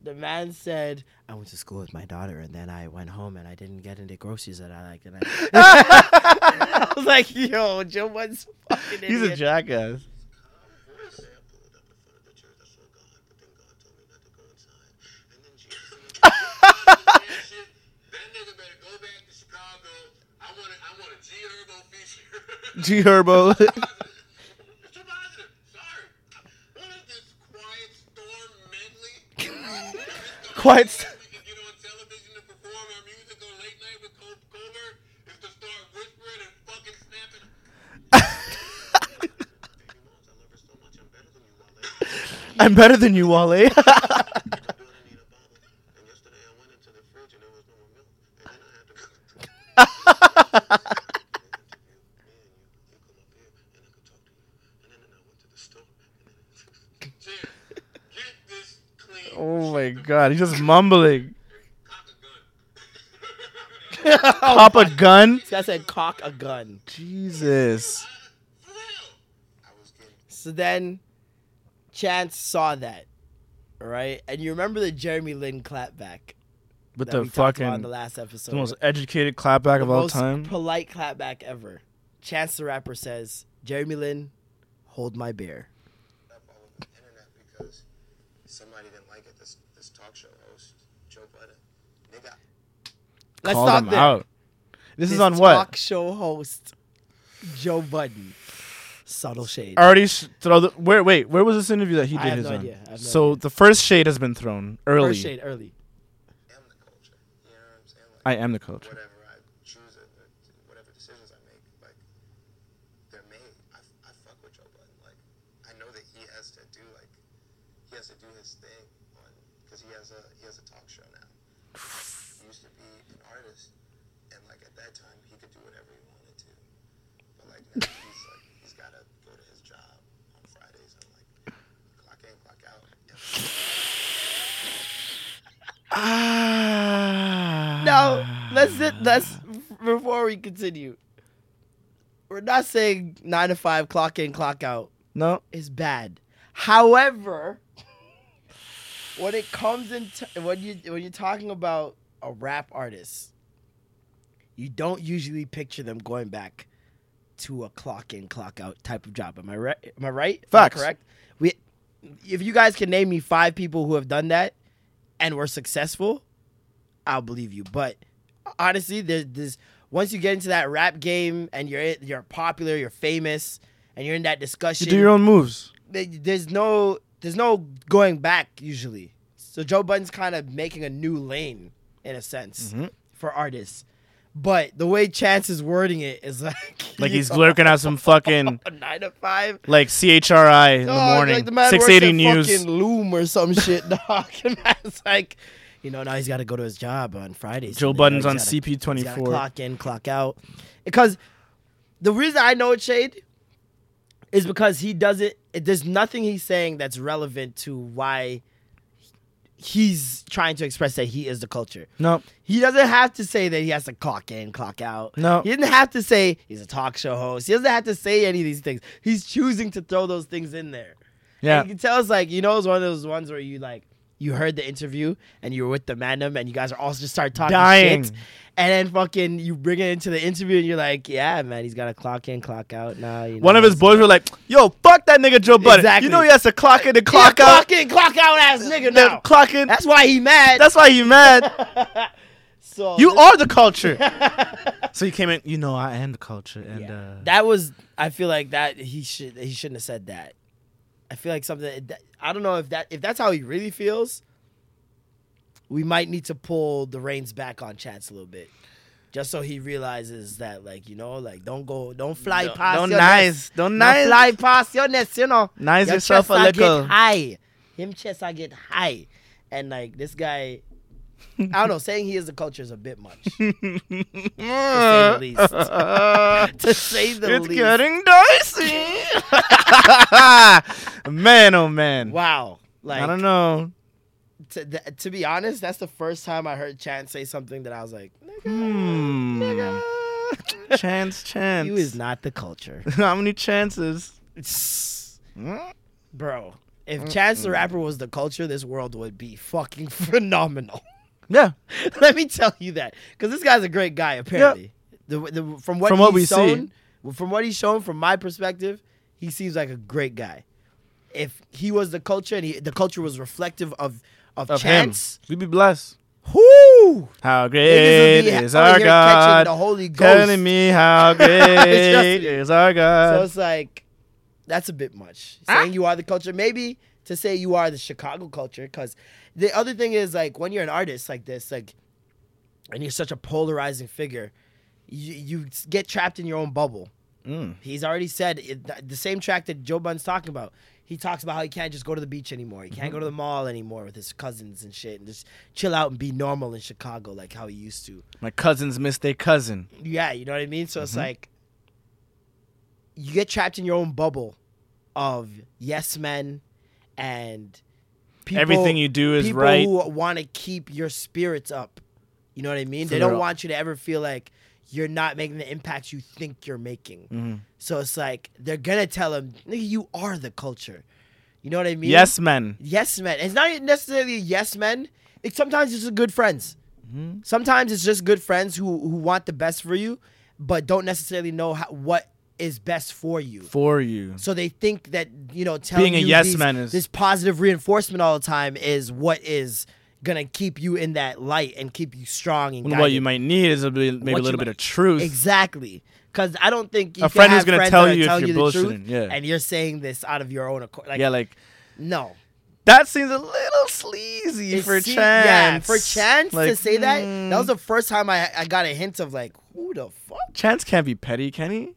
Speaker 2: the man said, I went to school with my daughter and then I went home and I didn't get any groceries that I liked. And I, I was like, yo, Joe Budden's a fucking
Speaker 3: He's a
Speaker 2: idiot.
Speaker 3: jackass.
Speaker 5: I pulled up in front of the church. I saw God, but then God told me not to go inside. And then Jesus. Shit, that nigga better go back to Chicago. I want a, I want a G Herbo feature.
Speaker 3: G Herbo.
Speaker 5: it's too positive. Sorry. What is this quiet storm medley?
Speaker 3: Quiet
Speaker 5: Storm.
Speaker 3: Storm.
Speaker 5: We can get on television to perform our music on late night with Col- Colbert is to start whispering and fucking snapping. Baby moms, I love her so much. I'm better than you,
Speaker 3: I'm
Speaker 5: Wale.
Speaker 3: better than you, Wale.
Speaker 5: I don't need a bottle. And yesterday I went into the fridge and there was no more milk. And then I had to go to the you come up here and I could talk to you. And then, I went to the store. And then Cheers. Get this clean.
Speaker 3: oh my god, he's just mumbling.
Speaker 5: Cock a gun.
Speaker 2: Oh
Speaker 3: Pop a gun.
Speaker 2: This guy said, cock a gun.
Speaker 3: Jesus.
Speaker 5: For real. I was getting
Speaker 2: So then Chance saw that, right? And you remember the Jeremy Lin clapback
Speaker 3: With
Speaker 2: that
Speaker 3: the
Speaker 2: we talked about
Speaker 3: fucking
Speaker 2: in the last episode.
Speaker 3: the most educated clapback of
Speaker 2: the
Speaker 3: all
Speaker 2: most
Speaker 3: time.
Speaker 2: polite clapback ever. Chance the Rapper says, Jeremy Lin, hold my beer.
Speaker 5: up all over the internet because somebody didn't like it. This this talk show host, Joe Budden. Nigga,
Speaker 2: Let's
Speaker 3: Call
Speaker 2: stop
Speaker 3: them
Speaker 2: there.
Speaker 3: out. This, is
Speaker 2: This
Speaker 3: on what?
Speaker 2: Talk show host Joe Budden. Subtle shade.
Speaker 3: Already sh- throw the where? Wait, where was this interview that he
Speaker 2: I
Speaker 3: did
Speaker 2: have
Speaker 3: his
Speaker 2: no
Speaker 3: on?
Speaker 2: idea. I have no
Speaker 3: so
Speaker 2: idea.
Speaker 3: the first shade has been thrown early.
Speaker 2: First shade early.
Speaker 5: am the culture. You know what I'm saying? Like,
Speaker 3: I am the culture.
Speaker 5: whatever I choose, it, but whatever decisions I make, like they're made. I, I fuck with Joe Budden. Like I know that he has to do like he has to do his thing on because he has a he has a talk show now. He used to be an artist, and like at that time he could do whatever he wanted to, but like now he's like he's gotta go to his job on Fridays and like clock in, clock out.
Speaker 3: Ah.
Speaker 2: No, let's it. Let's before we continue. We're not saying nine to five, clock in, clock out
Speaker 3: No,
Speaker 2: is bad. However, when it comes in, t- when you when you're talking about a rap artist, you don't usually picture them going back to a clock in, clock out type of job. Am I right? Am I right? Am I
Speaker 3: Facts.
Speaker 2: correct. We, if you guys can name me five people who have done that and were successful, I'll believe you. But honestly, there's, there's once you get into that rap game and you're you're popular, you're famous, and you're in that
Speaker 3: you
Speaker 2: discussion
Speaker 3: do your own moves.
Speaker 2: they- there's no there's no going back usually. So Joe Budden's kind of making a new lane in a sense
Speaker 3: Mm-hmm.
Speaker 2: for artists. But the way Chance is wording it is like
Speaker 3: Like
Speaker 2: you
Speaker 3: he's
Speaker 2: know,
Speaker 3: lurking at some fucking
Speaker 2: a nine to five.
Speaker 3: like CHRI in the
Speaker 2: Dog,
Speaker 3: morning,
Speaker 2: Oh, like the man
Speaker 3: six eighty
Speaker 2: works at
Speaker 3: news.
Speaker 2: fucking Loom or some shit, dog. The man's like, you know, now he's got to go to his job on Fridays.
Speaker 3: Joe
Speaker 2: You know,
Speaker 3: Budden's
Speaker 2: he's
Speaker 3: on
Speaker 2: gotta-
Speaker 3: CP24.
Speaker 2: he's gotta Clock in, clock out. Because the reason I know it's Shade is because he doesn't. It, there's nothing he's saying that's relevant to why he's trying to express that he is the culture.
Speaker 3: No,
Speaker 2: He doesn't have to say that he has to clock in, clock out.
Speaker 3: No.
Speaker 2: He doesn't have to say he's a talk show host. He doesn't have to say any of these things. He's choosing to throw those things in there.
Speaker 3: Yeah.
Speaker 2: And you can tell it's like, you know, it's one of those ones where you like, you heard the interview and you were with the madam and you guys are also just start talking
Speaker 3: Dying.
Speaker 2: shit. And then fucking you bring it into the interview and you're like, yeah, man, he's got to clock in, clock out. Nah, you know,
Speaker 3: one of his
Speaker 2: he's-
Speaker 3: boys were like, "Yo, fuck that nigga Joe Budden.
Speaker 2: Exactly.
Speaker 3: You know he has to clock in and
Speaker 2: He a
Speaker 3: clock out.
Speaker 2: Clock in, clock out ass nigga
Speaker 3: That-
Speaker 2: now.
Speaker 3: Clock in.
Speaker 2: That's why he mad.
Speaker 3: That's why he mad.
Speaker 2: so
Speaker 3: You are the culture. so he came in. You know, I am the culture, and
Speaker 2: Yeah.
Speaker 3: uh,
Speaker 2: that was I feel like that he should he shouldn't have said that. I feel like something that, I don't know if that if that's how he really feels. We might need to pull the reins back on Chance a little bit, just so he realizes that like you know like don't go don't fly past
Speaker 3: don't
Speaker 2: your
Speaker 3: nice,
Speaker 2: nest.
Speaker 3: don't nice.
Speaker 2: fly past your nest you know
Speaker 3: Nice
Speaker 2: Your
Speaker 3: yourself
Speaker 2: chest
Speaker 3: a
Speaker 2: I get
Speaker 3: little.
Speaker 2: high him chest I get high and like this guy. I don't know. Saying he is the culture is a bit much, to say the least. to say the
Speaker 3: Mm. it's
Speaker 2: least.
Speaker 3: getting dicey. man, oh man.
Speaker 2: Wow. Like
Speaker 3: I don't know.
Speaker 2: To, th- to be honest, that's the first time I heard Chance say something that I was like,
Speaker 3: Hmm. Chance, chance.
Speaker 2: "You is not the culture,
Speaker 3: How many chances?
Speaker 2: bro."
Speaker 3: Mm.
Speaker 2: If Chance the rapper was the culture, this world would be fucking phenomenal.
Speaker 3: Yeah.
Speaker 2: Let me tell you that, because this guy's a great guy. Apparently, the, the, from what he's
Speaker 3: From what we see.
Speaker 2: shown, from what he's shown, from my perspective, he seems like a great guy. If he was the culture and he, the culture was reflective of of,
Speaker 3: Of
Speaker 2: Chance,
Speaker 3: him. We'd be blessed.
Speaker 2: who
Speaker 3: How
Speaker 2: Niggas
Speaker 3: great
Speaker 2: will be
Speaker 3: is
Speaker 2: out
Speaker 3: our
Speaker 2: here catching
Speaker 3: God?
Speaker 2: the Holy Ghost.
Speaker 3: Telling me how great
Speaker 2: It's just-
Speaker 3: is our
Speaker 2: So
Speaker 3: God.
Speaker 2: it's like, that's a bit much. Saying you are the culture, maybe to say you are the Chicago culture, because the other thing is like when you're an artist like this, like, and you're such a polarizing figure, you, you s- get trapped in your own bubble. He's already said it, th- the same track that Joe Budden's talking about. He talks about how he can't just go to the beach anymore. He can't go to the mall anymore with his cousins and shit, and just chill out and be normal in Chicago like how he used to.
Speaker 3: My cousins miss their cousin.
Speaker 2: Yeah, you know what I mean? So it's
Speaker 3: Mm-hmm.
Speaker 2: like you get trapped in your own bubble of yes men and people,
Speaker 3: Everything you do is
Speaker 2: people
Speaker 3: right.
Speaker 2: who want to keep your spirits up. You know what I mean?
Speaker 3: So
Speaker 2: they don't
Speaker 3: they're-
Speaker 2: want you to ever feel like you're not making the impact you think you're making.
Speaker 3: Mm-hmm.
Speaker 2: So it's like they're gonna tell him, "Nigga, you are the culture." You know what I mean?
Speaker 3: Yes, man.
Speaker 2: yes men. It's not necessarily yes men. It's sometimes it's just good friends.
Speaker 3: Mm-hmm.
Speaker 2: Sometimes it's just good friends who who want the best for you, but don't necessarily know how, what is best for you.
Speaker 3: For you.
Speaker 2: So they think that you know telling
Speaker 3: Being a
Speaker 2: you
Speaker 3: yes
Speaker 2: these-
Speaker 3: man is-
Speaker 2: this positive reinforcement all the time is what is gonna keep you in that light and keep you strong and
Speaker 3: what you
Speaker 2: guided.
Speaker 3: might need is a bit, maybe
Speaker 2: What
Speaker 3: a
Speaker 2: you
Speaker 3: little
Speaker 2: might-
Speaker 3: bit of truth.
Speaker 2: Exactly. Because I don't think you
Speaker 3: A
Speaker 2: can
Speaker 3: friend who's
Speaker 2: have
Speaker 3: gonna
Speaker 2: friends
Speaker 3: tell
Speaker 2: that
Speaker 3: you if
Speaker 2: tell
Speaker 3: you're
Speaker 2: you the truth,
Speaker 3: bullshitting, yeah.
Speaker 2: and you're saying this out of your own accord. Like,
Speaker 3: Yeah, like
Speaker 2: no,
Speaker 3: that seems a little sleazy
Speaker 2: It
Speaker 3: for
Speaker 2: seem-
Speaker 3: chance.
Speaker 2: Yeah, for chance to
Speaker 3: Like,
Speaker 2: say that.
Speaker 3: mm,
Speaker 2: That was the first time I, I got a hint of like, who the fuck?
Speaker 3: chance can't be petty, can he?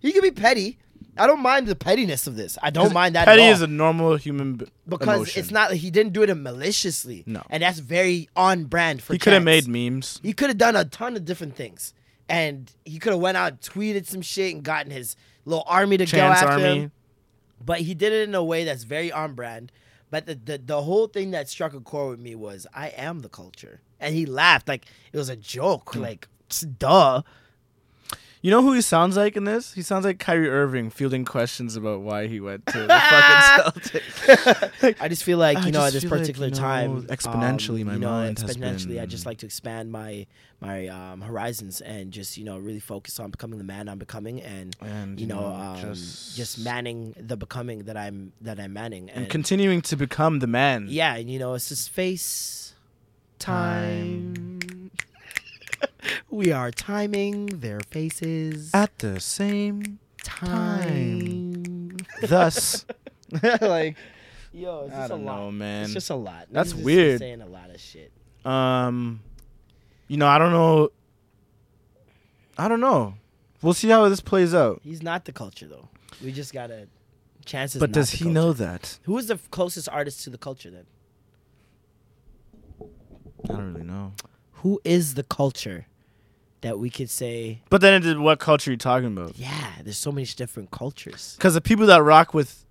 Speaker 2: He could be petty. I don't mind the pettiness of this. I don't mind that
Speaker 3: petty
Speaker 2: at all.
Speaker 3: is a normal human b-
Speaker 2: because
Speaker 3: emotion.
Speaker 2: it's not he didn't do it maliciously.
Speaker 3: No.
Speaker 2: And that's very on brand for
Speaker 3: He could have
Speaker 2: Chance.
Speaker 3: made memes.
Speaker 2: He could have done a ton of different things. And he could have went out, tweeted some shit, and gotten his little army to
Speaker 3: Chance
Speaker 2: go after
Speaker 3: Army.
Speaker 2: him. But he did it in a way that's very on brand. But the, the the whole thing that struck a chord with me was I am the culture. and he laughed like it was a joke.
Speaker 3: Hmm.
Speaker 2: Like "Tss, duh.
Speaker 3: You know who he sounds like in this? He sounds like Kyrie Irving fielding questions about why he went to the fucking Celtics.
Speaker 2: I just feel like
Speaker 3: I
Speaker 2: you know at
Speaker 3: just
Speaker 2: this
Speaker 3: feel like,
Speaker 2: particular
Speaker 3: you know,
Speaker 2: time,
Speaker 3: exponentially
Speaker 2: um,
Speaker 3: my
Speaker 2: you know,
Speaker 3: mind has
Speaker 2: exponentially, I
Speaker 3: been-
Speaker 2: just like to expand my my um, horizons and just you know really focus on becoming the man I'm becoming, and,
Speaker 3: And,
Speaker 2: you
Speaker 3: you
Speaker 2: know,
Speaker 3: know,
Speaker 2: um, just...
Speaker 3: just-
Speaker 2: manning the becoming that I'm that I'm manning, and,
Speaker 3: And continuing to become the man.
Speaker 2: yeah, and you know it's just face time. we are timing their faces
Speaker 3: At the same time.
Speaker 2: time.
Speaker 3: Thus. like,
Speaker 2: Yo, it's
Speaker 3: I
Speaker 2: just a
Speaker 3: don't
Speaker 2: lot.
Speaker 3: know, man.
Speaker 2: It's just a lot.
Speaker 3: That's
Speaker 2: Niggas just
Speaker 3: weird.
Speaker 2: Saying a lot of shit.
Speaker 3: Um, you know, I don't know. I don't know. We'll see how this plays out.
Speaker 2: He's not the culture though. We just gotta chances.
Speaker 3: But does he know that?
Speaker 2: Who is the f- closest artist to the culture then?
Speaker 3: I don't really know.
Speaker 2: Who is the culture that we could say?
Speaker 3: But then, it, what culture are you talking about?
Speaker 2: Yeah, there's so many different cultures.
Speaker 3: Because the people that rock with,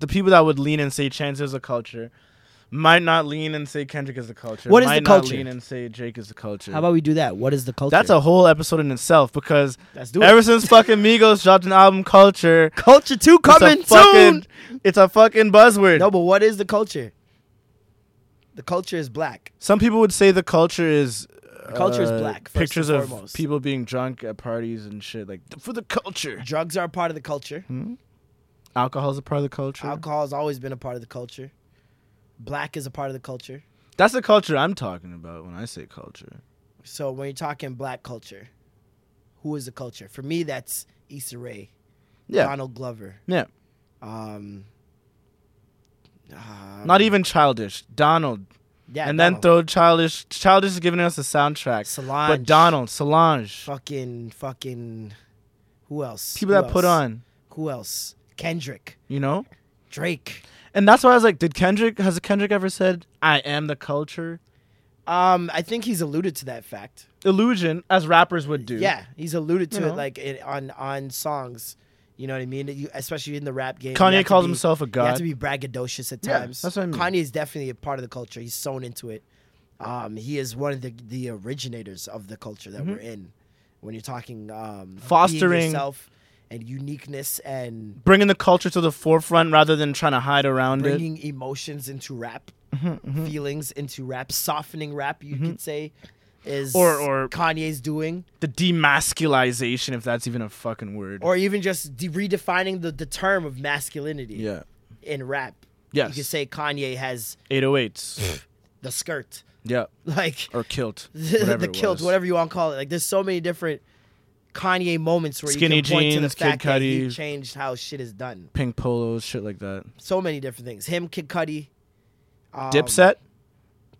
Speaker 3: the people that would lean and say Chance is a culture, might not lean and say Kendrick is a culture.
Speaker 2: What is the
Speaker 3: might
Speaker 2: culture?
Speaker 3: Not lean and say Drake is a culture.
Speaker 2: How about we do that? What is the culture?
Speaker 3: That's a whole episode in itself because
Speaker 2: Let's do it.
Speaker 3: ever since fucking Migos dropped an album, Culture,
Speaker 2: culture two
Speaker 3: it's a
Speaker 2: coming
Speaker 3: fucking-
Speaker 2: soon.
Speaker 3: it's a fucking buzzword.
Speaker 2: No, but what is the culture? The culture is black.
Speaker 3: Some people would say the culture is
Speaker 2: culture is
Speaker 3: uh,
Speaker 2: black, first
Speaker 3: Pictures
Speaker 2: and
Speaker 3: of
Speaker 2: foremost.
Speaker 3: people being drunk at parties and shit like for the culture.
Speaker 2: Drugs are a part of the culture.
Speaker 3: Mm, Alcohol's a part of the culture.
Speaker 2: Alcohol has always been a part of the culture. Black is a part of the culture.
Speaker 3: That's the culture I'm talking about when I say culture.
Speaker 2: So when you're talking black culture, who is the culture? For me, that's Issa Rae,
Speaker 3: Yeah,
Speaker 2: Donald Glover.
Speaker 3: yeah.
Speaker 2: Um, uh,
Speaker 3: Not even childish. Donald.
Speaker 2: yeah,
Speaker 3: and then
Speaker 2: Donald.
Speaker 3: throw childish. Childish is giving us a soundtrack.
Speaker 2: Solange.
Speaker 3: But Donald, Solange,
Speaker 2: fucking fucking who else?
Speaker 3: people
Speaker 2: Who
Speaker 3: that put
Speaker 2: else?
Speaker 3: on,
Speaker 2: who else? Kendrick,
Speaker 3: you know.
Speaker 2: Drake.
Speaker 3: And that's why I was like, did Kendrick? Has Kendrick ever said, "I am the culture"?
Speaker 2: Um, I think he's alluded to that fact.
Speaker 3: Illusion, as rappers would do.
Speaker 2: Yeah, he's alluded to
Speaker 3: You
Speaker 2: it
Speaker 3: know.
Speaker 2: like it, on on songs. You know what I mean? You, especially in the rap game. you
Speaker 3: Kanye
Speaker 2: have to
Speaker 3: calls
Speaker 2: be-
Speaker 3: himself a
Speaker 2: You
Speaker 3: god.
Speaker 2: have to be braggadocious at
Speaker 3: Yeah,
Speaker 2: times.
Speaker 3: that's what I mean.
Speaker 2: Kanye is definitely a part of the culture. He's sewn into it. Um, he is one of the the originators of the culture that we're in. When you're talking um, being
Speaker 3: Mm-hmm. Fostering-
Speaker 2: yourself and uniqueness and
Speaker 3: bringing the culture to the forefront rather than trying to hide around it.
Speaker 2: bringing emotions into rap,
Speaker 3: Mm-hmm,
Speaker 2: feelings into rap, softening rap, you could say, is
Speaker 3: Or- or-
Speaker 2: Kanye's doing,
Speaker 3: The demasculization, if that's even a fucking word.
Speaker 2: or even just de- redefining the, the term of masculinity in rap.
Speaker 3: Yes.
Speaker 2: you could say Kanye has
Speaker 3: 808s.
Speaker 2: the skirt,
Speaker 3: yeah.
Speaker 2: like
Speaker 3: Or kilt.
Speaker 2: the,
Speaker 3: Whatever
Speaker 2: the
Speaker 3: it
Speaker 2: kilt,
Speaker 3: was.
Speaker 2: whatever you want to call it. Like there's so many different Kanye moments where
Speaker 3: Skinny
Speaker 2: you can point to the
Speaker 3: jeans, Kid
Speaker 2: fact that he
Speaker 3: Cudi.
Speaker 2: changed how shit is done.
Speaker 3: Pink polos, shit like that.
Speaker 2: So many different things. Him, Kid Cudi, um,
Speaker 3: Dipset.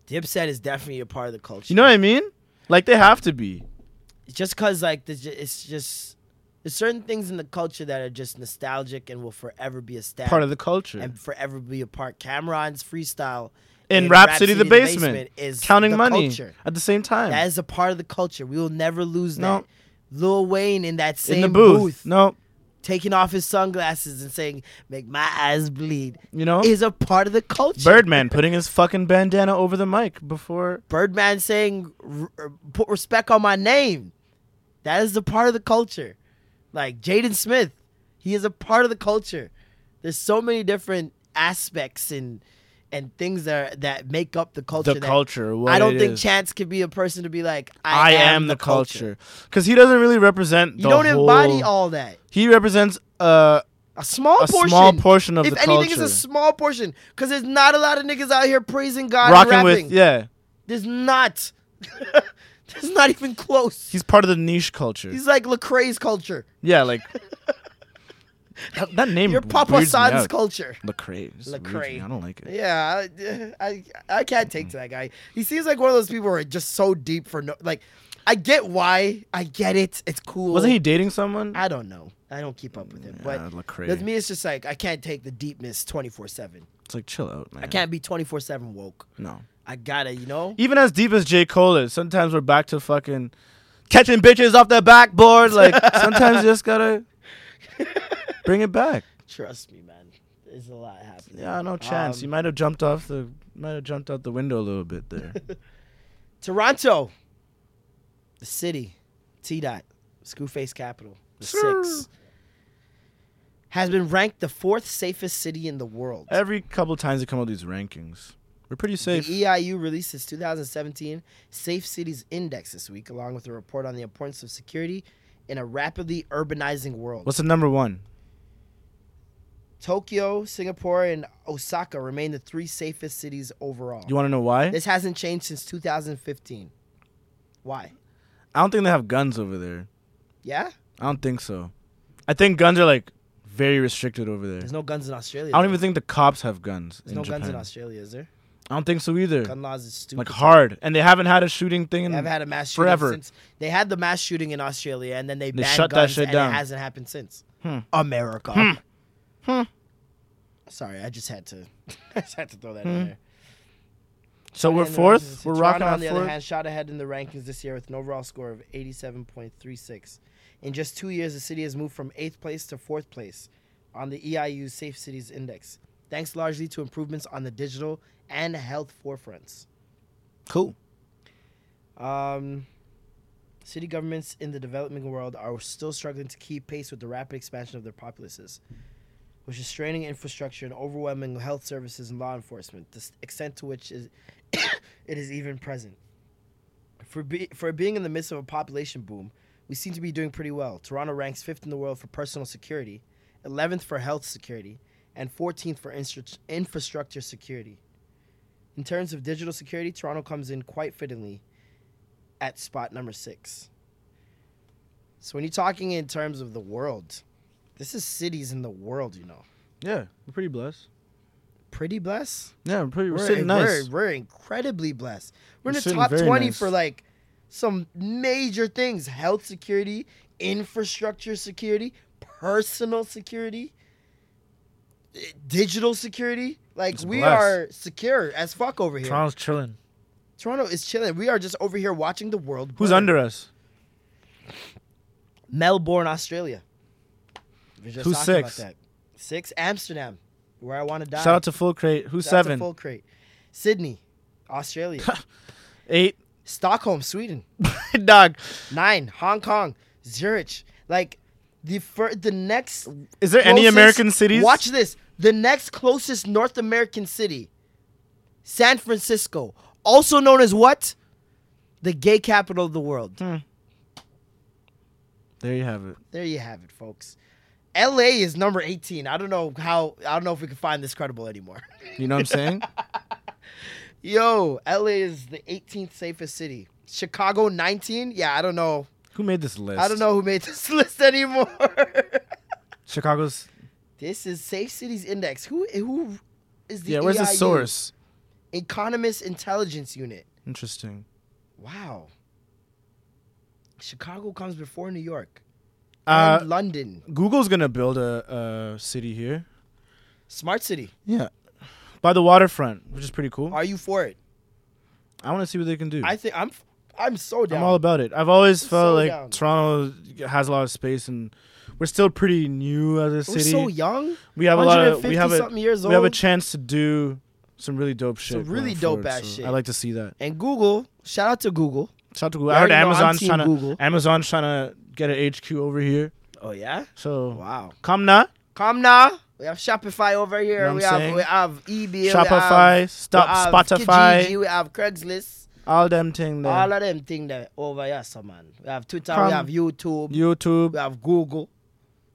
Speaker 2: Dipset is definitely a part of the culture.
Speaker 3: You know what I mean? Like they have to be.
Speaker 2: just because like there's ju- it's just there's certain things in the culture that are just nostalgic and will forever be a stab
Speaker 3: Part of the culture.
Speaker 2: and forever be a part. Cameron's freestyle
Speaker 3: in
Speaker 2: in Rhapsody
Speaker 3: Rhapsody, the,
Speaker 2: in the
Speaker 3: basement,
Speaker 2: Basement is
Speaker 3: counting
Speaker 2: the
Speaker 3: money
Speaker 2: culture.
Speaker 3: at the same time.
Speaker 2: that is a part of the culture. We will never lose
Speaker 3: No.
Speaker 2: that. Lil Wayne in that same
Speaker 3: in the booth.
Speaker 2: booth
Speaker 3: No,
Speaker 2: taking off his sunglasses and saying "Make my eyes bleed"
Speaker 3: you know,
Speaker 2: is a part of the culture.
Speaker 3: Birdman putting his fucking bandana over the mic before.
Speaker 2: Birdman saying "R- r- "Put respect on my name," that is a part of the culture. Like Jaden Smith, he is a part of the culture. There's so many different aspects and and things that are, that make up the culture. that-
Speaker 3: culture, what
Speaker 2: I don't
Speaker 3: it
Speaker 2: think
Speaker 3: is.
Speaker 2: Chance could be a person to be like,
Speaker 3: I, am, the culture, because he doesn't really represent.
Speaker 2: You
Speaker 3: the
Speaker 2: don't embody
Speaker 3: whole-
Speaker 2: all that.
Speaker 3: He represents uh
Speaker 2: A small
Speaker 3: A
Speaker 2: portion.
Speaker 3: small portion of
Speaker 2: if
Speaker 3: the
Speaker 2: anything,
Speaker 3: culture.
Speaker 2: it's a small portion because there's not a lot of niggas out here praising God
Speaker 3: rocking
Speaker 2: and
Speaker 3: with
Speaker 2: rapping.
Speaker 3: yeah.
Speaker 2: There's not. there's not even close.
Speaker 3: He's part of the niche culture.
Speaker 2: He's like Lecrae's culture.
Speaker 3: yeah, like that, that name.
Speaker 2: Your Papa
Speaker 3: weirds me
Speaker 2: San's
Speaker 3: out.
Speaker 2: culture.
Speaker 3: Lecrae. It's weird to
Speaker 2: Lecrae.
Speaker 3: me. I don't like it.
Speaker 2: Yeah, I, I I can't take to that guy. He seems like one of those people who are just so deep for no. Like, I get why. I get it. It's cool.
Speaker 3: Wasn't he dating someone?
Speaker 2: I don't know. I don't keep up with him.
Speaker 3: Yeah,
Speaker 2: But
Speaker 3: Lecrae.
Speaker 2: with me, it's just like I can't take the deepness twenty four seven.
Speaker 3: It's like chill out, man.
Speaker 2: I can't be twenty four seven woke.
Speaker 3: No.
Speaker 2: I gotta, you know.
Speaker 3: even as deep as J. Cole is, sometimes we're back to fucking catching bitches off their backboard. Like sometimes you just gotta bring it back.
Speaker 2: Trust me, man. There's a lot happening.
Speaker 3: Yeah, no chance.
Speaker 2: Um,
Speaker 3: you might have jumped off the might have jumped out the window a little bit there.
Speaker 2: Toronto, the city, T dot, Screwface capital, the six, has been ranked the fourth safest city in the world.
Speaker 3: Every couple times they come out with these rankings, we're pretty safe.
Speaker 2: The E EIU released its 2017 Safe Cities Index this week, along with a report on the importance of security in a rapidly urbanizing world.
Speaker 3: What's the number one?
Speaker 2: Tokyo, Singapore, and Osaka remain the three safest cities overall.
Speaker 3: You want to know why?
Speaker 2: This hasn't changed since 2015. Why?
Speaker 3: I don't think they have guns over there.
Speaker 2: Yeah?
Speaker 3: I don't think so. I think guns are like very restricted over there.
Speaker 2: There's no guns in Australia.
Speaker 3: I don't
Speaker 2: though.
Speaker 3: even think the cops have guns
Speaker 2: There's
Speaker 3: in
Speaker 2: no
Speaker 3: Japan.
Speaker 2: guns in Australia, is there?
Speaker 3: I don't think so either.
Speaker 2: Gun laws is stupid.
Speaker 3: like hard, and they haven't had a shooting thing in
Speaker 2: They haven't had a mass shooting
Speaker 3: forever.
Speaker 2: since they had the mass shooting in Australia, and then they,
Speaker 3: They
Speaker 2: banned
Speaker 3: shut that
Speaker 2: guns,
Speaker 3: shit
Speaker 2: and
Speaker 3: down.
Speaker 2: it hasn't happened since. America. Hmm. Sorry, I just had to. I just had to throw that
Speaker 3: Hmm.
Speaker 2: in there.
Speaker 3: So we're
Speaker 2: And then
Speaker 3: fourth. We're
Speaker 2: Toronto,
Speaker 3: rocking
Speaker 2: on
Speaker 3: on
Speaker 2: the
Speaker 3: fourth.
Speaker 2: other hand, shot ahead in the rankings this year with an overall score of 87.36. In just two years, the city has moved from eighth place to fourth place on the EIU's Safe Cities Index, thanks largely to improvements on the digital and health forefronts.
Speaker 3: Cool.
Speaker 2: Um, city governments in the developing world are still struggling to keep pace with the rapid expansion of their populaces, which is straining infrastructure and overwhelming health services and law enforcement, the s- extent to which is it is even present. For, be, for being in the midst of a population boom, we seem to be doing pretty well. Toronto ranks fifth in the world for personal security, 11th for health security, and 14th for instru- infrastructure security. In terms of digital security, Toronto comes in quite fittingly at spot number six. So when you're talking in terms of the world, this is cities in the world, you know.
Speaker 3: Yeah, we're pretty blessed.
Speaker 2: Pretty blessed.
Speaker 3: Yeah, we're pretty. We're,
Speaker 2: We're,
Speaker 3: sitting nice.
Speaker 2: we're, we're incredibly blessed. We're,
Speaker 3: We're
Speaker 2: in the
Speaker 3: sitting
Speaker 2: top
Speaker 3: very
Speaker 2: 20
Speaker 3: nice.
Speaker 2: for like some major things health security, infrastructure security, personal security, eh, digital security. Like,
Speaker 3: It's
Speaker 2: we
Speaker 3: blessed.
Speaker 2: are secure as fuck over here. Toronto,
Speaker 6: Toronto's chilling.
Speaker 2: is chilling. We are just over here watching the world.
Speaker 3: Who's
Speaker 2: burn.
Speaker 3: under us?
Speaker 2: Melbourne, Australia. We were just
Speaker 3: Who's
Speaker 2: talking about
Speaker 3: six?
Speaker 2: that. Six, Amsterdam, where I want to die.
Speaker 3: Shout out to Full Crate. Who's
Speaker 2: Shout out to
Speaker 3: seven?
Speaker 2: Full Crate. Sydney, Australia.
Speaker 3: Eight.
Speaker 2: Stockholm, Sweden.
Speaker 3: Dog.
Speaker 2: Nine, Hong Kong, Zurich. Like the fir- the next.
Speaker 3: Is there any American cities?
Speaker 2: Watch this. The next closest North American city, San Francisco, also known as what? The gay capital of the world.
Speaker 3: Hmm. There you have it.
Speaker 2: There you have it, folks. LA is number 18. I don't know how I don't know if we can find this credible anymore.
Speaker 3: You know what I'm saying?
Speaker 2: Yo, LA is the 18th safest city. Chicago 19? Yeah, I don't know.
Speaker 3: Who made this list?
Speaker 2: I don't know who made this list anymore.
Speaker 3: Chicago's.
Speaker 2: this is Safe Cities Index. Who who is the E
Speaker 3: yeah, where's the
Speaker 2: EIU?
Speaker 3: source?
Speaker 2: Economist Intelligence Unit.
Speaker 3: Interesting.
Speaker 2: Wow. Chicago comes before New York.
Speaker 3: Uh,
Speaker 2: and London.
Speaker 3: Google's gonna build a, a city here.
Speaker 2: Smart city.
Speaker 3: Yeah. By the waterfront, which is pretty cool.
Speaker 2: Are you for it?
Speaker 3: I want to see what they can do.
Speaker 2: I think I'm I'm so down.
Speaker 3: I'm all about it. I've always felt
Speaker 2: so
Speaker 3: like
Speaker 2: down.
Speaker 3: Toronto has a lot of space, and we're still pretty new as a
Speaker 2: We're
Speaker 3: city.
Speaker 2: so young.
Speaker 3: we have a lot of
Speaker 2: 150
Speaker 3: we have a
Speaker 2: something years
Speaker 3: we have
Speaker 2: old.
Speaker 3: a chance to do some really dope shit.
Speaker 2: Some really dope
Speaker 3: going forward,
Speaker 2: ass
Speaker 3: so
Speaker 2: shit.
Speaker 3: I like to see that.
Speaker 2: And Google, shout out to Google.
Speaker 3: Shout out to Google.
Speaker 2: We
Speaker 3: I heard
Speaker 2: already know I'm
Speaker 3: Amazon's
Speaker 2: team
Speaker 3: trying to
Speaker 2: Google.
Speaker 3: Amazon's trying to get an HQ over here.
Speaker 2: Oh yeah?
Speaker 3: So
Speaker 2: Wow.
Speaker 3: come now,
Speaker 2: Come now. We have Shopify over here.
Speaker 3: You know what
Speaker 2: we
Speaker 3: I'm
Speaker 2: have
Speaker 3: saying?
Speaker 2: we have eBay.
Speaker 3: Shopify,
Speaker 2: we have,
Speaker 3: Stop-
Speaker 2: we have
Speaker 3: Spotify.
Speaker 2: Kijiji, we have Craigslist.
Speaker 3: all them thing there.
Speaker 2: All of them thing that over here, so man. We have Twitter,
Speaker 3: Come.
Speaker 2: we have YouTube, we
Speaker 3: YouTube
Speaker 2: have Google.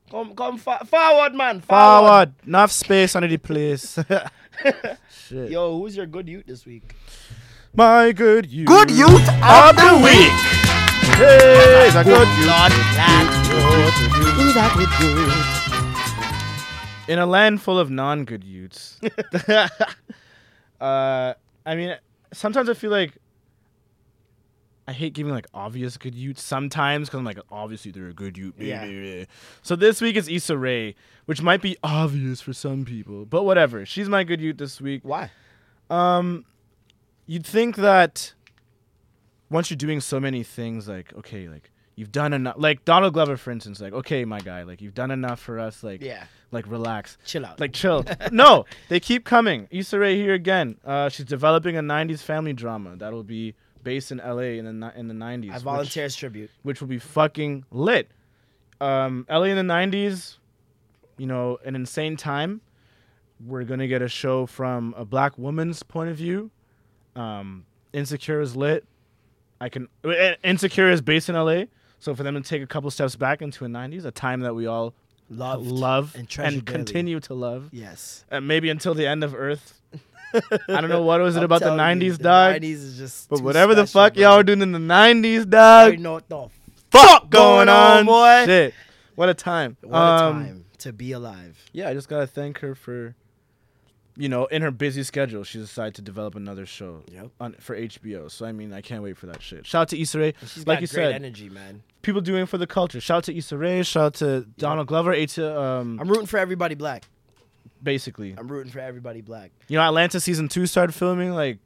Speaker 2: Come come fa- forward, man. Forward.
Speaker 3: forward, enough space under the place. shit.
Speaker 2: Yo, who's your good youth this week?
Speaker 3: My good you.
Speaker 7: Good youth of the week.
Speaker 3: Hey, is that good you? In a land full of non good youths. uh, I mean, sometimes I feel like I hate giving like obvious good youths sometimes because I'm like, obviously they're a good youth. Yeah. So this week is Issa Rae, which might be obvious for some people, but whatever. She's my good youth this week.
Speaker 2: Why?
Speaker 3: Um, you'd think that once you're doing so many things, like okay, like you've done enough. Like Donald Glover, for instance, like okay, my guy, like you've done enough for us. Like
Speaker 2: Yeah.
Speaker 3: like relax,
Speaker 2: Chill out.
Speaker 3: like chill. no, they keep coming. Issa Rae here again. Uh, she's developing a '90s family drama that'll be based in LA in the ni- in the 90s.
Speaker 2: I
Speaker 3: which-
Speaker 2: volunteer as tribute.
Speaker 3: which will be fucking lit. Um, LA in the 90s, you know, an insane time. We're going to get a show from a black woman's point of view. Um, Insecure is lit. I can I- Insecure is based in LA, so for them to take a couple steps back into the 90s, a time that we all
Speaker 2: Loved
Speaker 3: love
Speaker 2: and treasure daily.
Speaker 3: continue to love.
Speaker 2: Yes.
Speaker 3: Uh, maybe until the end of earth. I don't know what was it about the
Speaker 2: Tell you,
Speaker 3: 90s, dog.
Speaker 2: 90s is just.
Speaker 3: but
Speaker 2: too
Speaker 3: whatever the
Speaker 2: special,
Speaker 3: fuck
Speaker 2: bro.
Speaker 3: y'all were doing in the 90s,
Speaker 2: I
Speaker 3: dog
Speaker 2: already know what the
Speaker 3: fuck
Speaker 2: going on, boy?
Speaker 3: Shit. What a time.
Speaker 2: What
Speaker 3: Um,
Speaker 2: a time to be alive.
Speaker 3: Yeah, I just gotta thank her for, you know, in her busy schedule, she decided to develop another show
Speaker 2: Yep.
Speaker 3: on for HBO. So I mean, I can't wait for that shit. Shout out to Issa Rae.
Speaker 2: She's
Speaker 3: like
Speaker 2: got
Speaker 3: you
Speaker 2: great
Speaker 3: said,
Speaker 2: energy, man.
Speaker 3: people doing it for the culture. Shout out to Issa Rae. Shout out to Donald Glover. Ata, um,
Speaker 2: I'm rooting for everybody black.
Speaker 3: basically,
Speaker 2: I'm rooting for everybody black.
Speaker 3: you know, Atlanta season two started filming. Like,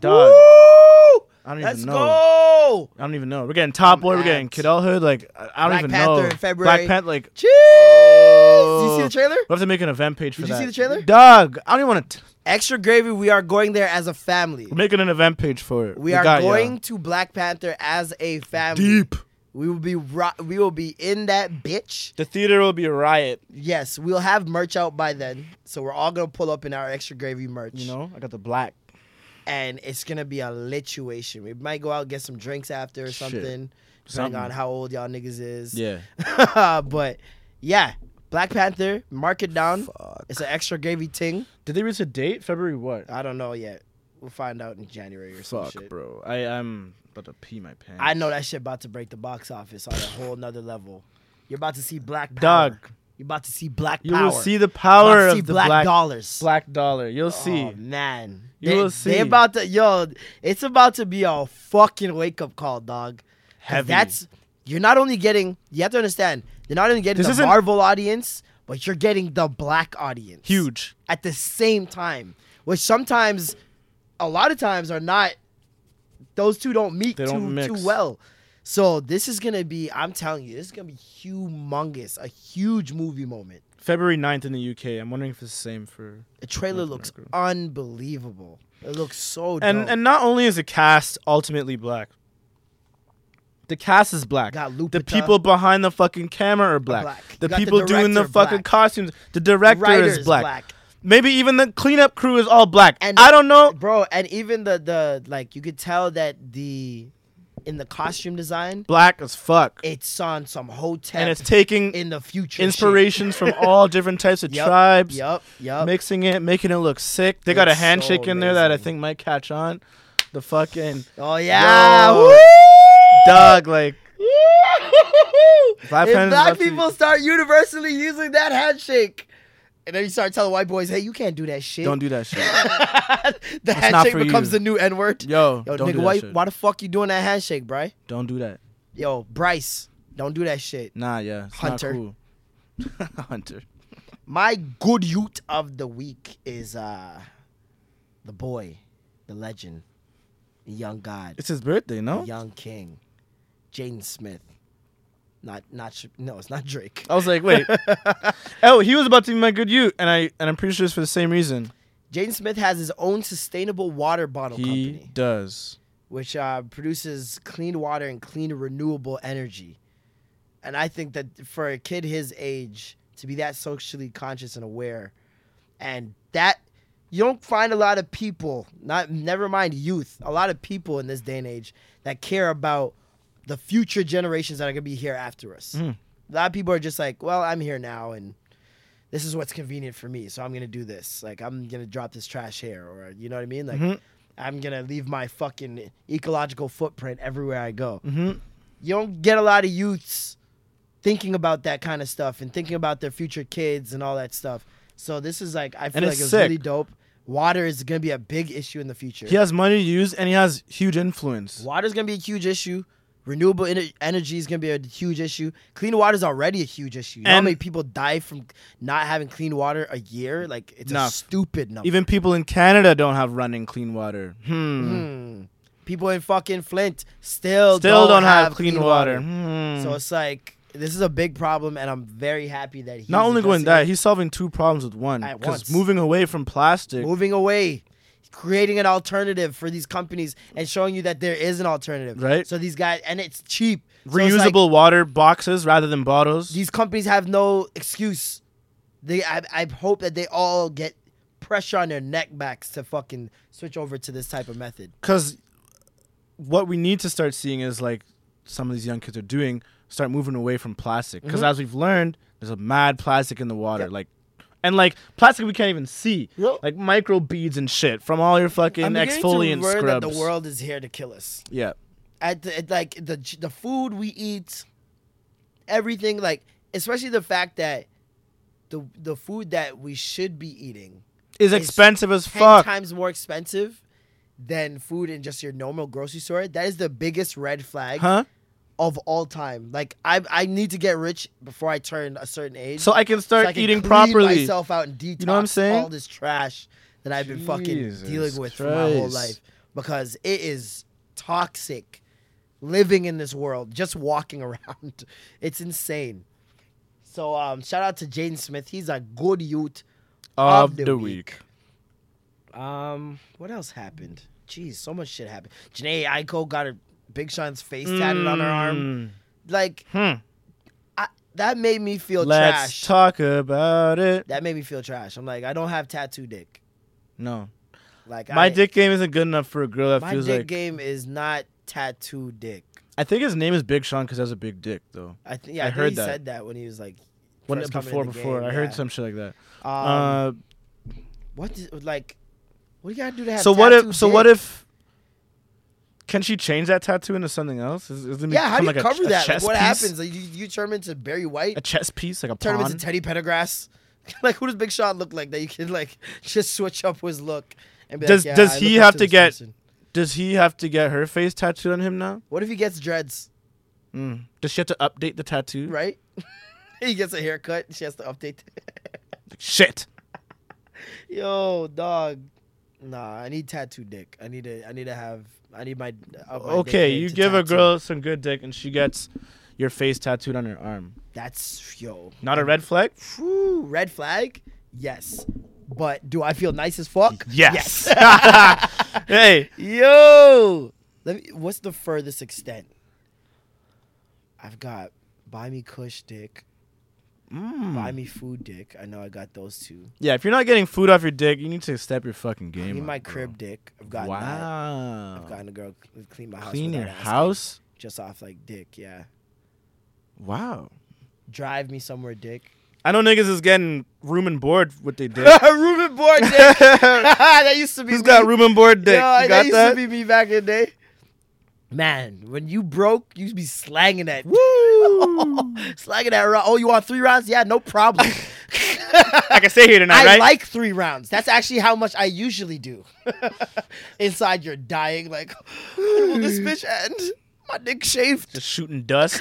Speaker 3: dog.
Speaker 2: Woo!
Speaker 3: I don't
Speaker 2: Let's
Speaker 3: even know.
Speaker 2: go.
Speaker 3: I don't even know. We're getting Top
Speaker 2: I'm
Speaker 3: Boy. We're getting
Speaker 2: amped.
Speaker 3: Kid L Hood. Like, I I don't
Speaker 2: Black
Speaker 3: even
Speaker 2: Panther
Speaker 3: know.
Speaker 2: in February.
Speaker 3: Black Panther. Like,
Speaker 2: Cheers.
Speaker 3: Oh.
Speaker 2: Did you see the trailer?
Speaker 3: We'll have to make an event page for
Speaker 2: Did you
Speaker 3: that.
Speaker 2: see the trailer?
Speaker 3: Doug, I don't even want to.
Speaker 2: Extra gravy. We are going there as a family.
Speaker 3: We're making an event page for it.
Speaker 2: We are
Speaker 3: got ya.
Speaker 2: going to Black Panther as a family.
Speaker 3: deep.
Speaker 2: We will be ro- we will be in that bitch.
Speaker 3: The theater will be a riot.
Speaker 2: Yes, we'll have merch out by then. So we're all gonna pull up in our extra gravy merch.
Speaker 3: You know, I got the black.
Speaker 2: and it's gonna be a lituation. We might go out get some drinks after or
Speaker 3: Shit.
Speaker 2: something, depending
Speaker 3: Something.
Speaker 2: on how old y'all niggas is.
Speaker 3: Yeah.
Speaker 2: but yeah, Black Panther, mark it down. It's an extra gravy ting.
Speaker 3: Did they reach a date? February what?
Speaker 2: I don't know yet. We'll find out in January or some
Speaker 3: Fuck,
Speaker 2: shit.
Speaker 3: bro. I am about to pee my pants.
Speaker 2: I know that shit about to break the box office on a whole nother level. You're about to see black power.
Speaker 3: Dog.
Speaker 2: You're about to see black
Speaker 3: You
Speaker 2: power.
Speaker 3: will see the
Speaker 2: About
Speaker 3: power
Speaker 2: to
Speaker 3: of
Speaker 2: see
Speaker 3: the
Speaker 2: black,
Speaker 3: black
Speaker 2: dollars.
Speaker 3: black dollar. You'll
Speaker 2: Oh
Speaker 3: see.
Speaker 2: man,
Speaker 3: You
Speaker 2: they,
Speaker 3: will
Speaker 2: They
Speaker 3: see.
Speaker 2: about to yo. It's about to be a fucking wake up call, dog. 'Cause
Speaker 3: Heavy.
Speaker 2: That's you're not only getting. You have to understand. You're not only getting
Speaker 3: This
Speaker 2: the
Speaker 3: isn't-
Speaker 2: Marvel audience, but you're getting the black audience.
Speaker 3: Huge.
Speaker 2: at the same time, which sometimes, a lot of times, are not. Those two don't meet
Speaker 3: They
Speaker 2: too,
Speaker 3: don't
Speaker 2: too
Speaker 3: mix.
Speaker 2: well. So this is gonna be. I'm telling you, this is gonna be humongous, a huge movie moment.
Speaker 3: February 9th in the UK. I'm wondering if it's the same for.
Speaker 2: The trailer
Speaker 3: North
Speaker 2: looks
Speaker 3: America.
Speaker 2: unbelievable. It looks so dope.
Speaker 3: And and not only is the cast ultimately black. The cast is black.
Speaker 2: Got
Speaker 3: the
Speaker 2: Lupita.
Speaker 3: people behind the fucking camera are black.
Speaker 2: black.
Speaker 3: The
Speaker 2: Got the
Speaker 3: people doing the
Speaker 2: director
Speaker 3: fucking
Speaker 2: black.
Speaker 3: costumes. The director
Speaker 2: Writer's
Speaker 3: is black.
Speaker 2: black.
Speaker 3: Maybe even the cleanup crew is all black.
Speaker 2: And-
Speaker 3: I don't know.
Speaker 2: bro, and even the the like you could tell that the in the costume design,
Speaker 3: Black as fuck.
Speaker 2: it's on some hotel
Speaker 3: and it's taking
Speaker 2: in the future.
Speaker 3: inspirations from all different types of
Speaker 2: shit. Yup,
Speaker 3: tribes,
Speaker 2: Yup, yup.
Speaker 3: mixing it, making it look sick. They got a
Speaker 2: It's so
Speaker 3: handshake in there that I
Speaker 2: amazing.
Speaker 3: think might catch on. The fucking
Speaker 2: oh yeah.
Speaker 3: Yo.
Speaker 2: Woo!
Speaker 3: dog, like Black
Speaker 2: if black
Speaker 3: Panther's about to-
Speaker 2: people start universally using that handshake. And then you start telling white boys, "Hey, you can't do that shit."
Speaker 3: don't do that shit.
Speaker 2: the
Speaker 3: not
Speaker 2: handshake
Speaker 3: for
Speaker 2: becomes
Speaker 3: you.
Speaker 2: the new N word.
Speaker 3: Yo,
Speaker 2: Yo,
Speaker 3: don't
Speaker 2: nigga,
Speaker 3: do that
Speaker 2: why,
Speaker 3: shit.
Speaker 2: why the fuck you doing that handshake, Bry?
Speaker 3: Don't do that.
Speaker 2: Yo, Bryce, don't do that shit.
Speaker 3: Nah, yeah, it's
Speaker 2: Hunter.
Speaker 3: Not cool. Hunter.
Speaker 2: My good youth of the week is uh the boy, the legend, the young god,
Speaker 3: It's his birthday,
Speaker 2: the
Speaker 3: no?
Speaker 2: young king, Jaden Smith. Not not Sh- no, it's not Drake.
Speaker 3: I was like, wait. oh, he was about to be my good you, and I and I'm pretty sure it's for the same reason.
Speaker 2: Jaden Smith has his own sustainable water bottle
Speaker 3: He
Speaker 2: company,
Speaker 3: does.
Speaker 2: which uh, produces clean water and clean renewable energy. And I think that for a kid his age to be that socially conscious and aware, and that you don't find a lot of people not never mind youth a lot of people in this day and age that care about the future generations that are going to be here after us a lot of people are just like well i'm here now and this is what's convenient for me so i'm going to do this like i'm going to drop this trash here or you know what i mean like
Speaker 3: Mm-hmm.
Speaker 2: i'm going to leave my fucking ecological footprint everywhere i go
Speaker 3: Mm-hmm.
Speaker 2: you don't get a lot of youths thinking about that kind of stuff and thinking about their future kids and all that stuff. So this is like I feel like
Speaker 3: it's
Speaker 2: it was
Speaker 3: sick.
Speaker 2: really dope. Water is gonna be a big issue in the future.
Speaker 3: He has money to use, and he has huge influence.
Speaker 2: Water's gonna be a huge issue. Renewable ener- energy is gonna be a huge issue. Clean water's already a huge issue. You know how
Speaker 3: And-
Speaker 2: many people die from not having clean water a year? Like it's a
Speaker 3: Enough.
Speaker 2: stupid number.
Speaker 3: Even people in Canada don't have running clean water. Hmm.
Speaker 2: people in fucking Flint still
Speaker 3: Still
Speaker 2: don't,
Speaker 3: don't have clean water. Hmm.
Speaker 2: So it's like this is a big problem, and I'm very happy that he's
Speaker 3: Not only
Speaker 2: addressing
Speaker 3: going
Speaker 2: it.
Speaker 3: that, he's solving two problems with one.
Speaker 2: At once.
Speaker 3: Because moving away from plastic,
Speaker 2: moving away. creating an alternative for these companies and showing you that there is an alternative.
Speaker 3: Right.
Speaker 2: So these guys and it's cheap. So it's like,
Speaker 3: Reusable water boxes rather than bottles.
Speaker 2: these companies have no excuse. They, I, I hope that they all get pressure on their neck backs to fucking switch over to this type of method.
Speaker 3: because what we need to start seeing is like some of these young kids are doing start moving away from plastic
Speaker 2: Mm-hmm.
Speaker 3: because as we've learned there's a mad plastic in the water like and like plastic we can't even see
Speaker 2: Yep.
Speaker 3: like micro beads and shit from all your fucking
Speaker 2: I'm beginning
Speaker 3: exfoliant
Speaker 2: to learn
Speaker 3: scrubs
Speaker 2: that the world is here to kill us.
Speaker 3: yeah
Speaker 2: At the, at like the j- the food we eat, everything like especially the fact that the the food that we should be eating
Speaker 3: is
Speaker 2: It's
Speaker 3: expensive as
Speaker 2: 10
Speaker 3: fuck
Speaker 2: times more expensive than food in just your normal grocery store. That is the biggest red flag
Speaker 3: huh
Speaker 2: of all time. Like I I need to get rich before I turn a certain age.
Speaker 3: so i can
Speaker 2: so
Speaker 3: start
Speaker 2: I can
Speaker 3: eating
Speaker 2: clean
Speaker 3: properly
Speaker 2: myself out and detox
Speaker 3: know what I'm saying?
Speaker 2: all this trash that I've been fucking
Speaker 3: Jesus
Speaker 2: dealing with for my whole
Speaker 3: Christ.
Speaker 2: life because it is toxic living in this world, just walking around. It's insane. So um shout out to Jaden Smith. He's a good youth.
Speaker 3: of the week
Speaker 2: Um, what else happened? Jeez, so much shit happened. Janae Aiko got her Big Sean's face tatted on her arm.
Speaker 3: Hmm.
Speaker 2: Like, I, that made me feel
Speaker 3: let's
Speaker 2: trash.
Speaker 3: talk about it
Speaker 2: that made me feel trash. I'm like, I don't have tattoo dick.
Speaker 3: no
Speaker 2: Like,
Speaker 3: my
Speaker 2: I,
Speaker 3: dick game isn't good enough for a girl that
Speaker 2: my
Speaker 3: feels
Speaker 2: dick
Speaker 3: like
Speaker 2: game is not tattoo dick.
Speaker 3: i think his name is big sean because has a big dick though
Speaker 2: I think yeah, I,
Speaker 3: I
Speaker 2: think
Speaker 3: heard
Speaker 2: he
Speaker 3: that.
Speaker 2: said that when he was like,
Speaker 3: when,
Speaker 2: first coming in
Speaker 3: before
Speaker 2: the
Speaker 3: before
Speaker 2: game,
Speaker 3: i
Speaker 2: yeah.
Speaker 3: heard some shit like that
Speaker 2: Um,
Speaker 3: uh,
Speaker 2: what is, like, what do you gotta do to have?
Speaker 3: so what if
Speaker 2: tattoo
Speaker 3: so what
Speaker 2: dick?
Speaker 3: if can she change that tattoo into something else? Is, is it gonna
Speaker 2: Yeah, how do you
Speaker 3: become like a ch-
Speaker 2: cover
Speaker 3: a
Speaker 2: that? Like,
Speaker 3: chess
Speaker 2: what
Speaker 3: piece?
Speaker 2: happens? Like, you, you turn him into Barry White?
Speaker 3: A chess piece, like a
Speaker 2: turn him
Speaker 3: pawn.
Speaker 2: into Teddy Pendergrass. like, who does Big Sean look like that you can like just switch up his look? And be
Speaker 3: Does-
Speaker 2: like, yeah,
Speaker 3: does
Speaker 2: I
Speaker 3: he
Speaker 2: look up
Speaker 3: have
Speaker 2: to
Speaker 3: to
Speaker 2: this
Speaker 3: get-
Speaker 2: person.
Speaker 3: Does he have to get her face tattooed on him now?
Speaker 2: What if he gets dreads?
Speaker 3: Mm. Does she have to update the tattoo?
Speaker 2: Right? he gets a haircut. She has to update.
Speaker 3: Like, shit.
Speaker 2: Yo, dog. Nah, I need tattoo dick. I need to. I need to have. I need my. up my dick
Speaker 3: okay,
Speaker 2: game
Speaker 3: you
Speaker 2: to
Speaker 3: give a
Speaker 2: tattoo.
Speaker 3: girl some good dick and she gets your face tattooed on her arm.
Speaker 2: That's yo.
Speaker 3: Not a red flag?
Speaker 2: Whew, red flag. Yes. But do I feel nice as fuck?
Speaker 3: Yes. hey,
Speaker 2: Yo, let me. What's the furthest extent? I've got buy me Kush dick, buy me food dick. I know I got those two.
Speaker 3: yeah. If you're not getting food off your dick, you need to step your fucking game.
Speaker 2: Clean
Speaker 3: up,
Speaker 2: my
Speaker 3: bro.
Speaker 2: crib dick. I've gotten that.
Speaker 3: Wow.
Speaker 2: I've gotten a girl c- clean my house.
Speaker 3: Clean
Speaker 2: without
Speaker 3: your
Speaker 2: asking,
Speaker 3: house.
Speaker 2: just off like dick. Yeah,
Speaker 3: Wow.
Speaker 2: drive me somewhere, dick.
Speaker 3: I know niggas is getting room and board with they dick.
Speaker 2: room and board dick. that used to be.
Speaker 3: Who's
Speaker 2: me.
Speaker 3: got room and board dick?
Speaker 2: Yo, that
Speaker 3: you got
Speaker 2: used
Speaker 3: that?
Speaker 2: to be me back in the day. Man, when you broke, you'd be slanging that.
Speaker 3: Woo!
Speaker 2: Slagging that round. Oh, you want three rounds? Yeah, no problem.
Speaker 3: I can stay here tonight,
Speaker 2: I
Speaker 3: right?
Speaker 2: like three rounds. That's actually how much I usually do. Inside, you're dying. Like, when will this bitch end? My dick shaved.
Speaker 3: Just shooting dust.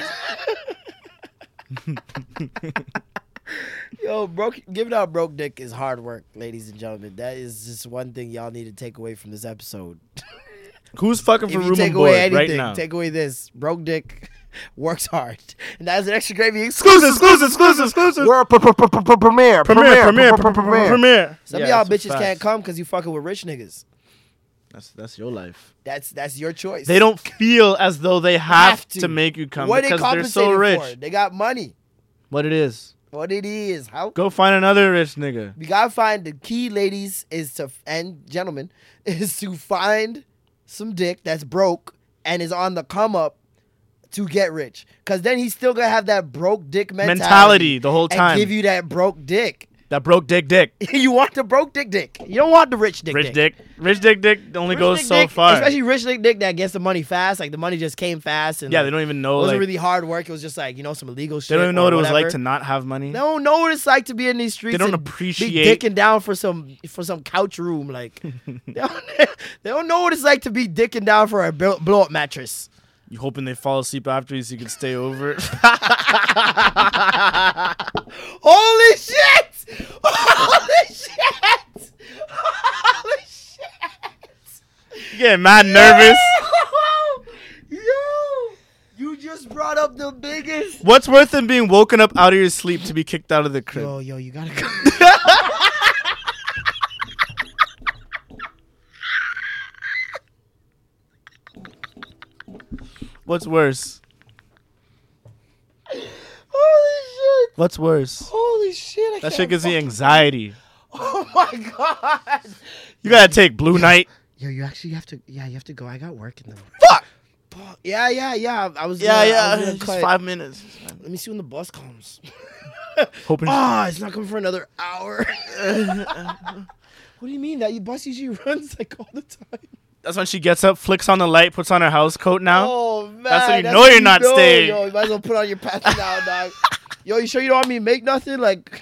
Speaker 2: Yo, broke. Giving out broke dick is hard work, ladies and gentlemen. That is just one thing y'all need to take away from this episode.
Speaker 3: Who's fucking for
Speaker 2: if you
Speaker 3: room
Speaker 2: take
Speaker 3: and
Speaker 2: away
Speaker 3: board right
Speaker 2: anything,
Speaker 3: now?
Speaker 2: take away this broke dick. Works hard, and that is an extra gravy exclusive.
Speaker 3: exclusive, exclusive, exclusive, exclusive.
Speaker 8: We're a pr- pr- pr- pr- premiere.
Speaker 3: Premiere, premiere,
Speaker 8: Premiere.
Speaker 3: pr- pr- pr- premiere.
Speaker 2: Some
Speaker 3: Yeah,
Speaker 2: of y'all
Speaker 3: that's a
Speaker 2: bitches can't
Speaker 3: fact.
Speaker 2: come because you fucking with rich niggas.
Speaker 3: That's that's your life.
Speaker 2: That's that's your choice.
Speaker 3: They don't feel as though they have, to. make you come
Speaker 2: What
Speaker 3: because
Speaker 2: they
Speaker 3: they're so
Speaker 2: compensating
Speaker 3: rich.
Speaker 2: For? They got money.
Speaker 3: What it is?
Speaker 2: What it is? How
Speaker 3: Go find another rich nigga.
Speaker 2: we gotta find the key, ladies, is to and gentlemen, is to find some dick that's broke and is on the come up to get rich. Cause then he's still gonna have that broke dick mentality,
Speaker 3: Mentality the whole
Speaker 2: and
Speaker 3: time.
Speaker 2: give you that broke dick.
Speaker 3: That broke dick, dick,
Speaker 2: you want the broke dick dick. You don't want the rich dick.
Speaker 3: rich dick, rich dick, dick only
Speaker 2: Rich
Speaker 3: goes
Speaker 2: dick
Speaker 3: so
Speaker 2: dick,
Speaker 3: far.
Speaker 2: Especially rich dick dick that gets the money fast. Like the money just came fast and
Speaker 3: yeah,
Speaker 2: like,
Speaker 3: they don't even
Speaker 2: It
Speaker 3: know.
Speaker 2: wasn't
Speaker 3: Like,
Speaker 2: really hard work. It was just like you know some illegal shit.
Speaker 3: they don't even
Speaker 2: or
Speaker 3: know what it was like
Speaker 2: whatever.
Speaker 3: to not have money.
Speaker 2: They don't know what it's like to be in these streets.
Speaker 3: don't
Speaker 2: and
Speaker 3: appreciate-
Speaker 2: be dicking down for some for some couch room. Like they, don't, they don't know what it's like to be dicking down for a blow, blow up mattress.
Speaker 3: You hoping they fall asleep after you so you can stay over.
Speaker 2: Holy shit! Holy shit! Holy shit!
Speaker 3: you getting mad nervous.
Speaker 2: Yo, you just brought up the biggest.
Speaker 3: What's worse than being woken up out of your sleep to be kicked out of the crib?
Speaker 2: Yo, yo, you gotta go.
Speaker 3: What's worse?
Speaker 9: Holy shit!
Speaker 3: What's worse?
Speaker 9: Holy shit! I
Speaker 3: That
Speaker 9: can't
Speaker 3: shit gives me
Speaker 9: fucking-
Speaker 3: anxiety.
Speaker 9: Oh my god!
Speaker 3: You gotta take Blue Knight.
Speaker 9: Yo, you actually have to. Yeah, you have to go. I got work in the morning. Fuck. Yeah, yeah, yeah. I was.
Speaker 3: Yeah,
Speaker 9: gonna- I
Speaker 3: yeah.
Speaker 9: was gonna
Speaker 3: Just
Speaker 9: cut.
Speaker 3: five minutes.
Speaker 9: Let me see when the bus comes.
Speaker 3: Hoping.
Speaker 9: Ah, it's not coming for another hour. what do you mean? That bus usually runs like all the time.
Speaker 3: That's when she gets up, flicks on the light, puts on her house coat now.
Speaker 9: Oh man,
Speaker 3: That's when you know
Speaker 9: when
Speaker 3: you're not staying.
Speaker 9: Yo, you might as well put on your pants now, dog. Yo, you sure you don't want me to make nothing? Like,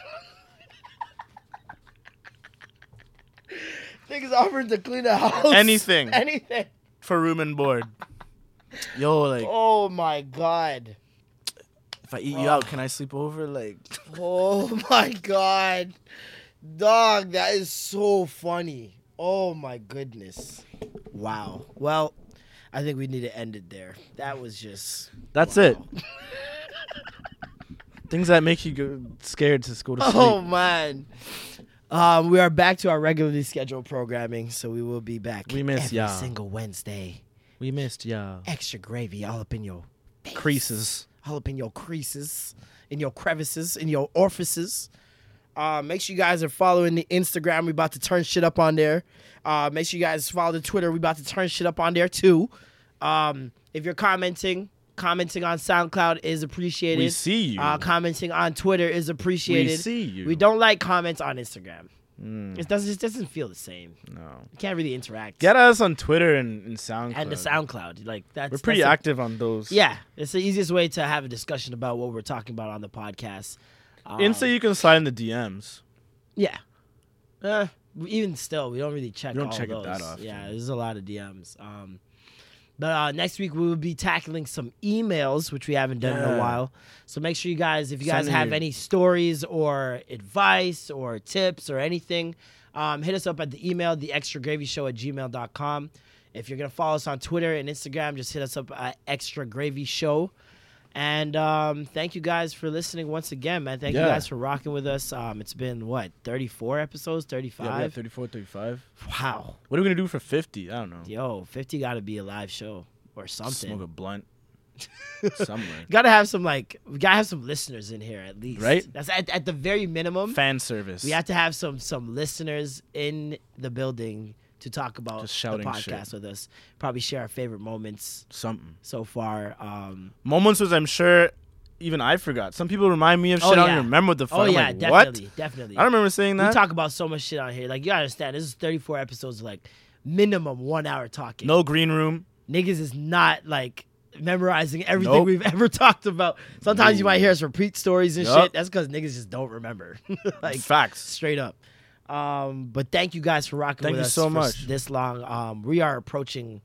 Speaker 9: niggas offered to clean the house.
Speaker 3: Anything.
Speaker 9: anything.
Speaker 3: for room and board. Yo, like,
Speaker 9: Oh my god.
Speaker 3: if I eat you out, can I sleep over? Like,
Speaker 9: Oh my god. Dog, that is so funny. Oh my goodness. Wow. Well, I think we need to end it there. That was just
Speaker 3: that's it. Things that make you go scared to go to sleep.
Speaker 9: Oh man. Um, we are back to our regularly scheduled programming, so we will be back.
Speaker 3: We miss
Speaker 9: every
Speaker 3: y'all.
Speaker 9: single Wednesday.
Speaker 3: We missed y'all.
Speaker 9: Extra gravy all up in your
Speaker 3: Creases.
Speaker 9: all up in your creases, in your crevices, in your orifices. Uh, make sure you guys are following the Instagram. We about to turn shit up on there. Uh, make sure you guys follow the Twitter. We about to turn shit up on there too. Um, if you're commenting, commenting on SoundCloud is appreciated.
Speaker 3: We see you.
Speaker 9: Uh, commenting on Twitter is appreciated.
Speaker 3: We see you.
Speaker 9: We don't like comments on Instagram. It doesn't. It doesn't feel the same.
Speaker 3: No.
Speaker 9: You can't really interact.
Speaker 3: Get us on Twitter and, and SoundCloud.
Speaker 2: and the SoundCloud. Like that's
Speaker 3: We're pretty
Speaker 2: that's a-
Speaker 3: active on those.
Speaker 2: yeah, it's the easiest way to have a discussion about what we're talking about on the podcast. Um,
Speaker 3: Insta, you can slide in the DMs.
Speaker 2: yeah. Uh, even still, we don't really check.
Speaker 3: Eh. You don't
Speaker 2: all
Speaker 3: check it
Speaker 2: those.
Speaker 3: that often.
Speaker 2: Yeah, there's a lot of DMs. Um, but uh, next week we will be tackling some emails, which we haven't done in
Speaker 3: Yeah.
Speaker 2: a while. So make sure you guys, if you
Speaker 3: Send
Speaker 2: guys
Speaker 3: in
Speaker 2: have
Speaker 3: your-
Speaker 2: any stories or advice or tips or anything, um, hit us up at the email, the extra gravy show at gmail.com. If you're going to follow us on Twitter and Instagram, just hit us up at extra gravy show. And um, thank you guys for listening once again, man. Thank you
Speaker 3: Yeah.
Speaker 2: guys for rocking with us. Um, it's been what, 34 episodes, 35?
Speaker 3: 34, 35.
Speaker 2: wow.
Speaker 3: What are we going to do for 50? I don't know.
Speaker 2: Yo, 50 got to be a live show or something.
Speaker 3: Smoke a blunt somewhere.
Speaker 2: gotta have some like we gotta have some listeners in here at least
Speaker 3: Right?
Speaker 2: that's at, at the very minimum
Speaker 3: Fan service.
Speaker 2: we have to have some some listeners in the building to talk about
Speaker 3: Just
Speaker 2: the
Speaker 3: shouting shit.
Speaker 2: podcast with us probably share our favorite moments
Speaker 3: Something.
Speaker 2: so far um
Speaker 3: Moments was, I'm sure, even I forgot. Some people remind me of shit.
Speaker 2: Oh,
Speaker 3: I
Speaker 2: yeah.
Speaker 3: don't remember the fuck.
Speaker 2: oh
Speaker 3: I'm
Speaker 2: yeah
Speaker 3: like, what?
Speaker 2: definitely definitely
Speaker 3: I don't remember saying
Speaker 2: we
Speaker 3: that.
Speaker 2: talk about so much shit on here like you gotta understand this is 34 episodes of, like minimum one hour talking
Speaker 3: no green room.
Speaker 2: niggas is not like memorizing everything
Speaker 3: Nope.
Speaker 2: we've ever talked about sometimes you might hear us repeat stories and
Speaker 3: Yup.
Speaker 2: shit that's because niggas just don't remember like
Speaker 3: Facts.
Speaker 2: straight up. Um, but thank you guys for rocking
Speaker 3: Thank
Speaker 2: with
Speaker 3: you
Speaker 2: us
Speaker 3: so
Speaker 2: for
Speaker 3: much.
Speaker 2: s- this long. Um, we are approaching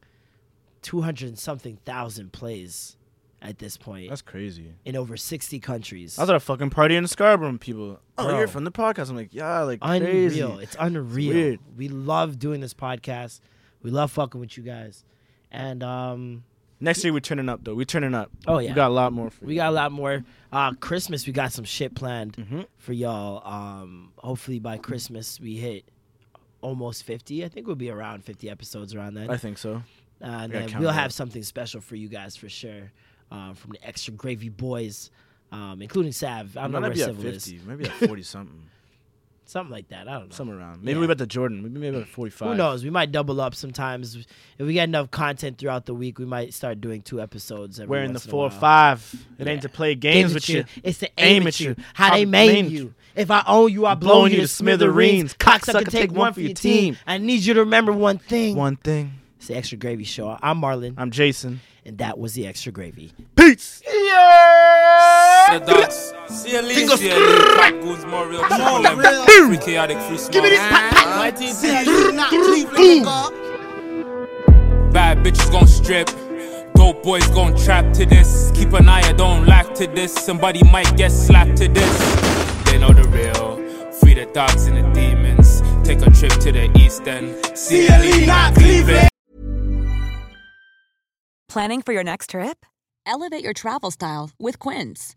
Speaker 2: 200 and something thousand plays at this point
Speaker 3: That's crazy.
Speaker 2: in over 60 countries.
Speaker 3: I was at a fucking party in Scarborough. and People, oh,
Speaker 2: Bro.
Speaker 3: you're from the podcast. I'm like, yeah, like crazy.
Speaker 2: unreal. It's unreal.
Speaker 3: weird.
Speaker 2: we love doing this podcast. We love fucking with you guys. And um,
Speaker 3: Next year we're turning up though. We're turning up.
Speaker 2: Oh, yeah.
Speaker 3: we got a lot more. For
Speaker 2: we
Speaker 3: you.
Speaker 2: got a lot more. Uh, Christmas, we got some shit planned
Speaker 3: Mm-hmm.
Speaker 2: for y'all. Um, hopefully by Christmas, we hit almost 50. I think we'll be around 50 episodes around that.
Speaker 3: I think so.
Speaker 2: Uh, and
Speaker 3: gotta
Speaker 2: then
Speaker 3: count
Speaker 2: we'll
Speaker 3: it
Speaker 2: have
Speaker 3: up.
Speaker 2: something special for you guys for sure um, from the Extra Gravy Boys, um, including Sav. I
Speaker 3: I
Speaker 2: don't know
Speaker 3: might
Speaker 2: where
Speaker 3: be at
Speaker 2: Civil is.
Speaker 3: 50, maybe at 40 something,
Speaker 2: Something like that. I don't know.
Speaker 3: somewhere around. Maybe
Speaker 2: Yeah.
Speaker 3: we bet the Jordan. Maybe maybe at 45.
Speaker 2: Who knows? We might double up sometimes. If we get enough content throughout the week, we might start doing two episodes every
Speaker 3: We're in the
Speaker 2: once in a
Speaker 3: four or
Speaker 2: while.
Speaker 3: five. It ain't
Speaker 2: Yeah.
Speaker 3: to play
Speaker 2: Aim
Speaker 3: games
Speaker 2: at
Speaker 3: with you.
Speaker 2: It's to aim, at you. How they
Speaker 3: I've
Speaker 2: made
Speaker 3: maimed
Speaker 2: you. If I own you, I blow you to smithereens. Cocksucker, take one for your team. I need you to remember one thing.
Speaker 3: One thing.
Speaker 2: It's the Extra Gravy Show. I'm Marlon,
Speaker 3: I'm Jason.
Speaker 2: and that was the Extra Gravy.
Speaker 3: Peace.
Speaker 10: The dots. See a lean, see a lean. Cat goes more real. More level. Free chaotic, free small. Give me this Bad bitches gon' strip. Dope boys gon' trap to this. Keep an eye, I don't lack to this. Somebody might get slapped to this. They know the real. Free the dogs and the demons. Take a trip to the east end. See a lean, E, not Cleveland.
Speaker 11: Planning for your next trip? Elevate your travel style with Quince.